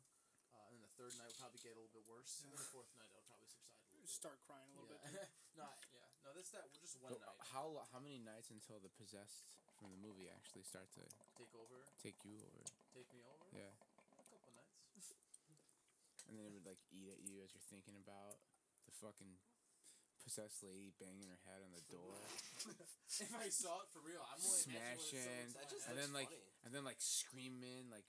Speaker 3: uh, and then the third night would probably get a little bit worse, and then the fourth night it'll probably subside a little bit.
Speaker 2: Start crying a little bit.
Speaker 3: yeah. no, I, yeah, no, that's that. Well, just one
Speaker 5: So, uh,
Speaker 3: night
Speaker 5: How lo- how many nights until the possessed from the movie actually start to
Speaker 3: take over,
Speaker 5: take you over?
Speaker 3: take me over.
Speaker 5: Yeah,
Speaker 3: a couple nights.
Speaker 5: and then it would like eat at you as you're thinking about the fucking possessed lady banging her head on the door,
Speaker 3: if I saw it for real, I'm only
Speaker 5: smashing,
Speaker 4: That just
Speaker 5: and then
Speaker 4: looks
Speaker 5: like
Speaker 4: funny.
Speaker 5: and then like screaming like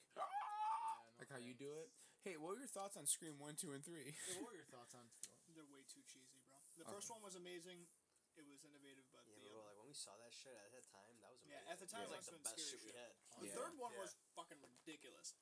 Speaker 5: like how you do it. Hey, what were your thoughts on Scream one, two, and three?
Speaker 3: What were your thoughts on?
Speaker 2: They're way too cheesy, bro.
Speaker 5: Okay.
Speaker 2: The first one was amazing. It was innovative, but
Speaker 4: Yeah,
Speaker 2: the
Speaker 4: but
Speaker 2: other
Speaker 4: like when we saw that shit at that time, that was
Speaker 2: Yeah,
Speaker 4: amazing.
Speaker 2: at the time,
Speaker 4: it was like the
Speaker 2: that was
Speaker 4: best
Speaker 2: scary
Speaker 4: shit
Speaker 2: Oh,
Speaker 4: we
Speaker 2: shit.
Speaker 4: had.
Speaker 2: The
Speaker 5: Yeah.
Speaker 2: third one
Speaker 4: Yeah.
Speaker 2: was fucking ridiculous.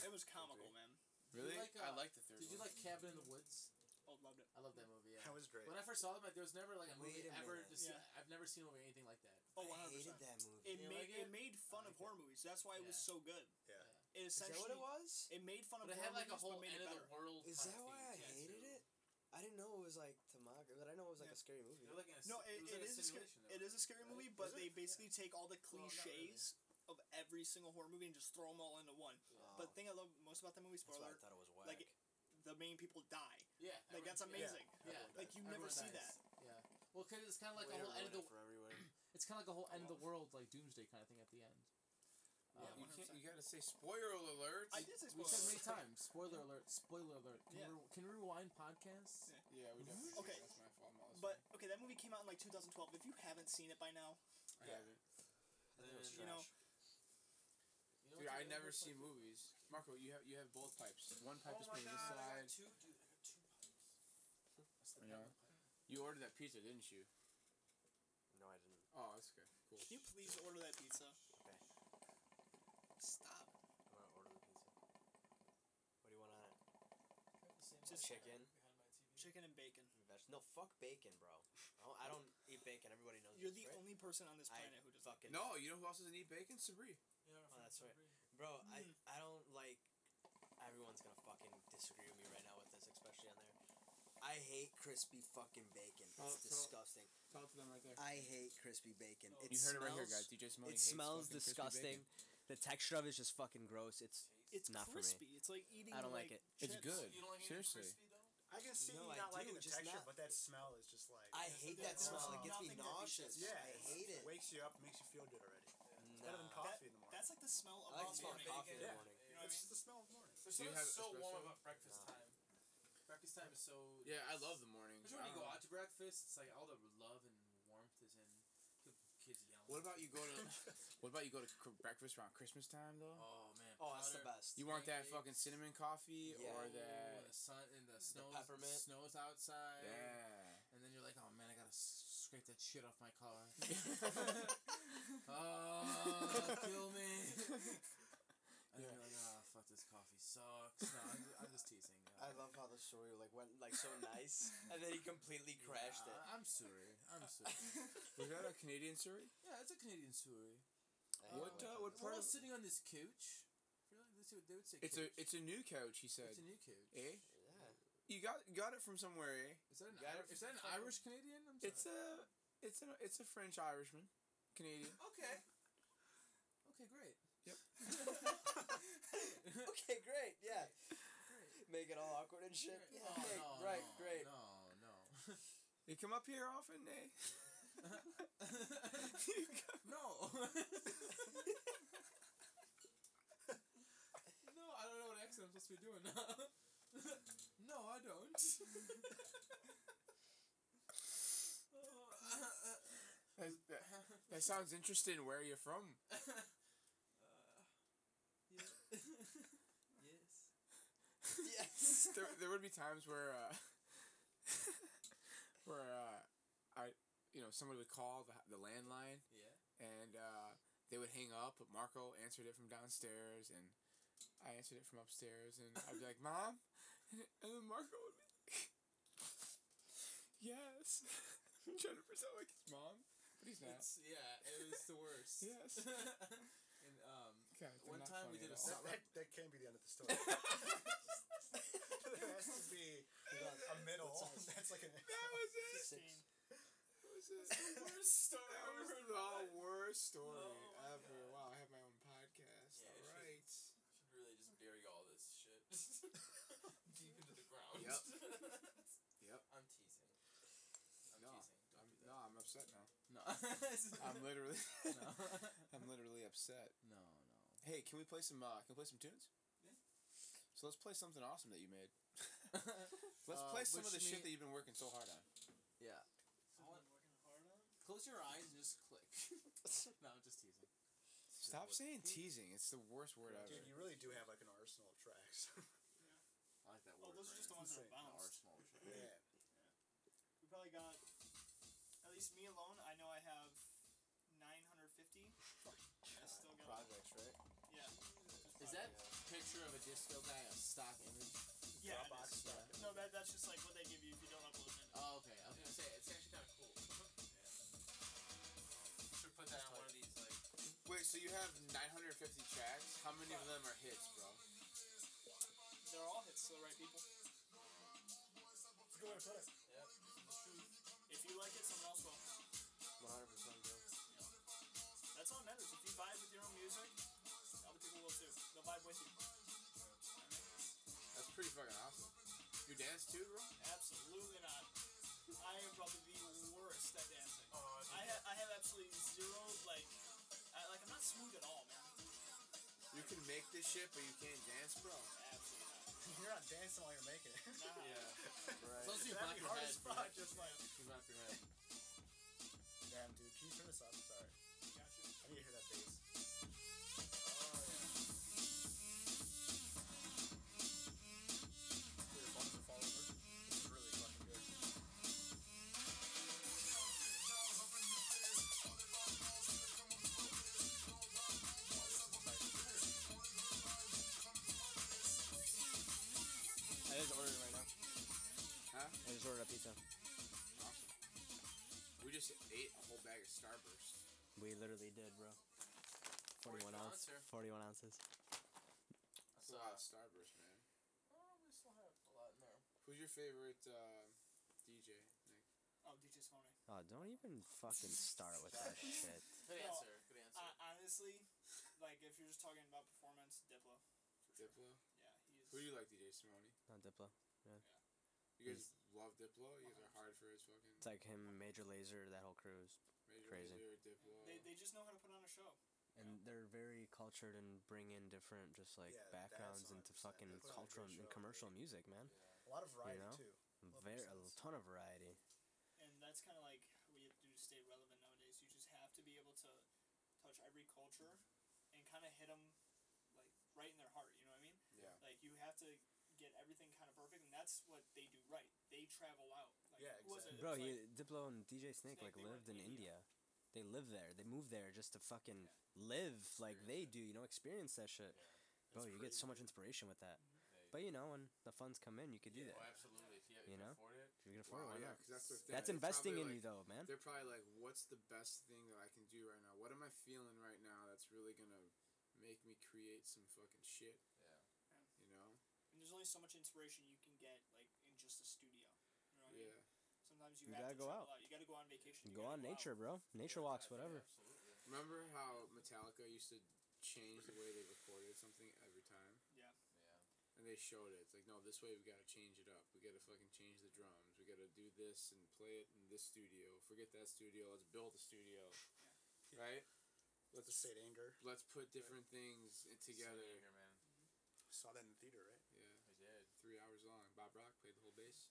Speaker 2: It was comical, man.
Speaker 5: Really?
Speaker 3: like,
Speaker 5: I
Speaker 3: uh,
Speaker 5: like the third
Speaker 3: Did you
Speaker 5: one.
Speaker 3: like Cabin in the Woods?
Speaker 2: Oh, loved it.
Speaker 3: I love that movie. Yeah.
Speaker 8: that was great.
Speaker 3: When I first saw them, like there was never like a movie
Speaker 4: Wait a
Speaker 3: ever.
Speaker 4: minute.
Speaker 3: Just,
Speaker 2: Yeah.
Speaker 3: I've never seen a movie anything like that.
Speaker 2: Oh,
Speaker 4: I
Speaker 2: 100%.
Speaker 4: hated that movie.
Speaker 2: It
Speaker 3: You
Speaker 2: made
Speaker 3: like it?
Speaker 2: it? made fun
Speaker 3: I
Speaker 2: of
Speaker 3: like
Speaker 2: horror movies. That's why it was so good.
Speaker 8: Yeah.
Speaker 2: It
Speaker 4: Is that
Speaker 2: essentially
Speaker 4: what it was?
Speaker 2: it made fun of
Speaker 3: But it
Speaker 2: horror
Speaker 3: had like a
Speaker 2: movies,
Speaker 3: whole
Speaker 2: but made
Speaker 3: end
Speaker 2: it
Speaker 3: of
Speaker 2: better.
Speaker 3: the world.
Speaker 4: Is
Speaker 3: kinda
Speaker 4: that why I
Speaker 3: thing, yeah,
Speaker 4: hated
Speaker 3: too.
Speaker 4: it? I didn't know it was like Tamago, but I know it was like a scary movie.
Speaker 3: They're like in a,
Speaker 2: No,
Speaker 3: si-
Speaker 2: it,
Speaker 3: was
Speaker 2: it
Speaker 3: like
Speaker 2: is a scary.
Speaker 3: simulation,
Speaker 2: It
Speaker 3: though.
Speaker 2: is a scary
Speaker 3: Right?
Speaker 2: movie,
Speaker 3: Was
Speaker 2: but
Speaker 3: it?
Speaker 2: they basically take all the
Speaker 3: Well, not really.
Speaker 2: cliches of every single horror movie and just throw them all into one.
Speaker 4: Oh,
Speaker 2: But the thing I love most about that movie,
Speaker 4: that's why
Speaker 2: spoiler,
Speaker 4: I thought it was whack.
Speaker 2: like the main people die.
Speaker 3: Yeah, everyone-
Speaker 2: Like that's
Speaker 3: yeah.
Speaker 2: amazing.
Speaker 3: Yeah,
Speaker 8: Everyone
Speaker 2: Like
Speaker 8: dies.
Speaker 2: you never
Speaker 3: Everyone
Speaker 2: see
Speaker 3: dies.
Speaker 2: that.
Speaker 3: Yeah. Well, 'cause it's kind of like
Speaker 4: Way to
Speaker 3: a whole end
Speaker 4: ruin
Speaker 3: of the.
Speaker 4: it for everyone.
Speaker 3: It's kind of like a whole end of the world like doomsday kind of thing at the end.
Speaker 2: Yeah,
Speaker 5: you
Speaker 3: Um,
Speaker 2: one-
Speaker 5: can't. You gotta say spoiler alert.
Speaker 2: I did say
Speaker 3: we
Speaker 2: spoiler.
Speaker 3: said many
Speaker 2: alert.
Speaker 3: times. Spoiler alert! Spoiler alert! Can,
Speaker 2: Yeah.
Speaker 3: we, re- can we rewind podcasts?
Speaker 2: Yeah.
Speaker 5: yeah, we definitely. should.
Speaker 2: Okay.
Speaker 5: That's my fault. I'm
Speaker 2: But okay, that movie came out in like 2012. If you haven't seen it by now,
Speaker 5: I haven't.
Speaker 4: I think it was
Speaker 2: you know,
Speaker 4: trash.
Speaker 3: You know
Speaker 5: Dude,
Speaker 3: what's
Speaker 5: I
Speaker 3: a-
Speaker 5: never
Speaker 3: what's
Speaker 5: see
Speaker 3: like-
Speaker 5: movies. Marco, you have you have both pipes. One pipe
Speaker 3: Oh
Speaker 5: is
Speaker 3: my
Speaker 5: for this
Speaker 3: God, I got
Speaker 5: side.
Speaker 3: two, dude, I got two pipes. That's the
Speaker 5: Yeah.
Speaker 3: pepper pipe.
Speaker 5: You ordered that pizza, didn't you?
Speaker 4: No, I didn't.
Speaker 5: Oh, that's good. Cool.
Speaker 2: can you please order that pizza?
Speaker 4: Okay.
Speaker 2: Stop.
Speaker 4: I'm gonna order the pizza. What do you want on it?
Speaker 3: I got the same one
Speaker 2: Just
Speaker 4: chicken.
Speaker 3: behind my TV.
Speaker 2: Chicken and bacon.
Speaker 4: Veg- No, fuck bacon, bro. I don't, I don't eat bacon. Everybody knows.
Speaker 2: You're
Speaker 4: this,
Speaker 2: the
Speaker 4: right?
Speaker 2: only person on this
Speaker 4: I
Speaker 2: planet who does that.
Speaker 4: fucking
Speaker 5: No, you know who else doesn't eat bacon? Sabri.
Speaker 3: Yeah,
Speaker 4: Oh, that's
Speaker 3: from
Speaker 4: right. Bro, I,
Speaker 2: Mm.
Speaker 4: I don't like. Everyone's gonna fucking disagree with me right now with this, especially on there. I hate crispy fucking bacon. It's
Speaker 5: Oh, so-
Speaker 4: disgusting.
Speaker 5: Talk to them right there.
Speaker 4: I hate crispy bacon.
Speaker 2: No.
Speaker 4: It
Speaker 5: you heard it right here, guys.
Speaker 4: smells-
Speaker 5: DJ Simone
Speaker 4: It
Speaker 5: hates
Speaker 4: smells
Speaker 5: fucking crispy
Speaker 4: disgusting.
Speaker 5: bacon.
Speaker 4: The texture of it is just fucking gross. It's
Speaker 2: It's
Speaker 4: Not for me.
Speaker 2: crispy. It's like eating.
Speaker 4: I don't like it.
Speaker 5: It's
Speaker 2: chips.
Speaker 5: good.
Speaker 3: You don't like anything
Speaker 5: Seriously.
Speaker 3: crispy, though?
Speaker 8: I can see
Speaker 4: No,
Speaker 8: you
Speaker 4: I
Speaker 8: not liking
Speaker 4: do,
Speaker 8: the
Speaker 4: just
Speaker 8: texture,
Speaker 4: not-
Speaker 8: but that smell is just like
Speaker 4: I hate that smell.
Speaker 8: Oh.
Speaker 4: It gets me
Speaker 2: Nothing that we
Speaker 4: nauseous.
Speaker 2: should-
Speaker 8: yeah,
Speaker 4: I hate it.
Speaker 8: Wakes you up, makes you feel good already. It's better than
Speaker 4: Nah.
Speaker 8: coffee in the morning.
Speaker 2: That's like the smell of
Speaker 4: I like
Speaker 2: raw
Speaker 4: to smell
Speaker 2: bacon.
Speaker 4: coffee in the
Speaker 8: Yeah.
Speaker 4: morning.
Speaker 3: Oh, You know
Speaker 8: it's the smell of morning.
Speaker 3: There's
Speaker 5: Do you
Speaker 3: something
Speaker 5: have
Speaker 3: so warm
Speaker 5: espresso?
Speaker 3: about breakfast
Speaker 4: No.
Speaker 3: time. Breakfast time is so.
Speaker 5: Yeah, I love the mornings.
Speaker 3: Especially when
Speaker 5: I
Speaker 3: you go
Speaker 5: don't
Speaker 3: out to breakfast, it's like all the love and warmth is in the kids yelling.
Speaker 5: know. What about you go to? what about you go to cr- breakfast around Christmas time though?
Speaker 3: Oh man.
Speaker 4: Oh, that's the
Speaker 3: powder.
Speaker 4: best.
Speaker 5: you want that
Speaker 3: pancakes.
Speaker 5: fucking cinnamon coffee
Speaker 4: Yeah.
Speaker 5: or
Speaker 3: Ooh,
Speaker 5: that?
Speaker 3: the sun and the snow.
Speaker 4: peppermint.
Speaker 3: Snow's outside.
Speaker 5: Yeah.
Speaker 3: And then you're like, oh man, I gotta s- scrape that shit off my car.
Speaker 5: yeah.
Speaker 3: oh, kill me. And then
Speaker 5: Yeah.
Speaker 3: you're like, oh sucks. No, I'm, I'm just teasing. No.
Speaker 6: I love how the story like went like so nice, and then he completely crashed
Speaker 3: Yeah,
Speaker 6: it.
Speaker 3: I- I'm sorry. I'm sorry.
Speaker 5: Was that a Canadian story?
Speaker 3: yeah, it's a Canadian story.
Speaker 5: What, uh, what
Speaker 3: We're
Speaker 5: part
Speaker 3: all
Speaker 5: of-
Speaker 3: sitting on this couch. Really? They say- they would say
Speaker 5: It's a
Speaker 3: couch.
Speaker 5: it's a new couch. He said.
Speaker 3: It's a new couch.
Speaker 5: eh?
Speaker 6: Yeah.
Speaker 5: You got got it from somewhere. Eh?
Speaker 3: Is that an,
Speaker 6: Got it
Speaker 3: Ir- is that an
Speaker 6: from-
Speaker 3: Irish Canadian? I'm sorry.
Speaker 5: It's a it's a it's a French Irishman, Canadian.
Speaker 3: okay. Okay, great.
Speaker 5: Yep.
Speaker 6: okay, great. Yeah.
Speaker 3: Great.
Speaker 6: Make it all awkward and shit.
Speaker 3: Great.
Speaker 6: Yeah.
Speaker 3: Oh,
Speaker 6: great, right.
Speaker 3: no, no,
Speaker 6: Great.
Speaker 3: No, no.
Speaker 5: You come up here often, eh? You come-
Speaker 3: no. no, I don't know what accent I'm supposed to be doing now. no, I don't.
Speaker 5: that, that, that sounds interesting. Where are you from?
Speaker 3: Uh, yes.
Speaker 6: Yes.
Speaker 5: there, there would be times where uh, where uh, I you know somebody would call the, the landline
Speaker 3: Yeah.
Speaker 5: and uh, they would hang up, but Marco answered it from downstairs and I answered it from upstairs and I'd be like, "Mom," and, and then Marco would be like, "Yes," trying to pretend like it's mom, but he's not.
Speaker 3: It's, yeah, it was the worst.
Speaker 5: Yes.
Speaker 3: and um,
Speaker 5: God, they're
Speaker 3: one
Speaker 5: not
Speaker 3: time we
Speaker 5: funny
Speaker 3: did
Speaker 5: at
Speaker 3: a
Speaker 5: all.
Speaker 3: set-
Speaker 8: That, that, that can't be the end of the story. there has to be a middle. That's like an.
Speaker 5: That was it.
Speaker 6: Six.
Speaker 5: That was it. worst story. That was the worst story ever. Wow, I have my own
Speaker 3: Oh
Speaker 5: podcast.
Speaker 3: Yeah,
Speaker 5: all
Speaker 3: it's just-
Speaker 5: right.
Speaker 3: should really just bury all this shit deep into the ground.
Speaker 5: Yep. Yep.
Speaker 3: I'm teasing. I'm
Speaker 5: No,
Speaker 3: teasing. Don't
Speaker 5: I'm,
Speaker 3: do
Speaker 5: no,
Speaker 3: that.
Speaker 5: I'm upset now.
Speaker 3: No.
Speaker 5: I'm literally,
Speaker 3: no.
Speaker 5: I'm literally upset.
Speaker 3: no, no.
Speaker 5: Hey, can we play some? Uh, can we play some tunes? So let's play something awesome that you made. Let's
Speaker 3: Uh,
Speaker 5: play some of
Speaker 3: wish
Speaker 5: the shit
Speaker 3: me-
Speaker 5: that you've been working so hard on.
Speaker 3: yeah.
Speaker 2: I've been working hard on. it.
Speaker 3: Close your eyes and just click. no, I'm just teasing.
Speaker 5: Stop saying teasing. It's the worst word ever.
Speaker 8: Dude, you really do have like an arsenal of tracks.
Speaker 3: I like that
Speaker 2: Oh,
Speaker 3: word.
Speaker 2: those are just the
Speaker 3: Brandon.
Speaker 2: ones that
Speaker 8: Insane.
Speaker 3: The
Speaker 2: bounce.
Speaker 3: arsenal.
Speaker 8: Man,
Speaker 2: We probably got, at least me alone, I know I have 950. I still got.
Speaker 6: Uh, Projects, right?
Speaker 2: Yeah.
Speaker 3: Is that picture of a disco guy a stock image?
Speaker 2: Yeah. it
Speaker 8: Dropbox
Speaker 2: is.
Speaker 8: stuff.
Speaker 2: No, that, that's just like what they give you if you don't upload it.
Speaker 3: Oh, okay. I was gonna say it's actually kind of cool. Should put that on one of these like.
Speaker 5: Wait, so you have 950 tracks? How many of them are hits, bro?
Speaker 2: They're all hits to the right people.
Speaker 8: It's a good way to put it.
Speaker 2: If you like it, someone else will.
Speaker 6: 100 percent, bro.
Speaker 2: That's all that matters. If you vibe with your own music, other people will too. They'll vibe with you.
Speaker 5: That's pretty fucking awesome. You dance too, bro?
Speaker 2: Absolutely not. I am probably the worst at dancing.
Speaker 3: Oh,
Speaker 2: I, ha- I have absolutely zero, like, I, like I'm not smooth at all, man.
Speaker 5: You can make this shit, but you can't dance, bro.
Speaker 2: Absolutely
Speaker 8: You're not dancing while you're making it.
Speaker 2: not. Nah.
Speaker 3: As long as you
Speaker 8: That'd be
Speaker 3: rock your
Speaker 8: hard
Speaker 3: head.
Speaker 8: as
Speaker 3: bro.
Speaker 8: fuck. Just like,
Speaker 3: You rock your head.
Speaker 8: damn, dude, can you turn this up? I'm sorry.
Speaker 2: Gotcha.
Speaker 8: I need to hear that bass. Dude, if I'm to fall over, it's really fucking good.
Speaker 6: I just ordered it right now.
Speaker 5: Huh?
Speaker 6: I just ordered a pizza.
Speaker 5: We just ate a whole bag of Starburst.
Speaker 6: We literally did, bro. 41
Speaker 3: Forty-one
Speaker 6: ounce.
Speaker 3: ouncer.
Speaker 6: 41 ounces.
Speaker 5: That's a lot of Starburst, man.
Speaker 3: we still have a lot in there.
Speaker 5: Who's your favorite uh, DJ? Nick?
Speaker 2: Oh, DJ Sony.
Speaker 6: Oh, don't even fucking start with that shit.
Speaker 3: Good
Speaker 2: No,
Speaker 3: answer. Good answer.
Speaker 2: Uh, honestly, like if you're just talking about performance, Diplo.
Speaker 5: Diplo.
Speaker 2: Yeah, he's.
Speaker 5: Who do you like, DJ Simone?
Speaker 6: Not Diplo.
Speaker 5: You guys love Diplo. You guys are hard for his fucking
Speaker 6: It's like him, Major Laser, that whole crew's.
Speaker 5: major
Speaker 6: crazy.
Speaker 5: laser, Diplo.
Speaker 2: They, they just know how to put on a show.
Speaker 6: And they're very cultured and bring in different, just like
Speaker 8: Yeah, that's
Speaker 6: backgrounds into
Speaker 8: 100%.
Speaker 6: fucking
Speaker 8: That's what I'm
Speaker 6: cultural and,
Speaker 8: pretty
Speaker 6: and
Speaker 8: sure.
Speaker 6: commercial music, man.
Speaker 8: A lot of variety
Speaker 6: know?
Speaker 8: too.
Speaker 6: Very
Speaker 8: 100%.
Speaker 6: a ton of variety.
Speaker 2: And that's kind of like what you have to do to stay relevant nowadays. You just have to be able to touch every culture and kind of hit them like right in their heart. You know what I mean?
Speaker 5: Yeah.
Speaker 2: Like you have to get everything kind of perfect, and that's what they do right. They travel out. Like,
Speaker 8: Yeah,
Speaker 2: who was it? It
Speaker 6: Bro,
Speaker 2: was
Speaker 6: he,
Speaker 2: like-
Speaker 6: Diplo and DJ Snake
Speaker 2: Snake,
Speaker 6: like
Speaker 2: they were
Speaker 6: lived in
Speaker 2: in India.
Speaker 6: India. They live there. They moved there just to fucking live like they do. You know, experience that shit. Bro, you get so much inspiration with that. But you know, when the funds come in, you could do
Speaker 3: Oh,
Speaker 6: that.
Speaker 3: absolutely. If you, if
Speaker 6: You
Speaker 3: you
Speaker 6: know?
Speaker 3: afford it.
Speaker 6: If you can afford it,
Speaker 5: Wow,
Speaker 6: why
Speaker 5: Oh, yeah,
Speaker 6: not?
Speaker 5: 'cause that's their thing.
Speaker 6: That's
Speaker 5: They're
Speaker 6: investing in
Speaker 5: probably
Speaker 6: you, though, man.
Speaker 5: They're probably like, what's the best thing that I can do right now? What am I feeling right now that's really gonna make me create some fucking shit?
Speaker 3: Yeah.
Speaker 5: You know?
Speaker 2: And there's only so much inspiration you can get like in just a studio. You know what I mean?
Speaker 5: Yeah.
Speaker 2: Sometimes you,
Speaker 6: You
Speaker 2: have
Speaker 6: gotta
Speaker 2: to
Speaker 6: go
Speaker 2: travel
Speaker 6: out.
Speaker 2: You gotta go on vacation. you
Speaker 6: Go
Speaker 2: gotta
Speaker 6: on
Speaker 2: out.
Speaker 6: nature, bro. Nature
Speaker 3: Yeah,
Speaker 6: walks,
Speaker 3: I think
Speaker 6: whatever.
Speaker 3: Absolutely.
Speaker 5: Remember how Metallica used to change the way they recorded something every time?
Speaker 3: Yeah.
Speaker 5: And they showed it. It's like, no, this way we gotta change it up. We gotta fucking change the drums. We gotta do this and play it in this studio. Forget that studio. Let's build a studio. Right?
Speaker 8: Let's just say it anger.
Speaker 5: Let's put different things in- together.
Speaker 3: Singer, man.
Speaker 8: Saw that in the theater, right?
Speaker 5: Yeah.
Speaker 3: We did.
Speaker 5: three hours long. Bob Rock played the whole bass.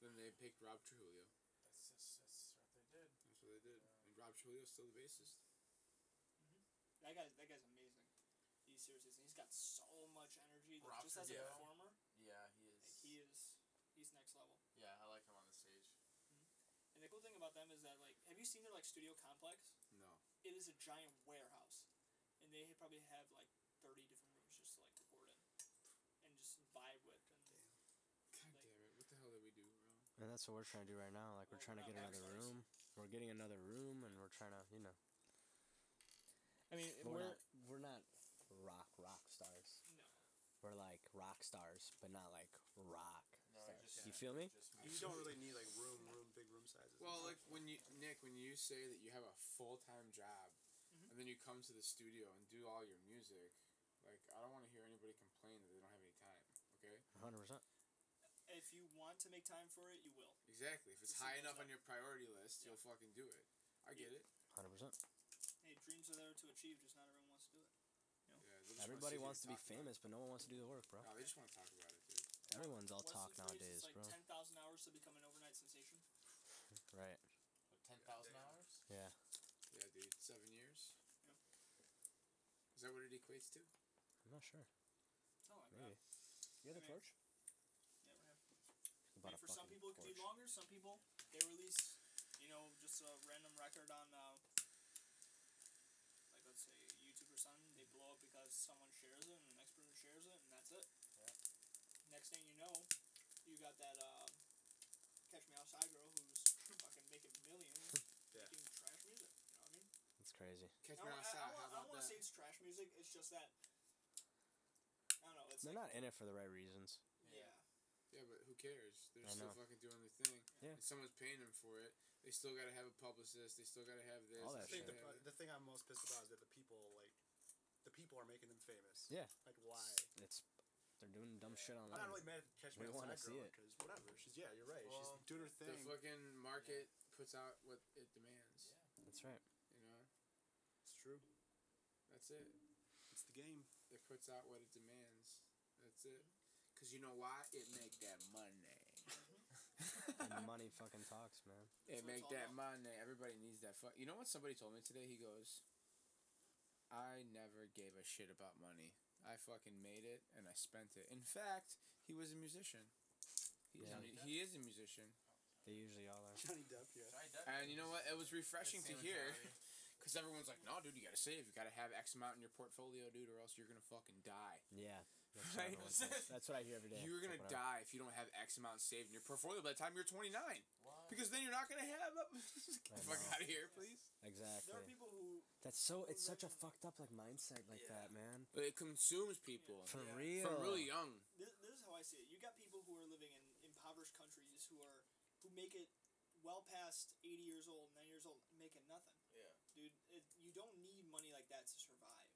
Speaker 5: Then they picked Rob Trujillo.
Speaker 3: That's just, that's what they did.
Speaker 5: That's what they did. And Rob Trujillo's still the bassist.
Speaker 2: That guy, that guy's amazing. He seriously, is. he's got so much energy. Like,
Speaker 3: Rob
Speaker 2: just as a
Speaker 3: Trujillo.
Speaker 2: performer,
Speaker 3: Yeah, he is.
Speaker 2: like, he is, he's next level.
Speaker 3: yeah, I like him on the stage.
Speaker 2: And the cool thing about them is that like, have you seen their like studio complex?
Speaker 5: No.
Speaker 2: It is a giant warehouse, and they probably have like thirty different rooms just to like record in, and just vibe with.
Speaker 5: God
Speaker 2: And
Speaker 5: damn it. What the hell did we do wrong?
Speaker 6: And that's what we're trying to do right now. Like we're
Speaker 2: Well,
Speaker 6: trying to
Speaker 2: we're
Speaker 6: get
Speaker 2: not
Speaker 6: another
Speaker 2: rock stars.
Speaker 6: room. We're getting another room, and we're trying to, you know,
Speaker 2: I mean,
Speaker 6: we're, not, we're not rock rock stars.
Speaker 2: No.
Speaker 6: We're like rock stars, but not like rock.
Speaker 3: No,
Speaker 6: stars.
Speaker 3: just
Speaker 6: you feel me?
Speaker 3: Just
Speaker 8: You don't really need like room, room, big room sizes.
Speaker 5: Well, like when you Nick, when you say that you have a full time job
Speaker 2: Mhm.
Speaker 5: and then you come to the studio and do all your music, like I don't want to hear anybody complain that they don't have any time. Okay?
Speaker 6: Hundred percent.
Speaker 2: if you want to make time for it, you will.
Speaker 5: Exactly. If it's
Speaker 2: Just
Speaker 5: high
Speaker 2: simple
Speaker 5: enough on
Speaker 2: stuff.
Speaker 5: your priority list, you'll fucking do it. I get it.
Speaker 6: Hundred percent.
Speaker 2: Hey, dreams are there to achieve, just not everyone wants to do it.
Speaker 5: Yeah, they just wanna
Speaker 6: Everybody
Speaker 5: sit here
Speaker 6: wants to be
Speaker 5: and talk about
Speaker 6: famous, but no one wants to do the work, bro.
Speaker 5: it. No, they just want to talk about it, dude.
Speaker 6: Everyone's all
Speaker 2: What's
Speaker 6: talk
Speaker 2: the phrase?
Speaker 6: nowadays,
Speaker 2: It's like
Speaker 6: bro.
Speaker 2: ten thousand hours to become an overnight sensation.
Speaker 6: Right.
Speaker 3: ten thousand hours.
Speaker 6: Yeah.
Speaker 5: Yeah, dude, seven years. Is that what it equates to?
Speaker 6: I'm not sure.
Speaker 2: Oh my
Speaker 6: Maybe.
Speaker 2: god.
Speaker 6: You have
Speaker 2: I
Speaker 6: a
Speaker 2: mean,
Speaker 6: torch?
Speaker 2: Yeah, we have-
Speaker 6: I
Speaker 2: I
Speaker 6: bought
Speaker 2: mean,
Speaker 6: a
Speaker 2: for some
Speaker 6: fucking
Speaker 2: people it could be
Speaker 6: torch.
Speaker 2: longer. Some people they release, you know, just a random record on, uh, like let's say YouTube or something. They blow up because someone shares it and the next person shares it, and that's it.
Speaker 3: Yeah.
Speaker 2: Next thing you know, you got that uh, Catch Me Outside girl who's fucking making millions,
Speaker 8: Yeah.
Speaker 2: making trash music. You know what I mean?
Speaker 6: It's crazy.
Speaker 5: Catch
Speaker 2: I
Speaker 5: me
Speaker 2: don't- I-
Speaker 5: outside.
Speaker 2: I,
Speaker 5: How
Speaker 2: don't- I don't
Speaker 5: about
Speaker 2: want to
Speaker 5: that?
Speaker 2: say it's trash music. It's just that I don't know. It's
Speaker 6: They're
Speaker 2: like,
Speaker 6: not in it for the right reasons.
Speaker 2: yeah.
Speaker 5: Yeah, but who cares?
Speaker 6: I
Speaker 5: They're still
Speaker 6: know.
Speaker 5: fucking doing their thing.
Speaker 6: Yeah.
Speaker 5: And someone's paying them for it. They still gotta have a publicist. They still gotta have this.
Speaker 6: All
Speaker 5: they
Speaker 6: that
Speaker 8: I think the,
Speaker 5: still
Speaker 6: shit.
Speaker 5: gotta have
Speaker 8: the thing I'm most pissed about is that the people like the people are making them famous.
Speaker 6: Yeah.
Speaker 8: Like why?
Speaker 6: It's they're doing dumb shit
Speaker 8: I'm not
Speaker 6: online.
Speaker 8: really mad at Catch Me
Speaker 6: We wanna see
Speaker 8: Outside Girl
Speaker 6: it.
Speaker 8: because whatever. She's yeah, you're right.
Speaker 3: Well,
Speaker 8: she's doing her
Speaker 5: that.
Speaker 8: thing.
Speaker 5: The fucking market puts out what it demands.
Speaker 3: Yeah.
Speaker 6: That's right.
Speaker 5: You know,
Speaker 8: It's true.
Speaker 5: that's it.
Speaker 8: It's the game.
Speaker 5: It puts out what it demands. That's it. Cause you know why? It make that money.
Speaker 6: And money fucking talks, man.
Speaker 5: It
Speaker 2: what it's
Speaker 5: make
Speaker 2: all
Speaker 5: that
Speaker 2: about.
Speaker 5: money. Everybody needs that fuck. You know what somebody told me today? He goes, "I never gave a shit about money. I fucking made it and I spent it. In fact, he was a musician. He is,
Speaker 6: Yeah.
Speaker 5: a mu- he is a musician.
Speaker 6: They usually all are.
Speaker 8: Johnny Depp. Yeah.
Speaker 3: Johnny Depp
Speaker 5: And you know what? It was
Speaker 3: That's
Speaker 5: refreshing to
Speaker 3: same
Speaker 5: hear
Speaker 3: mentality.
Speaker 5: because everyone's like, "No, dude, you gotta save. You gotta have X amount in your portfolio, dude, or else you're gonna fucking die.
Speaker 6: Yeah. That's,
Speaker 5: Right?
Speaker 6: what everyone says. That's what I hear every day.
Speaker 5: You're gonna
Speaker 6: Like, whatever.
Speaker 5: die if you don't have X amount saved in your portfolio by the time you're 29,
Speaker 3: Why?
Speaker 5: because then you're not gonna have up. Get the fuck
Speaker 6: know.
Speaker 5: out of here, please."
Speaker 2: There are
Speaker 6: Exactly.
Speaker 2: people who
Speaker 6: That's so. It's such a fucked up like mindset like
Speaker 3: Yeah.
Speaker 6: that, man.
Speaker 5: But it consumes people.
Speaker 6: For
Speaker 3: Yeah.
Speaker 6: real.
Speaker 5: From really young.
Speaker 2: this, this is how I see it. You got people who are living in impoverished countries who are who make it well past eighty years old, nine years old, making nothing,
Speaker 3: Yeah.
Speaker 2: dude. It, you don't need money like that to survive.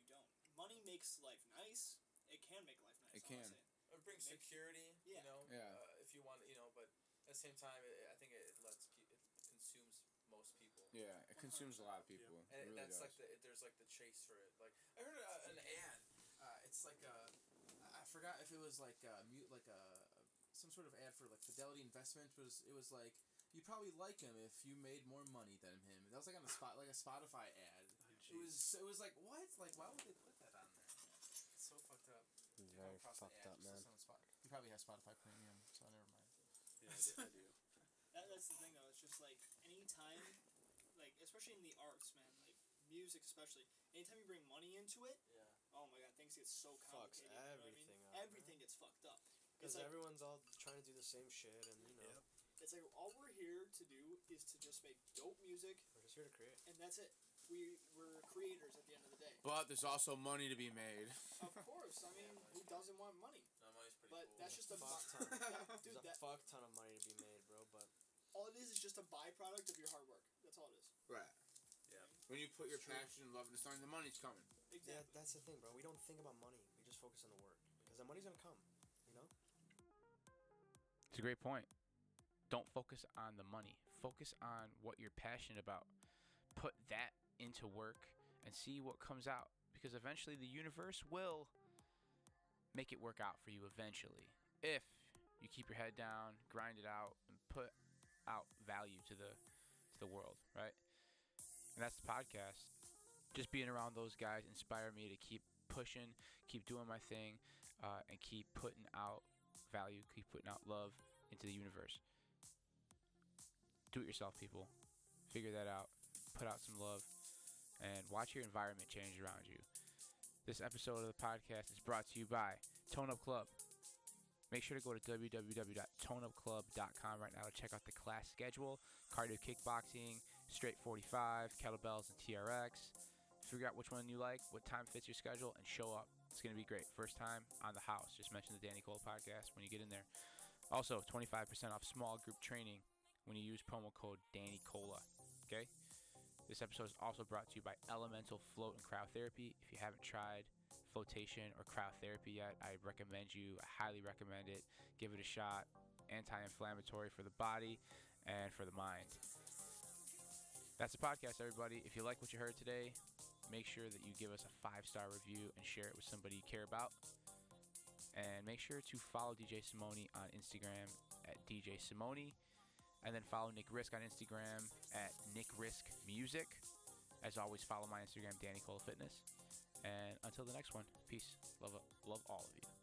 Speaker 2: You don't. Money makes life nice. It can make life nice.
Speaker 5: It
Speaker 2: I
Speaker 5: can.
Speaker 2: wanna say.
Speaker 3: It brings
Speaker 2: Make-
Speaker 3: security.
Speaker 2: Yeah.
Speaker 3: You know.
Speaker 5: Yeah.
Speaker 3: Uh, if you want, you know, but at the same time, it, I think it, it lets keep, it consumes most people.
Speaker 5: Yeah, it consumes a lot of people.
Speaker 3: And
Speaker 5: It really
Speaker 3: that's
Speaker 5: does.
Speaker 3: like the it- there's like the chase for it. Like I heard uh, an ad. Uh, it's like a I I forgot if it was like a mute like a some sort of ad for like Fidelity Investment was it was like you probably like him if you made more money than him. That was like on a spot like a Spotify ad. it was it was like what like why would they put that on there? It's so fucked up. Come
Speaker 6: Very
Speaker 3: across the
Speaker 6: fucked
Speaker 3: ad
Speaker 6: up,
Speaker 3: just
Speaker 6: man.
Speaker 3: on the spot. You probably have Spotify Premium, so never mind.
Speaker 8: Yeah, I do. I do.
Speaker 2: That, that's the thing though. It's just like anytime, like especially in the arts, man. Like music, especially. Anytime you bring money into it,
Speaker 3: Yeah.
Speaker 2: oh Oh my god, things get so
Speaker 6: Fucks
Speaker 2: complicated. you know what I mean?
Speaker 6: everything up, man.
Speaker 2: Everything gets fucked up.
Speaker 6: Because
Speaker 2: It's like-
Speaker 6: everyone's all trying to do the same shit, and you know,
Speaker 2: It's like all we're here to do is to just make dope music,
Speaker 6: we're just here to create.
Speaker 2: and that's it. We we're creators at the end of the day.
Speaker 5: But there's also money to be made.
Speaker 2: Of course, I mean, who doesn't want money?
Speaker 3: No, money's pretty
Speaker 2: But
Speaker 3: cool.
Speaker 2: that's just a
Speaker 6: Fuck
Speaker 2: bu-
Speaker 6: ton.
Speaker 2: yeah,
Speaker 6: There's
Speaker 2: dude.
Speaker 6: a
Speaker 2: That
Speaker 6: fuck ton of money to be made, bro. But
Speaker 2: all it is is just a byproduct of your hard work. That's all it is.
Speaker 5: Right.
Speaker 3: Yeah.
Speaker 5: When you put your
Speaker 2: It's true.
Speaker 5: passion and love into something, the money's coming.
Speaker 6: yeah,
Speaker 2: Exactly.
Speaker 6: that's the thing, bro. We don't think about money. We just focus on the work because the money's gonna come. You know.
Speaker 1: It's a great point. Don't focus on the money. Focus on what you're passionate about. Put that into work and see what comes out because eventually the universe will make it work out for you eventually. If you keep your head down, grind it out and put out value to the to the world, right? And that's the podcast. Just being around those guys inspire me to keep pushing, keep doing my thing, uh, and keep putting out value, keep putting out love into the universe. Do it yourself, people. Figure that out. Put out some love and watch your environment change around you. This episode of the podcast is brought to you by Tone Up Club. Make sure to go to www.toneupclub.com right now to check out the class schedule, cardio kickboxing, straight 45, kettlebells, and TRX. Figure out which one you like, what time fits your schedule, and show up. It's going to be great. First time on the house. Just mention the Danny Cole podcast when you get in there. Also, 25% off small group training when you use promo code Danny Cola. Okay? This episode is also brought to you by Elemental Float and Cryotherapy. If you haven't tried flotation or cryotherapy yet, I recommend you. I highly recommend it. Give it a shot. Anti inflammatory for the body and for the mind. That's the podcast, everybody. If you like what you heard today, make sure that you give us a five star review and share it with somebody you care about. And make sure to follow DJ Simone on Instagram at DJ Simone. And then follow Nick Risk on Instagram at Nick Risk Music. As always, follow my Instagram, Danny Cole Fitness. And until the next one, peace. Love, love all of you.